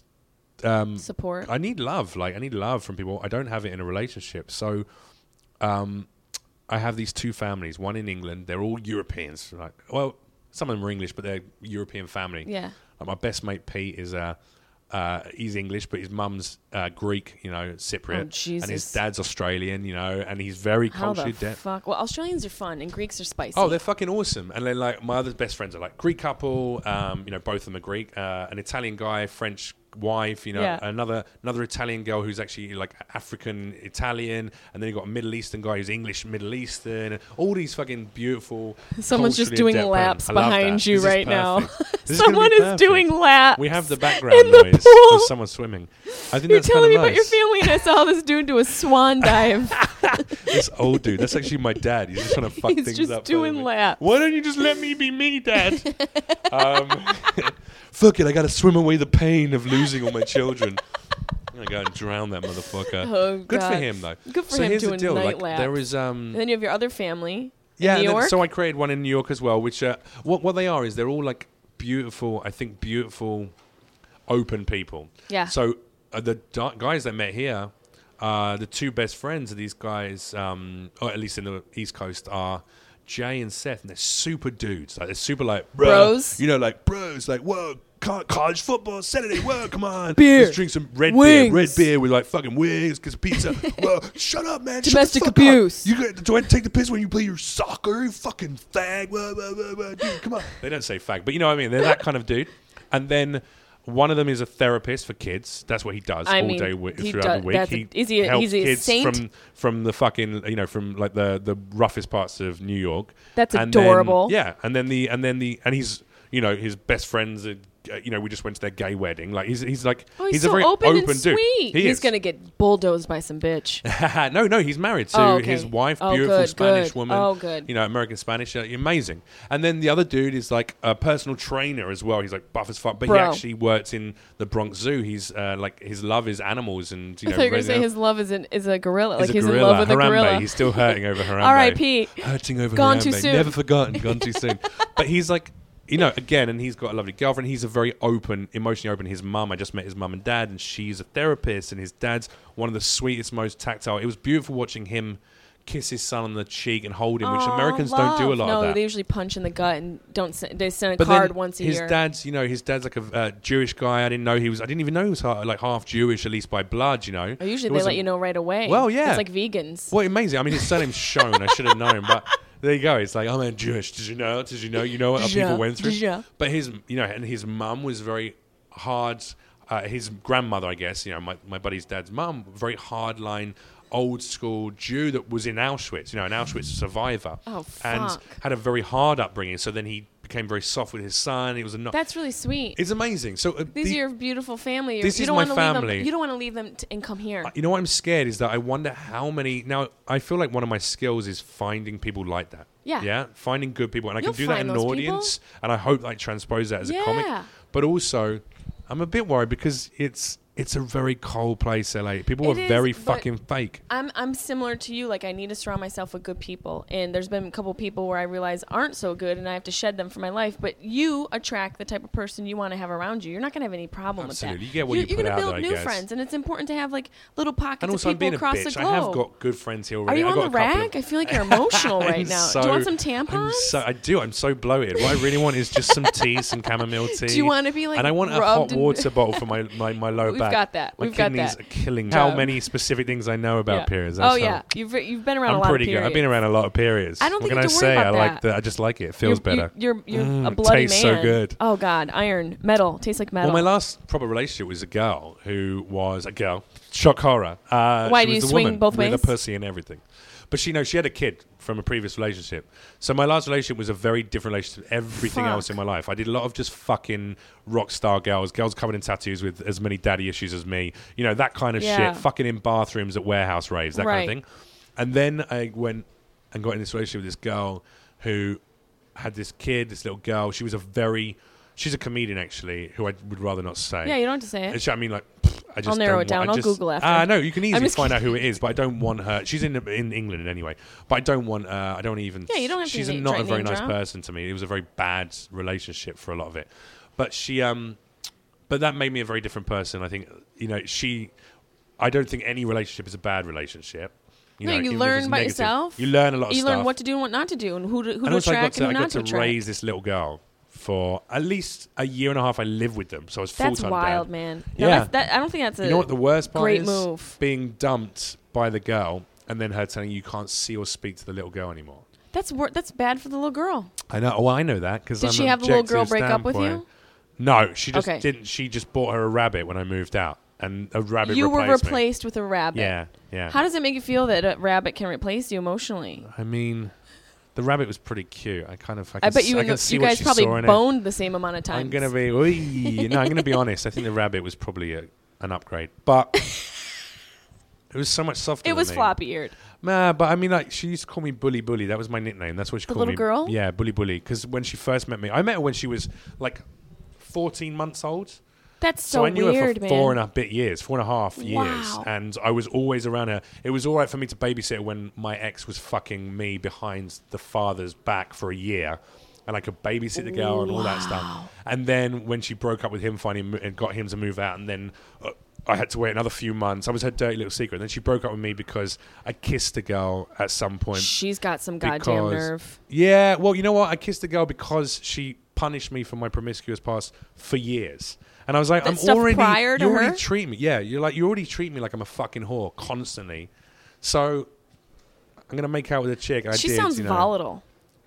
[SPEAKER 1] Support.
[SPEAKER 2] Mm. I need love. Like I need love from people. I don't have it in a relationship. So, um, I have these two families. One in England. They're all Europeans. Like, well, some of them are English, but they're European family.
[SPEAKER 1] Yeah.
[SPEAKER 2] Like my best mate Pete is uh, uh, he's English, but his mum's uh, Greek. You know, Cypriot, and his
[SPEAKER 1] Oh, Jesus.
[SPEAKER 2] dad's Australian. You know, and he's very
[SPEAKER 1] How the
[SPEAKER 2] culturally depth.
[SPEAKER 1] fuck? Well, Australians are fun and Greeks are spicy.
[SPEAKER 2] Oh, they're fucking awesome. And then like my other best friends are like Greek couple, um, you know, both of them are Greek, uh, an Italian guy, French wife, you know,
[SPEAKER 1] Yeah.
[SPEAKER 2] another another Italian girl who's actually like African Italian, and then you got a Middle Eastern guy who's English Middle Eastern, and all these fucking beautiful.
[SPEAKER 1] [laughs] Someone's just
[SPEAKER 2] culturally
[SPEAKER 1] doing
[SPEAKER 2] adept
[SPEAKER 1] laps
[SPEAKER 2] women. I love
[SPEAKER 1] behind
[SPEAKER 2] that.
[SPEAKER 1] you
[SPEAKER 2] This is
[SPEAKER 1] right now. [laughs]
[SPEAKER 2] perfect. This gonna be
[SPEAKER 1] Someone is
[SPEAKER 2] perfect.
[SPEAKER 1] doing laps.
[SPEAKER 2] We have the background
[SPEAKER 1] in the
[SPEAKER 2] noise.
[SPEAKER 1] pool.
[SPEAKER 2] There's someone swimming. I think
[SPEAKER 1] You're
[SPEAKER 2] that's kinda
[SPEAKER 1] telling me
[SPEAKER 2] nice.
[SPEAKER 1] about your family, and I saw this dude do a
[SPEAKER 2] [laughs]
[SPEAKER 1] swan dive.
[SPEAKER 2] This old dude. That's actually my dad. He's just trying to fuck
[SPEAKER 1] He's
[SPEAKER 2] things
[SPEAKER 1] just
[SPEAKER 2] up.
[SPEAKER 1] doing
[SPEAKER 2] for me.
[SPEAKER 1] laps.
[SPEAKER 2] Why don't you just let me be me, dad? um, [laughs] fuck it. I got to swim away the pain of losing all my children. I'm gonna go and drown that motherfucker.
[SPEAKER 1] Oh,
[SPEAKER 2] Good for
[SPEAKER 1] God.
[SPEAKER 2] him though.
[SPEAKER 1] Good for
[SPEAKER 2] so
[SPEAKER 1] him
[SPEAKER 2] here's the
[SPEAKER 1] doing
[SPEAKER 2] deal.
[SPEAKER 1] night
[SPEAKER 2] Like
[SPEAKER 1] laps.
[SPEAKER 2] there is um
[SPEAKER 1] and then you have your other family.
[SPEAKER 2] yeah.
[SPEAKER 1] in New
[SPEAKER 2] and then-
[SPEAKER 1] York.
[SPEAKER 2] so I created one in New York as well. Which uh, what what they are is they're all like beautiful. I think beautiful, open people.
[SPEAKER 1] Yeah.
[SPEAKER 2] So uh, the di- guys I met here, uh, the two best friends of these guys, um, or at least in the East Coast, are Jay and Seth, and they're super dudes. Like they're super like "Bruh,"
[SPEAKER 1] Bros.
[SPEAKER 2] You know, like bros. Like whoa. co- College football Saturday, whoa, come on!
[SPEAKER 1] Beer.
[SPEAKER 2] Let's drink some red beer, red
[SPEAKER 1] Wings.
[SPEAKER 2] beer with like fucking wings, cause pizza. [laughs] whoa, shut up, man! Shut the
[SPEAKER 1] Domestic
[SPEAKER 2] fuck up.
[SPEAKER 1] abuse.
[SPEAKER 2] You you gonna- do I take the piss when you play your soccer? You fucking fag. Blah, blah, blah, blah. Dude, come on. They don't say fag, but you know what I mean. They're that kind of dude. And then one of them is a therapist for kids. That's what he does
[SPEAKER 1] I
[SPEAKER 2] all
[SPEAKER 1] mean,
[SPEAKER 2] day wi-
[SPEAKER 1] he
[SPEAKER 2] throughout
[SPEAKER 1] does-
[SPEAKER 2] the week.
[SPEAKER 1] that's a- is he a-
[SPEAKER 2] helps
[SPEAKER 1] he's a
[SPEAKER 2] kids
[SPEAKER 1] saint?
[SPEAKER 2] from from the fucking you know from like the the roughest parts of New York.
[SPEAKER 1] That's
[SPEAKER 2] And
[SPEAKER 1] adorable.
[SPEAKER 2] Then, yeah, and then the and then the and he's you know his best friends. Are, uh, you know, we just went to their gay wedding. Like he's he's like
[SPEAKER 1] Oh, he's,
[SPEAKER 2] a
[SPEAKER 1] so
[SPEAKER 2] very
[SPEAKER 1] open, and
[SPEAKER 2] dude.
[SPEAKER 1] sweet.
[SPEAKER 2] He
[SPEAKER 1] he's
[SPEAKER 2] is.
[SPEAKER 1] gonna get bulldozed by some bitch.
[SPEAKER 2] Haha, [laughs] no, no, he's married to
[SPEAKER 1] Oh, okay.
[SPEAKER 2] his wife,
[SPEAKER 1] Oh,
[SPEAKER 2] beautiful
[SPEAKER 1] good,
[SPEAKER 2] Spanish
[SPEAKER 1] good.
[SPEAKER 2] woman.
[SPEAKER 1] Oh, good.
[SPEAKER 2] You know, American Spanish, uh, amazing. And then the other dude is like a personal trainer as well. He's like buff as fuck, but
[SPEAKER 1] Bro.
[SPEAKER 2] he actually works in the Bronx Zoo. He's uh, like his love is animals, and
[SPEAKER 1] [laughs]
[SPEAKER 2] you
[SPEAKER 1] I
[SPEAKER 2] know,
[SPEAKER 1] thought you were gonna
[SPEAKER 2] raising
[SPEAKER 1] say
[SPEAKER 2] a-
[SPEAKER 1] his love is an, is a gorilla.
[SPEAKER 2] is
[SPEAKER 1] like
[SPEAKER 2] a
[SPEAKER 1] he's
[SPEAKER 2] gorilla.
[SPEAKER 1] in love with
[SPEAKER 2] Harambe.
[SPEAKER 1] a gorilla.
[SPEAKER 2] He's
[SPEAKER 1] [laughs]
[SPEAKER 2] still hurting over Harambe.
[SPEAKER 1] R.I.P.
[SPEAKER 2] Hurting over
[SPEAKER 1] Gone
[SPEAKER 2] Harambe.
[SPEAKER 1] too soon. [laughs]
[SPEAKER 2] Never forgotten. Gone too soon. But he's like you know, again, and he's got a lovely girlfriend. He's a very open, emotionally open. His mum, I just met his mum and dad, and she's a therapist, and his dad's one of the sweetest, most tactile. It was beautiful watching him kiss his son on the cheek and hold him, which
[SPEAKER 1] Aw,
[SPEAKER 2] Americans don't do a lot
[SPEAKER 1] no,
[SPEAKER 2] of that.
[SPEAKER 1] they usually punch in the gut and don't. Send, they send a
[SPEAKER 2] But
[SPEAKER 1] card
[SPEAKER 2] then
[SPEAKER 1] once a
[SPEAKER 2] his
[SPEAKER 1] year.
[SPEAKER 2] dad's, you know, his dad's like a uh, Jewish guy. I didn't know he was. I didn't even know he was ha- like half Jewish, at least by blood. You know,
[SPEAKER 1] Or usually
[SPEAKER 2] It
[SPEAKER 1] they let
[SPEAKER 2] wasn't-
[SPEAKER 1] you know right away.
[SPEAKER 2] Well, yeah.
[SPEAKER 1] it's like vegans.
[SPEAKER 2] Well, amazing. I mean, his surname's Shown. I should have known, but there you go. It's like, oh man, Jewish. Did you know? Did you know? You know what our
[SPEAKER 1] Yeah,
[SPEAKER 2] people went through.
[SPEAKER 1] yeah.
[SPEAKER 2] But his, you know, and his mum was very hard. Uh, his grandmother, I guess, you know, my, my buddy's dad's mum, very hardline, old school Jew that was in Auschwitz. You know, an Auschwitz survivor.
[SPEAKER 1] Oh,
[SPEAKER 2] And
[SPEAKER 1] fuck.
[SPEAKER 2] had a very hard upbringing. So then he became very soft with his son. It was a no-
[SPEAKER 1] That's really sweet.
[SPEAKER 2] It's amazing. So uh,
[SPEAKER 1] These
[SPEAKER 2] the-
[SPEAKER 1] are your beautiful family.
[SPEAKER 2] This
[SPEAKER 1] you
[SPEAKER 2] is
[SPEAKER 1] don't
[SPEAKER 2] my
[SPEAKER 1] wanna leave them-
[SPEAKER 2] family.
[SPEAKER 1] you don't want to leave them to, and come here.
[SPEAKER 2] you know what I'm scared is that I wonder how many. Now I feel like one of my skills is finding people like that.
[SPEAKER 1] Yeah.
[SPEAKER 2] Yeah. Finding good people, and I
[SPEAKER 1] You'll
[SPEAKER 2] can do that
[SPEAKER 1] find
[SPEAKER 2] in an
[SPEAKER 1] those
[SPEAKER 2] audience, and I hope I transpose that as a
[SPEAKER 1] Yeah.
[SPEAKER 2] comic. But also, I'm a bit worried because it's it's a very cold place, LA. People
[SPEAKER 1] It
[SPEAKER 2] are
[SPEAKER 1] is,
[SPEAKER 2] very
[SPEAKER 1] but-
[SPEAKER 2] fucking fake.
[SPEAKER 1] I'm I'm similar to you. Like I need to surround myself with good people, and there's been a couple people where I realize aren't so good, and I have to shed them from my life. But you attract the type of person you want to have around you. You're not gonna have any problem
[SPEAKER 2] Absolutely. You
[SPEAKER 1] with that.
[SPEAKER 2] get what you
[SPEAKER 1] are
[SPEAKER 2] put
[SPEAKER 1] gonna
[SPEAKER 2] out
[SPEAKER 1] build
[SPEAKER 2] there, I
[SPEAKER 1] new
[SPEAKER 2] guess.
[SPEAKER 1] friends, and it's important to have like little pockets
[SPEAKER 2] And also,
[SPEAKER 1] of
[SPEAKER 2] I'm
[SPEAKER 1] people
[SPEAKER 2] being a
[SPEAKER 1] across
[SPEAKER 2] bitch.
[SPEAKER 1] the
[SPEAKER 2] I
[SPEAKER 1] globe.
[SPEAKER 2] have got good friends here
[SPEAKER 1] Are
[SPEAKER 2] already.
[SPEAKER 1] you
[SPEAKER 2] I
[SPEAKER 1] on
[SPEAKER 2] got
[SPEAKER 1] the
[SPEAKER 2] a couple of-
[SPEAKER 1] rag? I feel like you're emotional right
[SPEAKER 2] [laughs] I'm
[SPEAKER 1] now.
[SPEAKER 2] so-
[SPEAKER 1] Do you want some
[SPEAKER 2] I'm
[SPEAKER 1] tampons?
[SPEAKER 2] so, I do. I'm so bloated. What I really want is just some tea, some chamomile
[SPEAKER 1] [laughs]
[SPEAKER 2] tea.
[SPEAKER 1] Do you wanna be, like,
[SPEAKER 2] And I want a
[SPEAKER 1] rubbed
[SPEAKER 2] hot
[SPEAKER 1] and-
[SPEAKER 2] water bottle for my my, my low
[SPEAKER 1] We've
[SPEAKER 2] back.
[SPEAKER 1] got that.
[SPEAKER 2] My
[SPEAKER 1] We've got
[SPEAKER 2] kidneys
[SPEAKER 1] that.
[SPEAKER 2] are killing. me.
[SPEAKER 1] Done.
[SPEAKER 2] How many specific things I know about
[SPEAKER 1] Yeah.
[SPEAKER 2] periods?
[SPEAKER 1] Oh
[SPEAKER 2] That's
[SPEAKER 1] yeah,
[SPEAKER 2] how-
[SPEAKER 1] you've re- you've been around
[SPEAKER 2] I'm
[SPEAKER 1] a lot.
[SPEAKER 2] pretty
[SPEAKER 1] of
[SPEAKER 2] good. I've
[SPEAKER 1] periods.
[SPEAKER 2] been around a lot of periods.
[SPEAKER 1] I don't
[SPEAKER 2] what
[SPEAKER 1] think
[SPEAKER 2] can
[SPEAKER 1] you
[SPEAKER 2] I
[SPEAKER 1] have to worry
[SPEAKER 2] say? I
[SPEAKER 1] about
[SPEAKER 2] like
[SPEAKER 1] that.
[SPEAKER 2] that. I just like it. It feels
[SPEAKER 1] You're-
[SPEAKER 2] better.
[SPEAKER 1] You're you're, you're a
[SPEAKER 2] Mm,
[SPEAKER 1] bloody
[SPEAKER 2] tastes so
[SPEAKER 1] man.
[SPEAKER 2] good.
[SPEAKER 1] Oh god, iron, metal, tastes like metal.
[SPEAKER 2] Well, my last proper relationship was a girl who was a girl. Shock horror. Uh,
[SPEAKER 1] Why
[SPEAKER 2] she
[SPEAKER 1] do
[SPEAKER 2] was
[SPEAKER 1] you
[SPEAKER 2] the
[SPEAKER 1] swing
[SPEAKER 2] woman
[SPEAKER 1] both
[SPEAKER 2] with
[SPEAKER 1] ways?
[SPEAKER 2] a pussy and everything. But she, no, she had a kid from a previous relationship. So my last relationship was a very different relationship to everything
[SPEAKER 1] Fuck.
[SPEAKER 2] else in my life. I did a lot of just fucking rock star girls, girls covered in tattoos with as many daddy issues as me. You know that kind of
[SPEAKER 1] Yeah.
[SPEAKER 2] shit. Fucking in bathrooms at warehouse raves, that
[SPEAKER 1] Right.
[SPEAKER 2] kind of thing. And then I went and got in this relationship with this girl who had this kid, this little girl. She was a very, she's a comedian actually, who I would rather not say.
[SPEAKER 1] yeah, you don't have to say it.
[SPEAKER 2] It's- I mean, like, pff, I just
[SPEAKER 1] narrow
[SPEAKER 2] don't
[SPEAKER 1] it down.
[SPEAKER 2] want- I
[SPEAKER 1] I'll
[SPEAKER 2] just-
[SPEAKER 1] Google after.
[SPEAKER 2] Ah, no, you can easily
[SPEAKER 1] just
[SPEAKER 2] find out who it is, but I don't want her. She's in in England in any way, but I don't want. Uh, I don't even.
[SPEAKER 1] Yeah, you don't have to
[SPEAKER 2] She's
[SPEAKER 1] name-
[SPEAKER 2] not
[SPEAKER 1] try
[SPEAKER 2] a very
[SPEAKER 1] name
[SPEAKER 2] nice
[SPEAKER 1] drop.
[SPEAKER 2] person to me. It was a very bad relationship for a lot of it, but she. um But that made me a very different person. I think you know she. I don't think any relationship is a bad relationship. You,
[SPEAKER 1] No,
[SPEAKER 2] know,
[SPEAKER 1] you
[SPEAKER 2] even if
[SPEAKER 1] learn
[SPEAKER 2] it's
[SPEAKER 1] by
[SPEAKER 2] negative.
[SPEAKER 1] yourself.
[SPEAKER 2] You learn a lot. Of
[SPEAKER 1] you
[SPEAKER 2] stuff
[SPEAKER 1] learn what to do and what not to do, and who to, who
[SPEAKER 2] and
[SPEAKER 1] to
[SPEAKER 2] also I got
[SPEAKER 1] attract
[SPEAKER 2] to, I
[SPEAKER 1] and who
[SPEAKER 2] got
[SPEAKER 1] not to
[SPEAKER 2] to
[SPEAKER 1] attract.
[SPEAKER 2] raise this little girl for at least a year and a half. I lived with them, so I was full time.
[SPEAKER 1] that's wild, man. No,
[SPEAKER 2] Yeah.
[SPEAKER 1] that's, that, I don't think that's a
[SPEAKER 2] You know what the worst part
[SPEAKER 1] great
[SPEAKER 2] is?
[SPEAKER 1] move.
[SPEAKER 2] Being dumped by the girl and then her telling you you can't see or speak to the little girl anymore.
[SPEAKER 1] That's wor- that's bad for the little girl.
[SPEAKER 2] I know. Well, I know that because
[SPEAKER 1] Did she have the little girl break up with you?
[SPEAKER 2] No, she just
[SPEAKER 1] Okay.
[SPEAKER 2] didn't. She just bought her a rabbit when I moved out, and a rabbit.
[SPEAKER 1] You were
[SPEAKER 2] replaced me.
[SPEAKER 1] replaced with a rabbit.
[SPEAKER 2] Yeah, yeah.
[SPEAKER 1] How does it make you feel that a rabbit can replace you emotionally?
[SPEAKER 2] I mean, the rabbit was pretty cute. I kind of. I, can
[SPEAKER 1] I bet
[SPEAKER 2] s-
[SPEAKER 1] you
[SPEAKER 2] I
[SPEAKER 1] and
[SPEAKER 2] can
[SPEAKER 1] the,
[SPEAKER 2] see
[SPEAKER 1] you
[SPEAKER 2] what
[SPEAKER 1] guys
[SPEAKER 2] she
[SPEAKER 1] probably
[SPEAKER 2] saw in it.
[SPEAKER 1] boned the same amount of times.
[SPEAKER 2] I'm gonna
[SPEAKER 1] [laughs]
[SPEAKER 2] be Oy. no. I'm gonna be honest. I think the rabbit was probably a,
[SPEAKER 1] [laughs]
[SPEAKER 2] an upgrade, but it was so much softer.
[SPEAKER 1] It
[SPEAKER 2] than
[SPEAKER 1] was
[SPEAKER 2] me.
[SPEAKER 1] floppy eared.
[SPEAKER 2] Nah, but I mean, like she used to call me Bully Bully. That was my nickname. That's what she
[SPEAKER 1] The
[SPEAKER 2] called
[SPEAKER 1] little
[SPEAKER 2] me.
[SPEAKER 1] girl?
[SPEAKER 2] Yeah, Bully Bully. Because when she first met me, I met her when she was like 14 months old.
[SPEAKER 1] That's so,
[SPEAKER 2] So, I knew her
[SPEAKER 1] weird,
[SPEAKER 2] for
[SPEAKER 1] man.
[SPEAKER 2] four and a bit years, four and a half years,
[SPEAKER 1] Wow.
[SPEAKER 2] and I was always around her. It was all right for me to babysit her when my ex was fucking me behind the father's back for a year, and I could babysit the girl and all that stuff. And then when she broke up with him, finally, and got him to move out, and then. Uh, I had to wait another few months. I was her dirty little secret. And then she broke up with me because I kissed a girl at some point.
[SPEAKER 1] She's got some goddamn
[SPEAKER 2] Because-
[SPEAKER 1] nerve.
[SPEAKER 2] Yeah, well, you know what? I kissed a girl because she punished me for my promiscuous past for years. And I was like,
[SPEAKER 1] That
[SPEAKER 2] I'm
[SPEAKER 1] stuff
[SPEAKER 2] already
[SPEAKER 1] prior to
[SPEAKER 2] you already
[SPEAKER 1] her?
[SPEAKER 2] treat me. Yeah, you're like you already treat me like I'm a fucking whore constantly. So I'm gonna make out with a chick. I
[SPEAKER 1] she
[SPEAKER 2] did,
[SPEAKER 1] sounds
[SPEAKER 2] you know.
[SPEAKER 1] volatile.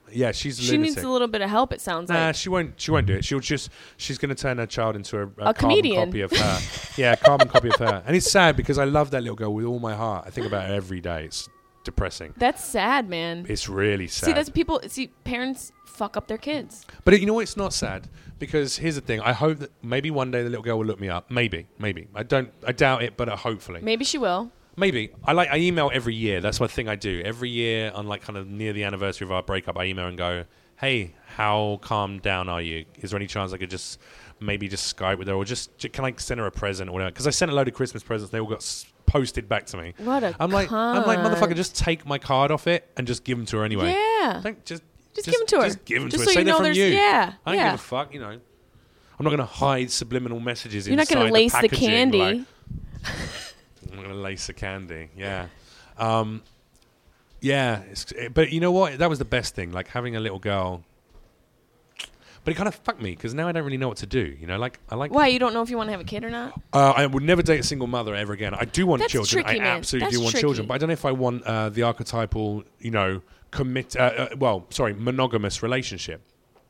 [SPEAKER 2] Yeah, she's a
[SPEAKER 1] She
[SPEAKER 2] lunatic.
[SPEAKER 1] needs a little bit of help. It sounds
[SPEAKER 2] Nah,
[SPEAKER 1] like.
[SPEAKER 2] she won't. She won't do it. She'll just. She's going to turn her child into a, a, carbon
[SPEAKER 1] comedian.
[SPEAKER 2] copy of her. yeah, a carbon copy of her. And it's sad because I love that little girl with all my heart. I think about her every day. It's depressing.
[SPEAKER 1] That's sad, man.
[SPEAKER 2] It's really sad.
[SPEAKER 1] See, that's people. See, parents fuck up their kids.
[SPEAKER 2] But you know what? It's not sad because here's the thing. I hope that maybe one day the little girl will look me up. Maybe, maybe. I don't. I doubt it, but uh, hopefully,
[SPEAKER 1] Maybe she will.
[SPEAKER 2] maybe. I like. I email every year. That's my thing. I do every year on like kind of near the anniversary of our breakup. I email and go, "Hey, how calm down are you? Is there any chance I could just maybe just Skype with her, or just j- can I send her a present or whatever? Because I sent a load of Christmas presents. They all got s- posted back to me.
[SPEAKER 1] What a
[SPEAKER 2] I'm like, I'm like,
[SPEAKER 1] cunt.
[SPEAKER 2] motherfucker, just take my card off it and just give them to her anyway.
[SPEAKER 1] Yeah.
[SPEAKER 2] Don't just.
[SPEAKER 1] Just, give them to her.
[SPEAKER 2] Just give them
[SPEAKER 1] Just
[SPEAKER 2] to
[SPEAKER 1] so
[SPEAKER 2] her. Say
[SPEAKER 1] you
[SPEAKER 2] they're
[SPEAKER 1] know
[SPEAKER 2] from
[SPEAKER 1] there's
[SPEAKER 2] you.
[SPEAKER 1] yeah.
[SPEAKER 2] I don't
[SPEAKER 1] yeah.
[SPEAKER 2] give a fuck. You know, I'm not going to hide subliminal messages.
[SPEAKER 1] You're not
[SPEAKER 2] going
[SPEAKER 1] gonna
[SPEAKER 2] to
[SPEAKER 1] lace the
[SPEAKER 2] packaging,
[SPEAKER 1] candy.
[SPEAKER 2] like, I'm going to lace the candy. Yeah. Um, yeah. It's, it- but you know what? That was the best thing. Like having a little girl. But it kind of fucked me because now I don't really know what to do. You know, like I like.
[SPEAKER 1] Why you don't know if you want to have a kid or not?
[SPEAKER 2] Uh, I would never date a single mother ever again. I do want
[SPEAKER 1] That's
[SPEAKER 2] children.
[SPEAKER 1] tricky,
[SPEAKER 2] I
[SPEAKER 1] man.
[SPEAKER 2] absolutely
[SPEAKER 1] That's
[SPEAKER 2] do want
[SPEAKER 1] tricky.
[SPEAKER 2] children, but I don't know if I want uh, the archetypal, you know, commit. Uh, uh, well, sorry, monogamous relationship.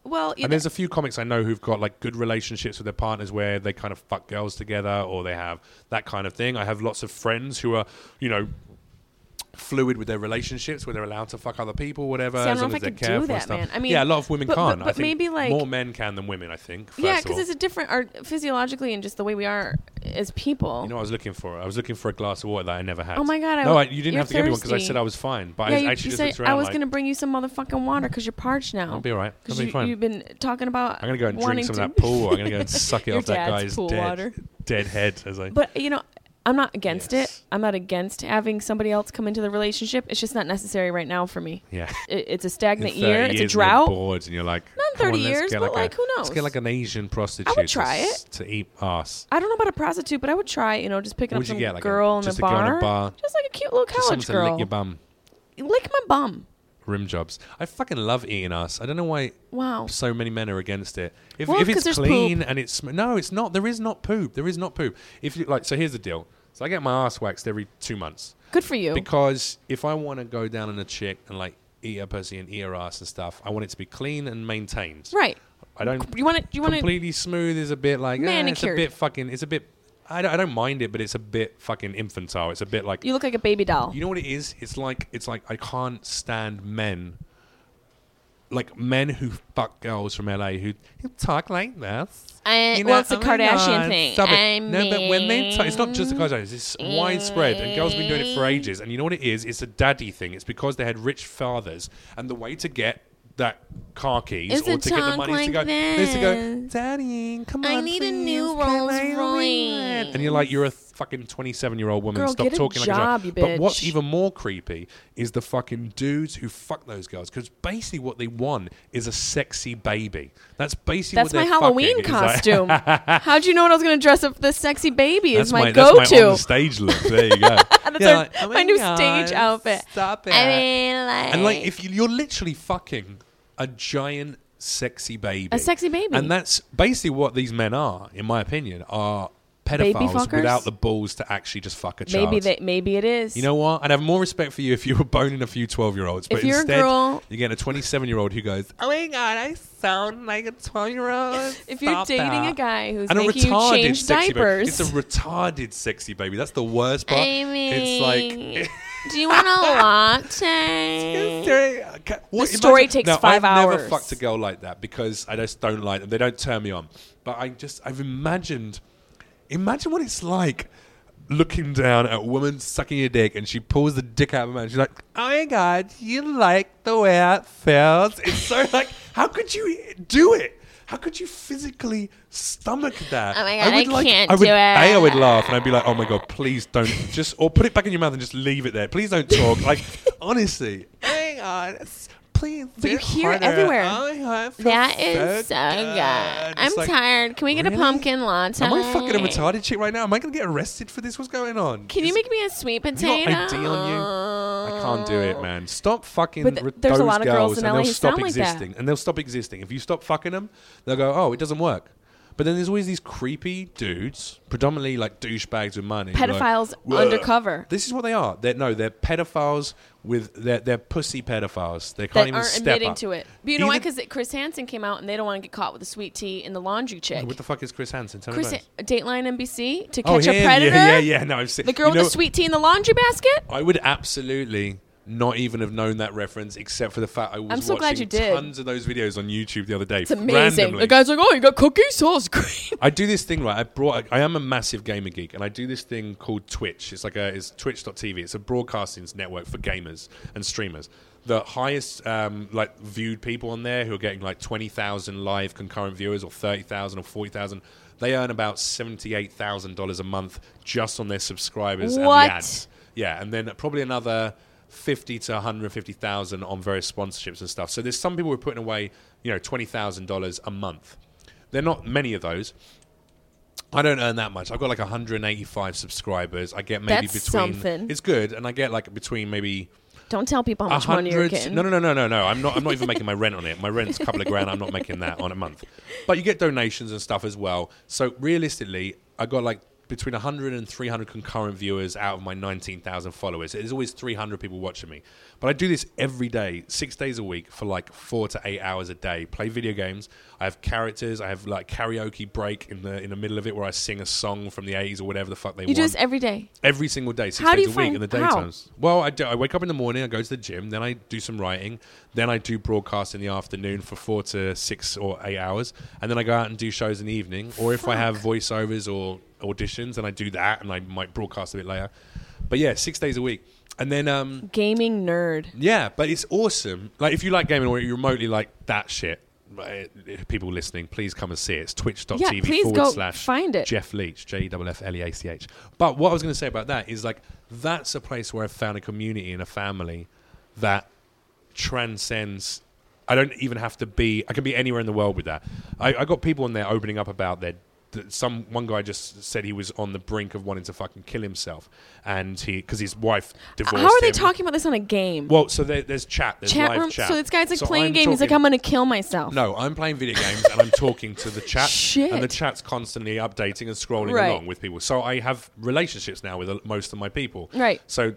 [SPEAKER 1] Well, you
[SPEAKER 2] And there's a few comics I know who've got like good relationships with their partners where they kind of fuck girls together or they have that kind of thing. I have lots of friends who are, you know, fluid with their relationships where they're allowed to fuck other people, whatever.
[SPEAKER 1] See, I don't
[SPEAKER 2] as
[SPEAKER 1] know
[SPEAKER 2] long
[SPEAKER 1] if I
[SPEAKER 2] as they're
[SPEAKER 1] could do
[SPEAKER 2] careful and
[SPEAKER 1] that,
[SPEAKER 2] stuff.
[SPEAKER 1] man. I mean,
[SPEAKER 2] yeah, a lot of women
[SPEAKER 1] but-
[SPEAKER 2] can't.
[SPEAKER 1] but-
[SPEAKER 2] I
[SPEAKER 1] but
[SPEAKER 2] think
[SPEAKER 1] maybe, like-
[SPEAKER 2] more men can than women. I think. First
[SPEAKER 1] yeah,
[SPEAKER 2] of all.
[SPEAKER 1] because it's a different, our, physiologically and just the way we are as people.
[SPEAKER 2] You know what I was looking for? I was looking for a glass of water that I never had.
[SPEAKER 1] Oh my God, I
[SPEAKER 2] No, I,
[SPEAKER 1] w-
[SPEAKER 2] you didn't
[SPEAKER 1] you're
[SPEAKER 2] have to give me one because I
[SPEAKER 1] thirsty.
[SPEAKER 2] said I was fine. But
[SPEAKER 1] yeah,
[SPEAKER 2] I
[SPEAKER 1] you,
[SPEAKER 2] actually
[SPEAKER 1] you
[SPEAKER 2] just
[SPEAKER 1] say
[SPEAKER 2] looked around
[SPEAKER 1] I was
[SPEAKER 2] like,
[SPEAKER 1] going to bring you some motherfucking water because you're parched now.
[SPEAKER 2] I'll be all right. I'll
[SPEAKER 1] 'Cause
[SPEAKER 2] be
[SPEAKER 1] you,
[SPEAKER 2] fine.
[SPEAKER 1] have been talking about.
[SPEAKER 2] I'm going to go and drink
[SPEAKER 1] wanting
[SPEAKER 2] some
[SPEAKER 1] to-
[SPEAKER 2] of that pool water.
[SPEAKER 1] [laughs]
[SPEAKER 2] I'm going to go and suck it
[SPEAKER 1] Your
[SPEAKER 2] off that
[SPEAKER 1] dad's
[SPEAKER 2] guy's
[SPEAKER 1] pool
[SPEAKER 2] dead,
[SPEAKER 1] water.
[SPEAKER 2] dead head. As I,
[SPEAKER 1] But you know, I'm not against
[SPEAKER 2] Yes.
[SPEAKER 1] it. I'm not against having somebody else come into the relationship. It's just not necessary right now for me.
[SPEAKER 2] yeah.
[SPEAKER 1] It, it's a stagnant
[SPEAKER 2] In 30
[SPEAKER 1] year. It's
[SPEAKER 2] uh,
[SPEAKER 1] a
[SPEAKER 2] years when
[SPEAKER 1] drought.
[SPEAKER 2] You're bored and you're like,
[SPEAKER 1] Not in
[SPEAKER 2] "Come on,
[SPEAKER 1] 30
[SPEAKER 2] let's
[SPEAKER 1] years,
[SPEAKER 2] get
[SPEAKER 1] but, like,
[SPEAKER 2] a-
[SPEAKER 1] who
[SPEAKER 2] Let's get
[SPEAKER 1] knows?
[SPEAKER 2] like an Asian prostitute. to
[SPEAKER 1] try
[SPEAKER 2] s- to eat ass.
[SPEAKER 1] I don't know about a prostitute, but I would try. You know, just picking up
[SPEAKER 2] What would you
[SPEAKER 1] some
[SPEAKER 2] get, like a-
[SPEAKER 1] girl in
[SPEAKER 2] just
[SPEAKER 1] the
[SPEAKER 2] a girl in a
[SPEAKER 1] bar,
[SPEAKER 2] bar?
[SPEAKER 1] just like a cute little
[SPEAKER 2] Just someone
[SPEAKER 1] college
[SPEAKER 2] to
[SPEAKER 1] girl.
[SPEAKER 2] lick your bum.
[SPEAKER 1] Lick my bum.
[SPEAKER 2] Rim jobs. I fucking love eating ass. I don't know why
[SPEAKER 1] Wow.
[SPEAKER 2] so many men are against it. If,
[SPEAKER 1] Well,
[SPEAKER 2] if
[SPEAKER 1] 'cause
[SPEAKER 2] it's
[SPEAKER 1] there's
[SPEAKER 2] clean and it's sm- no, it's not. There is not poop. There is not poop. If you like, so here's the deal. So I get my ass waxed every two months
[SPEAKER 1] Good for you.
[SPEAKER 2] because if I want to go down on a chick and like eat her pussy and eat her ass and stuff, I want it to be clean and maintained.
[SPEAKER 1] right.
[SPEAKER 2] I don't.
[SPEAKER 1] You want to? You want to?
[SPEAKER 2] completely smooth is a bit like eh, it's a
[SPEAKER 1] Manicured.
[SPEAKER 2] bit fucking. It's a bit. I don't, I don't mind it, but it's a bit fucking infantile. It's a bit like
[SPEAKER 1] You look like a baby doll.
[SPEAKER 2] you know what it is? It's like it's like I can't stand men. Like men who fuck girls from LA who who talk like this.
[SPEAKER 1] I-
[SPEAKER 2] You
[SPEAKER 1] Eh, well, it's a
[SPEAKER 2] oh my God,
[SPEAKER 1] Kardashian thing.
[SPEAKER 2] Stop it.
[SPEAKER 1] I
[SPEAKER 2] no, but when they talk, it's not just the
[SPEAKER 1] mean- eh.
[SPEAKER 2] Kardashians. It's widespread, and girls have been doing it for ages. And you know what it is? It's a daddy thing. It's because they had rich fathers, and the way to get that car keys
[SPEAKER 1] Is to
[SPEAKER 2] or to get the
[SPEAKER 1] talk
[SPEAKER 2] money is to go
[SPEAKER 1] like
[SPEAKER 2] is to go,
[SPEAKER 1] this.
[SPEAKER 2] Daddy, come
[SPEAKER 1] I
[SPEAKER 2] on,
[SPEAKER 1] need a
[SPEAKER 2] please,
[SPEAKER 1] new
[SPEAKER 2] can I
[SPEAKER 1] Rolls
[SPEAKER 2] leave
[SPEAKER 1] Royce."
[SPEAKER 2] it?" And you're like, you're a fucking 27 year old woman.
[SPEAKER 1] Girl,
[SPEAKER 2] Stop
[SPEAKER 1] get a
[SPEAKER 2] talking
[SPEAKER 1] job,
[SPEAKER 2] like
[SPEAKER 1] you
[SPEAKER 2] a But what's
[SPEAKER 1] bitch.
[SPEAKER 2] even even more creepy is the fucking dudes who fuck those girls because basically what they want is a sexy baby. That's basically
[SPEAKER 1] That's
[SPEAKER 2] what
[SPEAKER 1] my
[SPEAKER 2] they're
[SPEAKER 1] Halloween
[SPEAKER 2] fucking. It's like- [laughs]
[SPEAKER 1] costume. How'd you know what I was going to dress up this sexy baby? Is
[SPEAKER 2] that's
[SPEAKER 1] my,
[SPEAKER 2] my,
[SPEAKER 1] go-to.
[SPEAKER 2] That's my on the stage look. There
[SPEAKER 1] [laughs]
[SPEAKER 2] you go.
[SPEAKER 1] That's
[SPEAKER 2] Yeah,
[SPEAKER 1] our-
[SPEAKER 2] like, "Oh
[SPEAKER 1] my new
[SPEAKER 2] God,
[SPEAKER 1] stage outfit.
[SPEAKER 2] Stop it.
[SPEAKER 1] I mean, like,
[SPEAKER 2] and like if you, you're literally fucking a giant sexy baby,
[SPEAKER 1] A sexy baby.
[SPEAKER 2] and that's basically what these men are, in my opinion, are pedophiles
[SPEAKER 1] fuckers?
[SPEAKER 2] without the balls to actually just fuck a child.
[SPEAKER 1] maybe they, maybe it is.
[SPEAKER 2] You know what? I'd have more respect for you if you were boning a few 12 year olds. But
[SPEAKER 1] you're a
[SPEAKER 2] instead,
[SPEAKER 1] girl-
[SPEAKER 2] you get a 27 year old who goes, Oh my God, I sound like a 12 year old.
[SPEAKER 1] [laughs] if you're dating a guy who's
[SPEAKER 2] and a
[SPEAKER 1] making you
[SPEAKER 2] retarded
[SPEAKER 1] change
[SPEAKER 2] sexy
[SPEAKER 1] diapers,
[SPEAKER 2] Baby. It's a retarded sexy baby. That's the worst part. it's like. [laughs]
[SPEAKER 1] do you want a latte?
[SPEAKER 2] What,
[SPEAKER 1] story takes
[SPEAKER 2] now,
[SPEAKER 1] five
[SPEAKER 2] I've never
[SPEAKER 1] hours.
[SPEAKER 2] fucked a girl like that because I just don't like them. They don't turn me on. But I just, I've imagined, imagine what it's like looking down at a woman sucking your dick and she pulls the dick out of her mouth and she's like, oh my God, you like the way that feels. It's so like, how could you do it? How could you physically stomach that?
[SPEAKER 1] Oh my God, I can't
[SPEAKER 2] I would,
[SPEAKER 1] do it.
[SPEAKER 2] A, I would laugh and I'd be like, oh my God, please don't just, or put it back in your mouth and just leave it there. Please don't talk. [laughs] Like, honestly. Hang on. It's- Please. But
[SPEAKER 1] you hear it everywhere. That
[SPEAKER 2] That
[SPEAKER 1] is
[SPEAKER 2] is
[SPEAKER 1] so good. I'm tired. Can we get a
[SPEAKER 2] really?
[SPEAKER 1] pumpkin latte?
[SPEAKER 2] Am I fucking a retarded chick right now? Am I going to get arrested for this? What's going on?
[SPEAKER 1] Can you
[SPEAKER 2] Is-
[SPEAKER 1] make me a sweet
[SPEAKER 2] not
[SPEAKER 1] potato?
[SPEAKER 2] ID on you? I can't do it, man. Stop fucking
[SPEAKER 1] But th-
[SPEAKER 2] re-
[SPEAKER 1] there's a
[SPEAKER 2] those
[SPEAKER 1] lot of girls
[SPEAKER 2] girls,
[SPEAKER 1] in
[SPEAKER 2] and
[SPEAKER 1] LA
[SPEAKER 2] they'll
[SPEAKER 1] who
[SPEAKER 2] stop
[SPEAKER 1] sound like that.
[SPEAKER 2] existing. And they'll stop existing. If you stop fucking them, they'll go, oh, it doesn't work. But then there's always these creepy dudes, predominantly like douchebags with money. like,
[SPEAKER 1] Pedophiles
[SPEAKER 2] "Whoa."
[SPEAKER 1] undercover.
[SPEAKER 2] This is what they are. They're, no, they're pedophiles with they're, they're pussy pedophiles. They can't
[SPEAKER 1] That
[SPEAKER 2] even
[SPEAKER 1] aren't
[SPEAKER 2] step
[SPEAKER 1] admitting
[SPEAKER 2] up.
[SPEAKER 1] to it. But you know why?
[SPEAKER 2] Either-
[SPEAKER 1] Because Chris Hansen came out and they don't want to get caught with a sweet tea in the laundry chick.
[SPEAKER 2] What the fuck is Chris Hansen? Tell
[SPEAKER 1] Chris,
[SPEAKER 2] me about this.
[SPEAKER 1] Dateline NBC to
[SPEAKER 2] Oh,
[SPEAKER 1] catch a
[SPEAKER 2] him.
[SPEAKER 1] predator.
[SPEAKER 2] Yeah, yeah, yeah. No, I've seen
[SPEAKER 1] The girl
[SPEAKER 2] you
[SPEAKER 1] with
[SPEAKER 2] know-
[SPEAKER 1] the sweet tea in the laundry basket.
[SPEAKER 2] I would absolutely not even have known that reference, except for the fact I was
[SPEAKER 1] I'm so
[SPEAKER 2] watching
[SPEAKER 1] glad you did.
[SPEAKER 2] tons of those videos on YouTube the other day.
[SPEAKER 1] It's amazing.
[SPEAKER 2] randomly.
[SPEAKER 1] The guy's like, "Oh, you got cookies? Sauce green."
[SPEAKER 2] I do this thing right. I brought. I am a massive gamer geek, and I do this thing called Twitch. It's like a it's Twitch.tv. It's a broadcasting network for gamers and streamers. The highest um, like viewed people on there who are getting like twenty thousand live concurrent viewers, or thirty thousand, or forty thousand. They earn about seventy eight thousand dollars a month just on their subscribers and the
[SPEAKER 1] What?
[SPEAKER 2] ads. Yeah, and then probably another fifty to one hundred fifty thousand on various sponsorships and stuff. So there's some people who are putting away, you know, twenty thousand dollars a month. They're not many of those. I don't earn that much. I've got like 185 subscribers. I get maybe
[SPEAKER 1] That's
[SPEAKER 2] between
[SPEAKER 1] something.
[SPEAKER 2] it's good, and I get like between maybe
[SPEAKER 1] [laughs] Don't tell people how
[SPEAKER 2] a
[SPEAKER 1] much money you're
[SPEAKER 2] hundred.
[SPEAKER 1] getting.
[SPEAKER 2] No, no, no, no, no, no. I'm not. I'm not even making my rent on it. My rent's a couple of grand. I'm not making that on a month. But you get donations and stuff as well. So realistically, I got like between 100 and 300 concurrent viewers out of my 19,000 followers. There's always 300 people watching me. But I do this every day, six days a week for like four to eight hours a day. Play video games. I have characters. I have like karaoke break in the in the middle of it where I sing a song from the 80s or whatever the fuck they
[SPEAKER 1] You
[SPEAKER 2] want
[SPEAKER 1] do this every day.
[SPEAKER 2] every single day, six
[SPEAKER 1] How do
[SPEAKER 2] days
[SPEAKER 1] you
[SPEAKER 2] a
[SPEAKER 1] find-
[SPEAKER 2] week in the
[SPEAKER 1] how?
[SPEAKER 2] daytimes. Well, I, do, I wake up in the morning, I go to the gym, then I do some writing, then I do broadcast in the afternoon for four to six or eight hours, and then I go out and do shows in the evening. Or if I have voiceovers or auditions, then I do that, and I might broadcast a bit later. But yeah, six days a week, and then um,
[SPEAKER 1] Gaming nerd.
[SPEAKER 2] yeah, but it's awesome. Like if you like gaming or you remotely like that shit, right, people listening, please come and see it. It's twitch.tv
[SPEAKER 1] Yeah, please
[SPEAKER 2] forward
[SPEAKER 1] go
[SPEAKER 2] slash
[SPEAKER 1] find it.
[SPEAKER 2] Jeff Leach, J E F F L E A C H. But what I was going to say about that is like that's a place where I've found a community and a family that transcends. I don't even have to be. I can be anywhere in the world with that. I, I got people in there opening up about their. th- Some one guy just said he was on the brink of wanting to fucking kill himself, and he because his wife divorced.
[SPEAKER 1] How are they
[SPEAKER 2] him.
[SPEAKER 1] talking about this on a game?
[SPEAKER 2] Well, so there, there's chat, there's
[SPEAKER 1] chat
[SPEAKER 2] live
[SPEAKER 1] room.
[SPEAKER 2] chat.
[SPEAKER 1] So this guy's like playing a
[SPEAKER 2] I'm
[SPEAKER 1] game. He's like,
[SPEAKER 2] talking-
[SPEAKER 1] I'm gonna kill myself.
[SPEAKER 2] No, I'm playing video games and I'm talking to the chat,
[SPEAKER 1] Shit.
[SPEAKER 2] and the chat's constantly updating and scrolling
[SPEAKER 1] Right.
[SPEAKER 2] along with people. So I have relationships now with uh, most of my people.
[SPEAKER 1] Right.
[SPEAKER 2] So.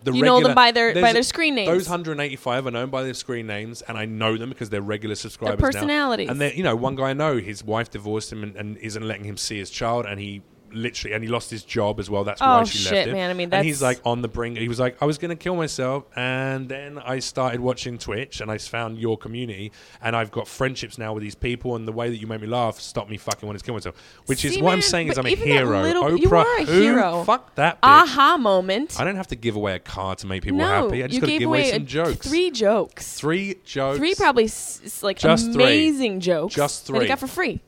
[SPEAKER 2] The
[SPEAKER 1] You know
[SPEAKER 2] regular-
[SPEAKER 1] them by their- by
[SPEAKER 2] there's-
[SPEAKER 1] their screen names.
[SPEAKER 2] Those 185 are known by their screen names, and I know them because they're regular subscribers. now.
[SPEAKER 1] personalities.
[SPEAKER 2] And they you know, one guy I know, his wife divorced him and, and isn't letting him see his child, and he literally and he lost his job as well. That's why
[SPEAKER 1] Oh,
[SPEAKER 2] she
[SPEAKER 1] shit,
[SPEAKER 2] left him.
[SPEAKER 1] man. I mean,
[SPEAKER 2] and he's
[SPEAKER 1] that's-
[SPEAKER 2] like on the brink. He was like, I was going to kill myself, and then I started watching Twitch, and I found your community, and I've got friendships now with these people, and the way that you make me laugh stopped me fucking wanting to kill myself. Which is
[SPEAKER 1] See,
[SPEAKER 2] what I'm
[SPEAKER 1] man,
[SPEAKER 2] saying is
[SPEAKER 1] but
[SPEAKER 2] I'm a
[SPEAKER 1] even that
[SPEAKER 2] hero.
[SPEAKER 1] little-
[SPEAKER 2] Oprah,
[SPEAKER 1] you are a
[SPEAKER 2] who?
[SPEAKER 1] hero.
[SPEAKER 2] Fuck that. Bitch.
[SPEAKER 1] Aha moment.
[SPEAKER 2] I don't have to give away a car to make people
[SPEAKER 1] no,
[SPEAKER 2] happy. I just
[SPEAKER 1] you
[SPEAKER 2] got to
[SPEAKER 1] gave
[SPEAKER 2] give away,
[SPEAKER 1] away a-
[SPEAKER 2] some jokes.
[SPEAKER 1] Three jokes.
[SPEAKER 2] Three jokes.
[SPEAKER 1] Three probably s- s- like
[SPEAKER 2] Just three.
[SPEAKER 1] amazing jokes.
[SPEAKER 2] Just
[SPEAKER 1] That
[SPEAKER 2] three.
[SPEAKER 1] he got for free.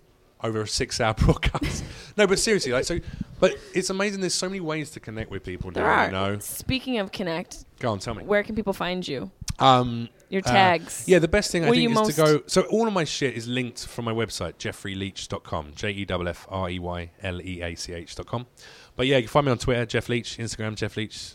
[SPEAKER 2] over a six hour [laughs] broadcast. no, but seriously, like so but it's amazing there's so many ways to connect with people
[SPEAKER 1] There
[SPEAKER 2] now,
[SPEAKER 1] are.
[SPEAKER 2] you know.
[SPEAKER 1] Speaking of Connect,
[SPEAKER 2] Go on, tell me.
[SPEAKER 1] where can people find you?
[SPEAKER 2] Um
[SPEAKER 1] Your
[SPEAKER 2] uh,
[SPEAKER 1] tags.
[SPEAKER 2] yeah, the best thing I
[SPEAKER 1] Where
[SPEAKER 2] think
[SPEAKER 1] you
[SPEAKER 2] is
[SPEAKER 1] most-
[SPEAKER 2] to go. So all of my shit is linked from my website, jeffreyleach.com, J E F F R E Y L E A C H dot com. But yeah, you can find me on Twitter, Jeff Leach, Instagram, Jeff Leach,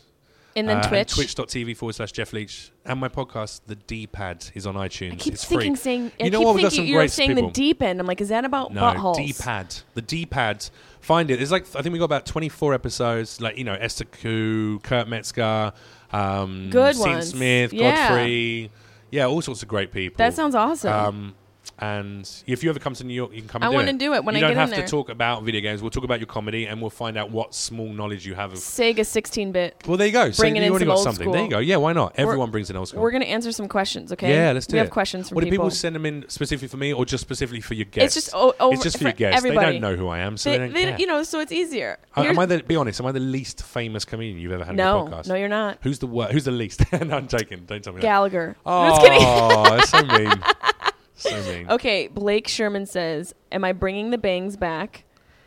[SPEAKER 1] And then
[SPEAKER 2] uh,
[SPEAKER 1] Twitch.
[SPEAKER 2] Twitch.tv forward slash Jeff Leach. And my podcast, The D Pad, is on iTunes.
[SPEAKER 1] I keep
[SPEAKER 2] it's
[SPEAKER 1] thinking
[SPEAKER 2] free.
[SPEAKER 1] saying I
[SPEAKER 2] you know
[SPEAKER 1] keep
[SPEAKER 2] what? We've got
[SPEAKER 1] thinking
[SPEAKER 2] some
[SPEAKER 1] you're
[SPEAKER 2] great
[SPEAKER 1] saying
[SPEAKER 2] people.
[SPEAKER 1] the deep end. I'm like, is that about
[SPEAKER 2] No,
[SPEAKER 1] buttholes?
[SPEAKER 2] D pad. The D pad. Find it. There's like I think we got about 24 episodes. Like you know, Esther Koo, Kurt Metzger, um,
[SPEAKER 1] Good
[SPEAKER 2] Sean
[SPEAKER 1] ones.
[SPEAKER 2] Smith,
[SPEAKER 1] Yeah.
[SPEAKER 2] Godfrey. Yeah, all sorts of great people.
[SPEAKER 1] That sounds awesome.
[SPEAKER 2] Um, and if you ever come to New York, you can come.
[SPEAKER 1] I
[SPEAKER 2] and do
[SPEAKER 1] wanna
[SPEAKER 2] it.
[SPEAKER 1] do it when
[SPEAKER 2] you
[SPEAKER 1] I
[SPEAKER 2] don't
[SPEAKER 1] get in
[SPEAKER 2] have
[SPEAKER 1] there.
[SPEAKER 2] to talk about video games. We'll talk about your comedy, and we'll find out what small knowledge you have of.
[SPEAKER 1] Sega 16-bit.
[SPEAKER 2] Well, there you go. So
[SPEAKER 1] Bringing in
[SPEAKER 2] you already
[SPEAKER 1] some
[SPEAKER 2] got
[SPEAKER 1] old
[SPEAKER 2] something.
[SPEAKER 1] school.
[SPEAKER 2] There you go. Yeah, why not? Everyone brings in old school.
[SPEAKER 1] We're gonna answer some questions, okay?
[SPEAKER 2] Yeah, let's do
[SPEAKER 1] We
[SPEAKER 2] it.
[SPEAKER 1] have questions from
[SPEAKER 2] Well, do
[SPEAKER 1] people.
[SPEAKER 2] people send them in specifically for me, or just specifically for your guests?
[SPEAKER 1] just o- over-
[SPEAKER 2] it's just for,
[SPEAKER 1] for
[SPEAKER 2] your guests. They
[SPEAKER 1] everybody.
[SPEAKER 2] don't know who I am, so
[SPEAKER 1] They-
[SPEAKER 2] they, don't
[SPEAKER 1] they-
[SPEAKER 2] care.
[SPEAKER 1] you know, so it's easier.
[SPEAKER 2] I-
[SPEAKER 1] Here's-
[SPEAKER 2] am I the, be honest, am I the least famous comedian you've ever had on your
[SPEAKER 1] no,
[SPEAKER 2] podcast?
[SPEAKER 1] no, you're
[SPEAKER 2] [laughs]
[SPEAKER 1] not.
[SPEAKER 2] Who's the worst? Who's the least? [laughs] no, I'm joking. Don't tell me that.
[SPEAKER 1] Gallagher. No, just kidding.
[SPEAKER 2] Oh, [laughs] that's so mean.
[SPEAKER 1] [laughs]
[SPEAKER 2] So mean.
[SPEAKER 1] Okay, Blake Sherman says, "Am I bringing the bangs back?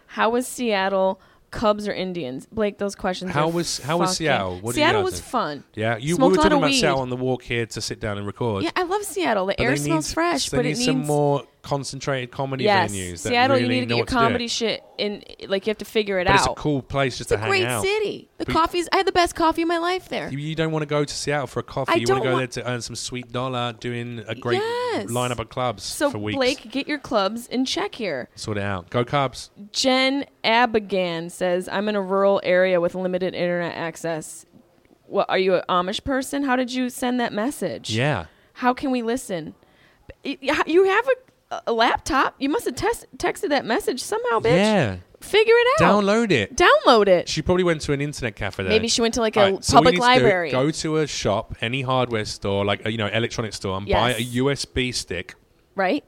[SPEAKER 1] How was Seattle? Cubs or Indians?" Blake, those questions.
[SPEAKER 2] How
[SPEAKER 1] are
[SPEAKER 2] was- how was
[SPEAKER 1] fucking-
[SPEAKER 2] Seattle? What do you
[SPEAKER 1] Seattle
[SPEAKER 2] guys
[SPEAKER 1] was
[SPEAKER 2] think?
[SPEAKER 1] fun.
[SPEAKER 2] Yeah, you, we
[SPEAKER 1] Smoked
[SPEAKER 2] were
[SPEAKER 1] a lot
[SPEAKER 2] talking
[SPEAKER 1] of
[SPEAKER 2] about
[SPEAKER 1] weed.
[SPEAKER 2] Sal on the walk here to sit down and record.
[SPEAKER 1] Yeah, I love Seattle. The
[SPEAKER 2] But
[SPEAKER 1] air
[SPEAKER 2] they
[SPEAKER 1] smells
[SPEAKER 2] need-
[SPEAKER 1] fresh,
[SPEAKER 2] they
[SPEAKER 1] but
[SPEAKER 2] need
[SPEAKER 1] it needs
[SPEAKER 2] some more concentrated comedy
[SPEAKER 1] yes.
[SPEAKER 2] venues. that
[SPEAKER 1] Seattle,
[SPEAKER 2] really
[SPEAKER 1] you need to
[SPEAKER 2] know
[SPEAKER 1] get your
[SPEAKER 2] what do.
[SPEAKER 1] comedy shit in. Like you have to figure it
[SPEAKER 2] But
[SPEAKER 1] out.
[SPEAKER 2] it's a cool place
[SPEAKER 1] It's
[SPEAKER 2] just
[SPEAKER 1] a
[SPEAKER 2] to hang
[SPEAKER 1] great
[SPEAKER 2] out.
[SPEAKER 1] city. The
[SPEAKER 2] But-
[SPEAKER 1] coffee's. I had the best coffee of my life there.
[SPEAKER 2] You, you don't want to go to Seattle for a coffee.
[SPEAKER 1] I
[SPEAKER 2] you want
[SPEAKER 1] don't
[SPEAKER 2] to go
[SPEAKER 1] want-
[SPEAKER 2] there to earn some sweet dollar doing a great
[SPEAKER 1] Yes.
[SPEAKER 2] lineup of clubs
[SPEAKER 1] so
[SPEAKER 2] for weeks.
[SPEAKER 1] Blake, get your clubs in check here.
[SPEAKER 2] Sort it out. Go Cubs.
[SPEAKER 1] Jen Abigan says, "I'm in a rural area with limited internet access. What are you an Amish person? How did you send that message?
[SPEAKER 2] Yeah.
[SPEAKER 1] How can we listen? Y- y- You have a, a laptop. You must have test, texted that message somehow, bitch.
[SPEAKER 2] Yeah.
[SPEAKER 1] Figure it out.
[SPEAKER 2] Download it.
[SPEAKER 1] Download it.
[SPEAKER 2] She probably went to an internet cafe. There.
[SPEAKER 1] Maybe she went to, like, a
[SPEAKER 2] Alright, so what
[SPEAKER 1] public
[SPEAKER 2] you need to do,
[SPEAKER 1] library.
[SPEAKER 2] go to a shop, any hardware store, like a, you know, electronic store, and buy
[SPEAKER 1] Yes.
[SPEAKER 2] a USB stick.
[SPEAKER 1] Right?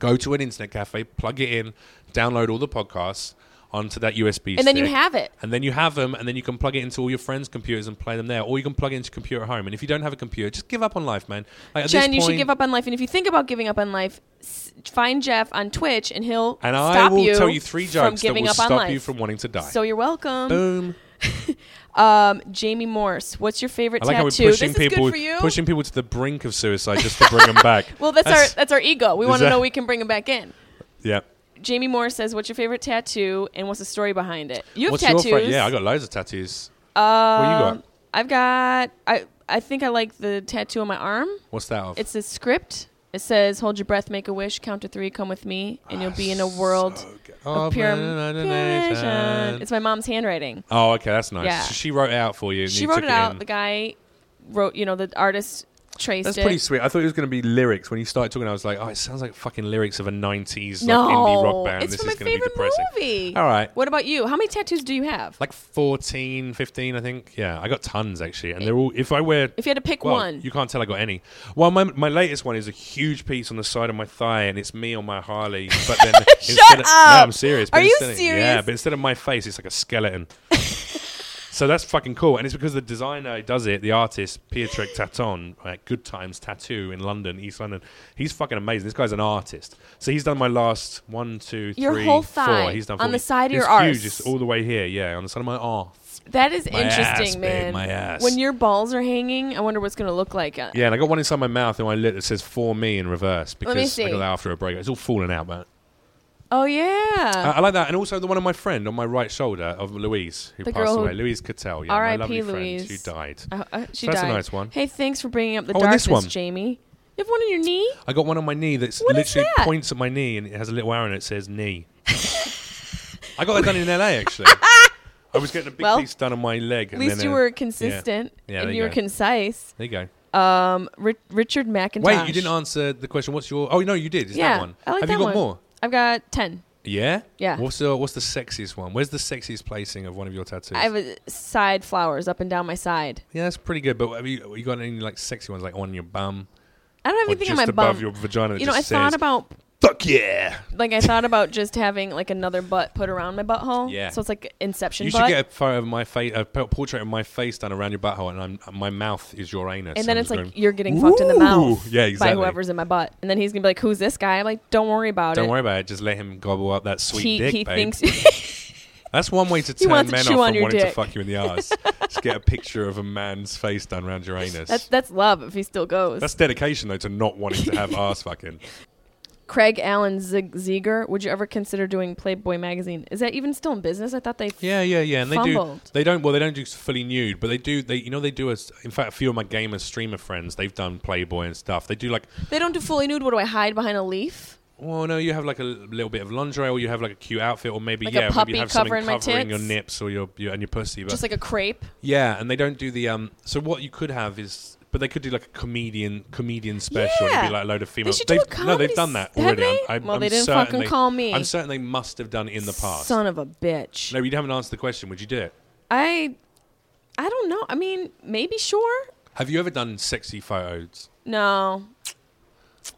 [SPEAKER 2] Go to an internet cafe, plug it in, download all the podcasts onto that USB.
[SPEAKER 1] And then you
[SPEAKER 2] stick,
[SPEAKER 1] have it.
[SPEAKER 2] And then you have them, and then you can plug it into all your friends' computers and play them there, or you can plug it into your computer at home. And if you don't have a computer, just give up on life, man. Like, at this
[SPEAKER 1] Jen, you should
[SPEAKER 2] point-
[SPEAKER 1] give up on life. And if you think about giving up on life, s- find Jeff on Twitch, and he'll
[SPEAKER 2] And
[SPEAKER 1] stop
[SPEAKER 2] I will
[SPEAKER 1] you
[SPEAKER 2] tell you three
[SPEAKER 1] from
[SPEAKER 2] jokes that
[SPEAKER 1] giving
[SPEAKER 2] will
[SPEAKER 1] up on
[SPEAKER 2] stop
[SPEAKER 1] life.
[SPEAKER 2] you from wanting to die.
[SPEAKER 1] so you're welcome.
[SPEAKER 2] Boom.
[SPEAKER 1] um, Jamie Morse, what's your favorite
[SPEAKER 2] I like how we're
[SPEAKER 1] tattoo? this
[SPEAKER 2] pushing
[SPEAKER 1] is good
[SPEAKER 2] people,
[SPEAKER 1] for you.
[SPEAKER 2] pushing people to the brink of suicide just to bring them back.
[SPEAKER 1] [laughs] well, that's, our that's our ego. We
[SPEAKER 2] is
[SPEAKER 1] want to
[SPEAKER 2] that-
[SPEAKER 1] know we can bring them back in.
[SPEAKER 2] yeah.
[SPEAKER 1] Jamie Moore says, "What's your favorite tattoo, and what's the story behind it?" You have
[SPEAKER 2] What's
[SPEAKER 1] tattoos.
[SPEAKER 2] your favorite? Yeah, I got loads of tattoos.
[SPEAKER 1] Um,
[SPEAKER 2] got?
[SPEAKER 1] I've got. I I think I like the tattoo on my arm.
[SPEAKER 2] What's that of?
[SPEAKER 1] It's a script. It says, "Hold your breath, make a wish, count to three, come with me, and you'll be in a world
[SPEAKER 2] Ah, So good. Oh,
[SPEAKER 1] of pure, pure vision." It's my mom's handwriting.
[SPEAKER 2] Oh, okay, that's nice.
[SPEAKER 1] Yeah.
[SPEAKER 2] So she wrote it out for you. And
[SPEAKER 1] She
[SPEAKER 2] you
[SPEAKER 1] wrote
[SPEAKER 2] took
[SPEAKER 1] it out.
[SPEAKER 2] in.
[SPEAKER 1] The guy wrote. You know, the artist traced
[SPEAKER 2] That's
[SPEAKER 1] it.
[SPEAKER 2] pretty sweet. I thought it was going to be lyrics. When you started talking, I was like, oh, it sounds like fucking lyrics of a 90s
[SPEAKER 1] no,
[SPEAKER 2] like, indie rock band.
[SPEAKER 1] it's
[SPEAKER 2] this
[SPEAKER 1] from
[SPEAKER 2] is
[SPEAKER 1] my
[SPEAKER 2] going to be
[SPEAKER 1] favorite
[SPEAKER 2] depressing.
[SPEAKER 1] movie.
[SPEAKER 2] All right.
[SPEAKER 1] What about you? How many tattoos do you have?
[SPEAKER 2] Like 14, 15, I think. Yeah, I got tons, actually. And they're all, if I wear.
[SPEAKER 1] if you had to pick
[SPEAKER 2] Well,
[SPEAKER 1] one,
[SPEAKER 2] You can't tell I got any. Well, my, my latest one is a huge piece on the side of my thigh, and it's me on my Harley. But
[SPEAKER 1] [laughs]
[SPEAKER 2] then instead of, no,
[SPEAKER 1] up.
[SPEAKER 2] I'm serious.
[SPEAKER 1] Are
[SPEAKER 2] but
[SPEAKER 1] you
[SPEAKER 2] instead of- yeah,
[SPEAKER 1] serious?
[SPEAKER 2] but instead of my face, it's like
[SPEAKER 1] [laughs]
[SPEAKER 2] a skeleton. so that's fucking cool, and it's because the designer who does it, the artist Pietrek Taton at Good Times Tattoo in London, East London. He's fucking amazing. This guy's an artist. So he's done my last one, two,
[SPEAKER 1] Your
[SPEAKER 2] three,
[SPEAKER 1] whole
[SPEAKER 2] four.
[SPEAKER 1] thigh,
[SPEAKER 2] He's done
[SPEAKER 1] on the
[SPEAKER 2] 40.
[SPEAKER 1] side of
[SPEAKER 2] it's
[SPEAKER 1] your
[SPEAKER 2] huge.
[SPEAKER 1] arse.
[SPEAKER 2] It's all the way here. Yeah, on the side of my arse.
[SPEAKER 1] That is
[SPEAKER 2] My
[SPEAKER 1] interesting,
[SPEAKER 2] ass, babe,
[SPEAKER 1] man.
[SPEAKER 2] my ass.
[SPEAKER 1] When your balls are hanging, I wonder what's going to look like. Uh,
[SPEAKER 2] Yeah, and I got one inside my mouth and my lip that says "for me" in reverse
[SPEAKER 1] me
[SPEAKER 2] because I
[SPEAKER 1] see.
[SPEAKER 2] got that after a breakup. It's all falling out, man.
[SPEAKER 1] Oh yeah.
[SPEAKER 2] I, I like that, and also the one on my friend on my right shoulder of Louise, who
[SPEAKER 1] The
[SPEAKER 2] passed
[SPEAKER 1] girl who-
[SPEAKER 2] away. Louise Cattell, yeah, my
[SPEAKER 1] R.I.P.
[SPEAKER 2] lovely friend who
[SPEAKER 1] Louise. Uh,
[SPEAKER 2] died.
[SPEAKER 1] I- I- she
[SPEAKER 2] So that's a
[SPEAKER 1] died.
[SPEAKER 2] nice one.
[SPEAKER 1] Hey, thanks for bringing up the
[SPEAKER 2] Oh, and
[SPEAKER 1] darkness,
[SPEAKER 2] this one.
[SPEAKER 1] Jamie. You have one on your knee.
[SPEAKER 2] I got one on my knee that's
[SPEAKER 1] What is
[SPEAKER 2] literally
[SPEAKER 1] that?
[SPEAKER 2] points at my knee, and it has a little arrow and it
[SPEAKER 1] [laughs]
[SPEAKER 2] says "knee." I got that done in L.A. Actually, I was getting a big
[SPEAKER 1] Well,
[SPEAKER 2] piece done on my leg.
[SPEAKER 1] At
[SPEAKER 2] and
[SPEAKER 1] least
[SPEAKER 2] then
[SPEAKER 1] you
[SPEAKER 2] a-
[SPEAKER 1] were
[SPEAKER 2] yeah.
[SPEAKER 1] consistent
[SPEAKER 2] Yeah, there
[SPEAKER 1] and
[SPEAKER 2] you
[SPEAKER 1] you were
[SPEAKER 2] go.
[SPEAKER 1] concise.
[SPEAKER 2] There you go.
[SPEAKER 1] Um, Ri- Richard McIntosh.
[SPEAKER 2] Wait, you didn't answer the question. What's your? Oh no, you did. Is
[SPEAKER 1] yeah,
[SPEAKER 2] that one?
[SPEAKER 1] I like
[SPEAKER 2] Have
[SPEAKER 1] that
[SPEAKER 2] you got
[SPEAKER 1] one.
[SPEAKER 2] more?
[SPEAKER 1] I've got ten.
[SPEAKER 2] Yeah.
[SPEAKER 1] Yeah.
[SPEAKER 2] What's the What's the sexiest one? Where's the sexiest placing of one of your tattoos?
[SPEAKER 1] I have a side flowers up and down my side.
[SPEAKER 2] Yeah, that's pretty good. But have you, have you got any like sexy ones, like on your bum,
[SPEAKER 1] I don't have
[SPEAKER 2] or
[SPEAKER 1] anything
[SPEAKER 2] just
[SPEAKER 1] on my
[SPEAKER 2] above
[SPEAKER 1] bum.
[SPEAKER 2] your vagina? That
[SPEAKER 1] you know, I
[SPEAKER 2] just
[SPEAKER 1] thought
[SPEAKER 2] says,
[SPEAKER 1] about
[SPEAKER 2] "Fuck yeah."
[SPEAKER 1] like I thought about just having like another butt put around my butthole.
[SPEAKER 2] Yeah.
[SPEAKER 1] So it's like Inception
[SPEAKER 2] You
[SPEAKER 1] butt.
[SPEAKER 2] should get a photo of my face, a p- portrait of my face done around your butthole, and I'm, my mouth is your anus.
[SPEAKER 1] And then
[SPEAKER 2] I'm
[SPEAKER 1] it's
[SPEAKER 2] just
[SPEAKER 1] like
[SPEAKER 2] going,
[SPEAKER 1] you're getting fucked in the mouth
[SPEAKER 2] "Ooh." Yeah, exactly.
[SPEAKER 1] by whoever's in my butt. And then he's gonna be like, "Who's this guy?" I'm like, "Don't worry about
[SPEAKER 2] Don't
[SPEAKER 1] it."
[SPEAKER 2] worry about it. Just let him gobble up that sweet
[SPEAKER 1] he
[SPEAKER 2] dick,
[SPEAKER 1] he
[SPEAKER 2] babe.
[SPEAKER 1] thinks
[SPEAKER 2] [laughs]
[SPEAKER 1] [laughs]
[SPEAKER 2] That's one way to turn
[SPEAKER 1] wants to
[SPEAKER 2] men
[SPEAKER 1] chew on
[SPEAKER 2] off from
[SPEAKER 1] your
[SPEAKER 2] wanting to
[SPEAKER 1] dick.
[SPEAKER 2] fuck you in the ass.
[SPEAKER 1] [laughs]
[SPEAKER 2] just get a picture of a man's face done around your anus.
[SPEAKER 1] that's that's love if he still goes.
[SPEAKER 2] That's dedication, though, to not wanting to
[SPEAKER 1] [laughs]
[SPEAKER 2] have ass fucking.
[SPEAKER 1] Craig Allen Zig- Ziegler. Would you ever consider doing Playboy magazine? Is that even still in business? I thought they.
[SPEAKER 2] Yeah, yeah, yeah. And they
[SPEAKER 1] Fumbled.
[SPEAKER 2] do. They don't. Well, they don't do fully nude, but they do. They, you know, they do. A, s- in fact, a few of my gamer streamer friends, they've done Playboy and stuff. They do like.
[SPEAKER 1] They don't do fully nude. What do I hide behind a leaf?
[SPEAKER 2] Well, no, you have like a l- little bit of lingerie, or you have like a cute outfit, or maybe
[SPEAKER 1] Like a
[SPEAKER 2] yeah, maybe
[SPEAKER 1] puppy
[SPEAKER 2] you have something
[SPEAKER 1] covering
[SPEAKER 2] covering,
[SPEAKER 1] my
[SPEAKER 2] your
[SPEAKER 1] tits?
[SPEAKER 2] nips or your, your and your pussy. But
[SPEAKER 1] Just like a crepe.
[SPEAKER 2] yeah, and they don't do the um. So what you could have is. But they could do like a comedian comedian special and
[SPEAKER 1] Yeah.
[SPEAKER 2] it'd be like a load of
[SPEAKER 1] They
[SPEAKER 2] females.
[SPEAKER 1] should do a
[SPEAKER 2] no,
[SPEAKER 1] comedy
[SPEAKER 2] they've done
[SPEAKER 1] s-
[SPEAKER 2] that
[SPEAKER 1] have
[SPEAKER 2] already. I'm-
[SPEAKER 1] they?
[SPEAKER 2] I'm,
[SPEAKER 1] Well,
[SPEAKER 2] I'm
[SPEAKER 1] they didn't
[SPEAKER 2] certain
[SPEAKER 1] fucking
[SPEAKER 2] they-
[SPEAKER 1] call me.
[SPEAKER 2] I'm certain they must have done it in the past.
[SPEAKER 1] Son of a bitch.
[SPEAKER 2] no, you haven't answered the question. Would you do it?
[SPEAKER 1] I. I don't know. I mean, maybe sure.
[SPEAKER 2] Have you ever done sexy photos?
[SPEAKER 1] No.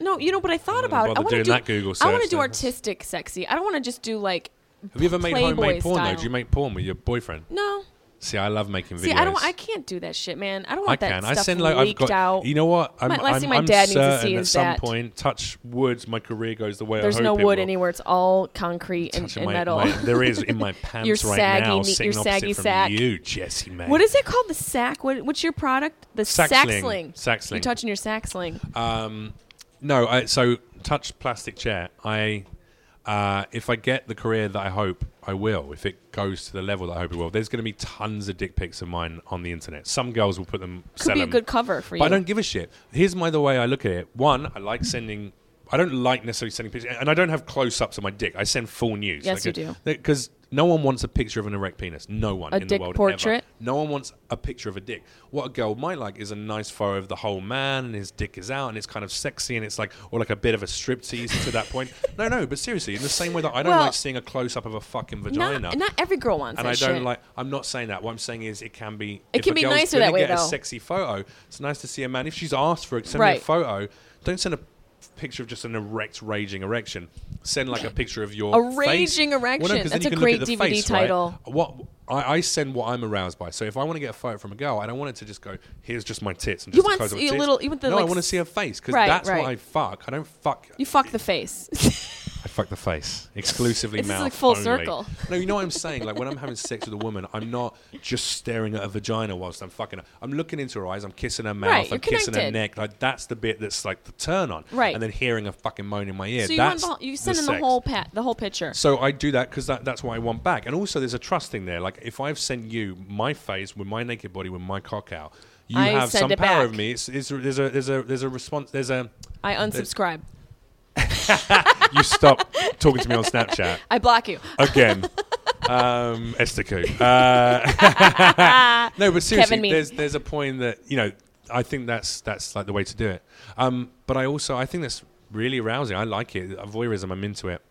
[SPEAKER 1] No, you know, but I thought
[SPEAKER 2] wouldn't
[SPEAKER 1] about it. I
[SPEAKER 2] bother
[SPEAKER 1] want to
[SPEAKER 2] doing
[SPEAKER 1] do
[SPEAKER 2] that Google
[SPEAKER 1] I want to
[SPEAKER 2] search
[SPEAKER 1] do
[SPEAKER 2] then.
[SPEAKER 1] artistic sexy. I don't want to just do like.
[SPEAKER 2] Have you ever made
[SPEAKER 1] Playboy
[SPEAKER 2] homemade porn
[SPEAKER 1] style.
[SPEAKER 2] though? Do you make porn with your boyfriend?
[SPEAKER 1] No.
[SPEAKER 2] See, I love making videos.
[SPEAKER 1] See, I don't. I can't do that shit, man. I don't
[SPEAKER 2] I
[SPEAKER 1] want that
[SPEAKER 2] can. I
[SPEAKER 1] stuff
[SPEAKER 2] send like I've
[SPEAKER 1] leaked
[SPEAKER 2] got.
[SPEAKER 1] out.
[SPEAKER 2] You know what? I'm,
[SPEAKER 1] My- last
[SPEAKER 2] I'm,
[SPEAKER 1] thing my
[SPEAKER 2] I'm
[SPEAKER 1] dad needs to
[SPEAKER 2] certain
[SPEAKER 1] see
[SPEAKER 2] at
[SPEAKER 1] is
[SPEAKER 2] some
[SPEAKER 1] that.
[SPEAKER 2] point, touch woods, my career goes the way.
[SPEAKER 1] There's
[SPEAKER 2] I
[SPEAKER 1] no
[SPEAKER 2] hope it
[SPEAKER 1] wood
[SPEAKER 2] will.
[SPEAKER 1] anywhere. It's all concrete and,
[SPEAKER 2] Touching
[SPEAKER 1] and
[SPEAKER 2] my-
[SPEAKER 1] metal.
[SPEAKER 2] my- there is
[SPEAKER 1] [laughs]
[SPEAKER 2] in my pants
[SPEAKER 1] Your
[SPEAKER 2] right
[SPEAKER 1] saggy
[SPEAKER 2] now,
[SPEAKER 1] knee- your
[SPEAKER 2] sitting opposite
[SPEAKER 1] saggy
[SPEAKER 2] from
[SPEAKER 1] sack.
[SPEAKER 2] you, Jesse. Mate.
[SPEAKER 1] what is it called? The sack. What, what's your product? The
[SPEAKER 2] Sack
[SPEAKER 1] sack
[SPEAKER 2] sling.
[SPEAKER 1] sling.
[SPEAKER 2] Sack sling.
[SPEAKER 1] You touching your sack sling?
[SPEAKER 2] Um, no, I, so touch plastic chair. I uh, if I get the career that I hope I will, if it goes to the level that I hope it will, there's going to be tons of dick pics of mine on the internet. Some girls will put them.
[SPEAKER 1] Could
[SPEAKER 2] sell
[SPEAKER 1] be a
[SPEAKER 2] them.
[SPEAKER 1] good cover for you.
[SPEAKER 2] But I don't give a shit. Here's my the way I look at it. One, I like sending. I don't like necessarily sending pictures, and I don't have close-ups of my dick. I send full news.
[SPEAKER 1] Yes, you do.
[SPEAKER 2] Because no one wants a picture of an erect penis. No one
[SPEAKER 1] A
[SPEAKER 2] in
[SPEAKER 1] dick
[SPEAKER 2] the world
[SPEAKER 1] portrait?
[SPEAKER 2] ever. No one wants a picture of a dick. What a girl might like is a nice photo of the whole man and his dick is out and it's kind of sexy and it's like or like a bit of a striptease to that
[SPEAKER 1] [laughs]
[SPEAKER 2] point. No, no, but seriously, in the same way that I don't
[SPEAKER 1] Well,
[SPEAKER 2] like seeing a close-up of a fucking vagina.
[SPEAKER 1] Not, not every girl wants
[SPEAKER 2] and
[SPEAKER 1] that
[SPEAKER 2] I don't
[SPEAKER 1] shit.
[SPEAKER 2] like. I'm not saying that. What I'm saying is, it can be.
[SPEAKER 1] It
[SPEAKER 2] if
[SPEAKER 1] can
[SPEAKER 2] a
[SPEAKER 1] be
[SPEAKER 2] girl's
[SPEAKER 1] nicer that
[SPEAKER 2] gonna
[SPEAKER 1] way,
[SPEAKER 2] Get a
[SPEAKER 1] though.
[SPEAKER 2] sexy photo. It's nice to see a man. If she's asked for it, send me
[SPEAKER 1] Right.
[SPEAKER 2] a photo. Don't send a picture of just an erect, raging erection.
[SPEAKER 1] [clears throat]
[SPEAKER 2] Send like a picture of your
[SPEAKER 1] A
[SPEAKER 2] face.
[SPEAKER 1] raging erection.
[SPEAKER 2] Well, no, 'cause then
[SPEAKER 1] That's
[SPEAKER 2] you
[SPEAKER 1] a
[SPEAKER 2] can look
[SPEAKER 1] great
[SPEAKER 2] at the
[SPEAKER 1] DVD
[SPEAKER 2] face,
[SPEAKER 1] title.
[SPEAKER 2] Right? What I, I send what I'm aroused by. So if I want to get a photo from a girl, I don't want it to just go. Here's just my tits. And
[SPEAKER 1] You
[SPEAKER 2] just a
[SPEAKER 1] want
[SPEAKER 2] close up
[SPEAKER 1] a
[SPEAKER 2] tits.
[SPEAKER 1] little- you want the,
[SPEAKER 2] no, I
[SPEAKER 1] like,
[SPEAKER 2] want to
[SPEAKER 1] s-
[SPEAKER 2] see her face because
[SPEAKER 1] Right,
[SPEAKER 2] that's
[SPEAKER 1] right.
[SPEAKER 2] what I fuck. I don't fuck.
[SPEAKER 1] You fuck the face. [laughs]
[SPEAKER 2] I fuck the face exclusively
[SPEAKER 1] This is
[SPEAKER 2] mouth.
[SPEAKER 1] like full
[SPEAKER 2] only.
[SPEAKER 1] circle.
[SPEAKER 2] No, you know what I'm saying. Like when I'm having sex with a woman, I'm not just staring at her vagina whilst I'm fucking her. I'm looking into her eyes. I'm kissing her mouth.
[SPEAKER 1] Right,
[SPEAKER 2] I'm
[SPEAKER 1] you're
[SPEAKER 2] kissing her
[SPEAKER 1] connected.
[SPEAKER 2] neck. Like that's the bit that's like the turn on.
[SPEAKER 1] Right.
[SPEAKER 2] And then hearing a fucking moan in my ear.
[SPEAKER 1] so you want
[SPEAKER 2] that's
[SPEAKER 1] the whole, you send in the
[SPEAKER 2] sex.
[SPEAKER 1] whole pat the whole picture.
[SPEAKER 2] So I do that because that, that's what I want back. And also, there's a trust thing there. Like if I've sent you my face with my naked body with my cock out, you
[SPEAKER 1] I
[SPEAKER 2] have
[SPEAKER 1] send
[SPEAKER 2] some
[SPEAKER 1] it
[SPEAKER 2] power
[SPEAKER 1] back.
[SPEAKER 2] over me. It's, it's, there's a there's a there's a response. There's a
[SPEAKER 1] I unsubscribe.
[SPEAKER 2] you stop
[SPEAKER 1] [laughs]
[SPEAKER 2] talking to me on Snapchat
[SPEAKER 1] I block you.
[SPEAKER 2] again. Um, Estico. Uh, [laughs] no, but seriously,
[SPEAKER 1] Kevin Mean.
[SPEAKER 2] there's there's a point that you know. I think that's that's like the way to do it. Um, but I also I think that's really arousing. I like it. Voyeurism. I'm into it.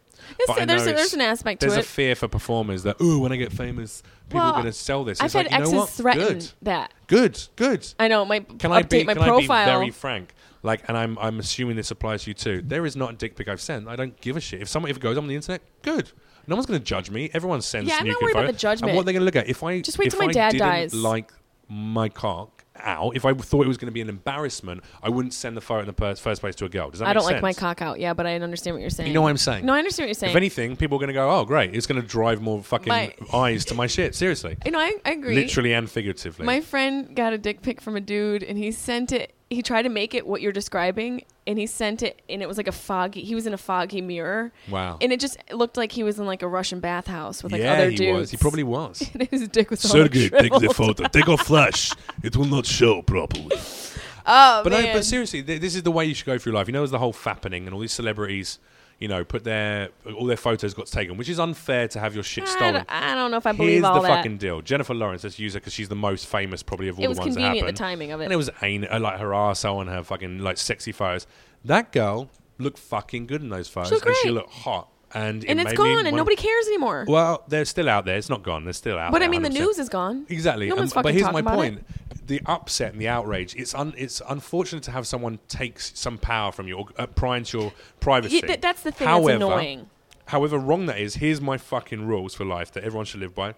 [SPEAKER 2] But I
[SPEAKER 1] there's a-
[SPEAKER 2] know
[SPEAKER 1] there's
[SPEAKER 2] it's-
[SPEAKER 1] an aspect to
[SPEAKER 2] There's
[SPEAKER 1] it.
[SPEAKER 2] a fear for performers that oh, when I get famous, people
[SPEAKER 1] Well,
[SPEAKER 2] are going to sell this.
[SPEAKER 1] I've
[SPEAKER 2] It's
[SPEAKER 1] had
[SPEAKER 2] like you know
[SPEAKER 1] exes
[SPEAKER 2] what?
[SPEAKER 1] threaten
[SPEAKER 2] Good,
[SPEAKER 1] that.
[SPEAKER 2] good, good.
[SPEAKER 1] I know. My
[SPEAKER 2] Can
[SPEAKER 1] update
[SPEAKER 2] I be
[SPEAKER 1] my
[SPEAKER 2] can
[SPEAKER 1] profile.
[SPEAKER 2] I be very frank? Like, and I'm I'm assuming this applies to you too. There is not a dick pic I've sent. I don't give a shit. If someone if it goes on the internet, good. No one's going to judge me. Everyone sends.
[SPEAKER 1] Yeah, I'm not
[SPEAKER 2] nude
[SPEAKER 1] worried
[SPEAKER 2] info.
[SPEAKER 1] about the judgment.
[SPEAKER 2] And what they're going to look at if I
[SPEAKER 1] Just wait
[SPEAKER 2] if
[SPEAKER 1] till my
[SPEAKER 2] I
[SPEAKER 1] dad
[SPEAKER 2] didn't
[SPEAKER 1] dies.
[SPEAKER 2] Like my cock out. If I thought it was going to be an embarrassment, I wouldn't send the photo in the per- first place to a girl. Does that
[SPEAKER 1] I
[SPEAKER 2] make
[SPEAKER 1] don't
[SPEAKER 2] sense?
[SPEAKER 1] like my cock out. Yeah, but I understand what you're saying.
[SPEAKER 2] You know what I'm saying?
[SPEAKER 1] No, I understand what you're saying.
[SPEAKER 2] If anything, people are going to go, oh, great. It's going to drive more fucking
[SPEAKER 1] My-
[SPEAKER 2] eyes to my shit. Seriously.
[SPEAKER 1] you know, [laughs] I, I agree.
[SPEAKER 2] Literally and figuratively.
[SPEAKER 1] My friend got a dick pic from a dude, and he sent it. He tried to make it what you're describing, and he sent it, and it was like a foggy. He was in a foggy mirror.
[SPEAKER 2] Wow.
[SPEAKER 1] And it just looked like he was in like a Russian bathhouse with like
[SPEAKER 2] yeah,
[SPEAKER 1] other
[SPEAKER 2] he
[SPEAKER 1] dudes.
[SPEAKER 2] was. He probably was.
[SPEAKER 1] [laughs] And his dick was all shriveled.
[SPEAKER 2] photo. Take a flash. It will not show properly.
[SPEAKER 1] Oh
[SPEAKER 2] But
[SPEAKER 1] man.
[SPEAKER 2] no, but seriously, th- this is the way you should go through life. You know, there's the whole fappening and all these celebrities, you know, put their all their photos got taken, which is unfair to have your shit
[SPEAKER 1] I,
[SPEAKER 2] stolen.
[SPEAKER 1] don't, I don't know if I believe
[SPEAKER 2] Here's
[SPEAKER 1] all
[SPEAKER 2] the
[SPEAKER 1] that.
[SPEAKER 2] fucking deal. Jennifer Lawrence, let's use her because she's the most famous probably of all
[SPEAKER 1] It
[SPEAKER 2] the
[SPEAKER 1] was
[SPEAKER 2] ones that
[SPEAKER 1] convenient, the
[SPEAKER 2] happened.
[SPEAKER 1] timing of it.
[SPEAKER 2] And it was an- uh, like her arsehole and her fucking like sexy photos. That girl looked fucking good in those photos,
[SPEAKER 1] looked
[SPEAKER 2] and she
[SPEAKER 1] great.
[SPEAKER 2] looked hot. And, it
[SPEAKER 1] and
[SPEAKER 2] made
[SPEAKER 1] it's
[SPEAKER 2] me
[SPEAKER 1] gone, and
[SPEAKER 2] wanna-
[SPEAKER 1] nobody cares anymore.
[SPEAKER 2] Well, they're still out there. It's not gone. They're still out.
[SPEAKER 1] but I
[SPEAKER 2] there,
[SPEAKER 1] mean, the
[SPEAKER 2] 100%.
[SPEAKER 1] news is gone.
[SPEAKER 2] Exactly.
[SPEAKER 1] No
[SPEAKER 2] and-
[SPEAKER 1] one's fucking
[SPEAKER 2] but here's
[SPEAKER 1] talking
[SPEAKER 2] my
[SPEAKER 1] about it.
[SPEAKER 2] point. The upset and the outrage. It's un, it's unfortunate to have someone take s- some power from you or uh, pry into your privacy.
[SPEAKER 1] Yeah, th- that's the thing that's
[SPEAKER 2] However,
[SPEAKER 1] annoying.
[SPEAKER 2] However wrong that is, here's my fucking rules for life that everyone should live by.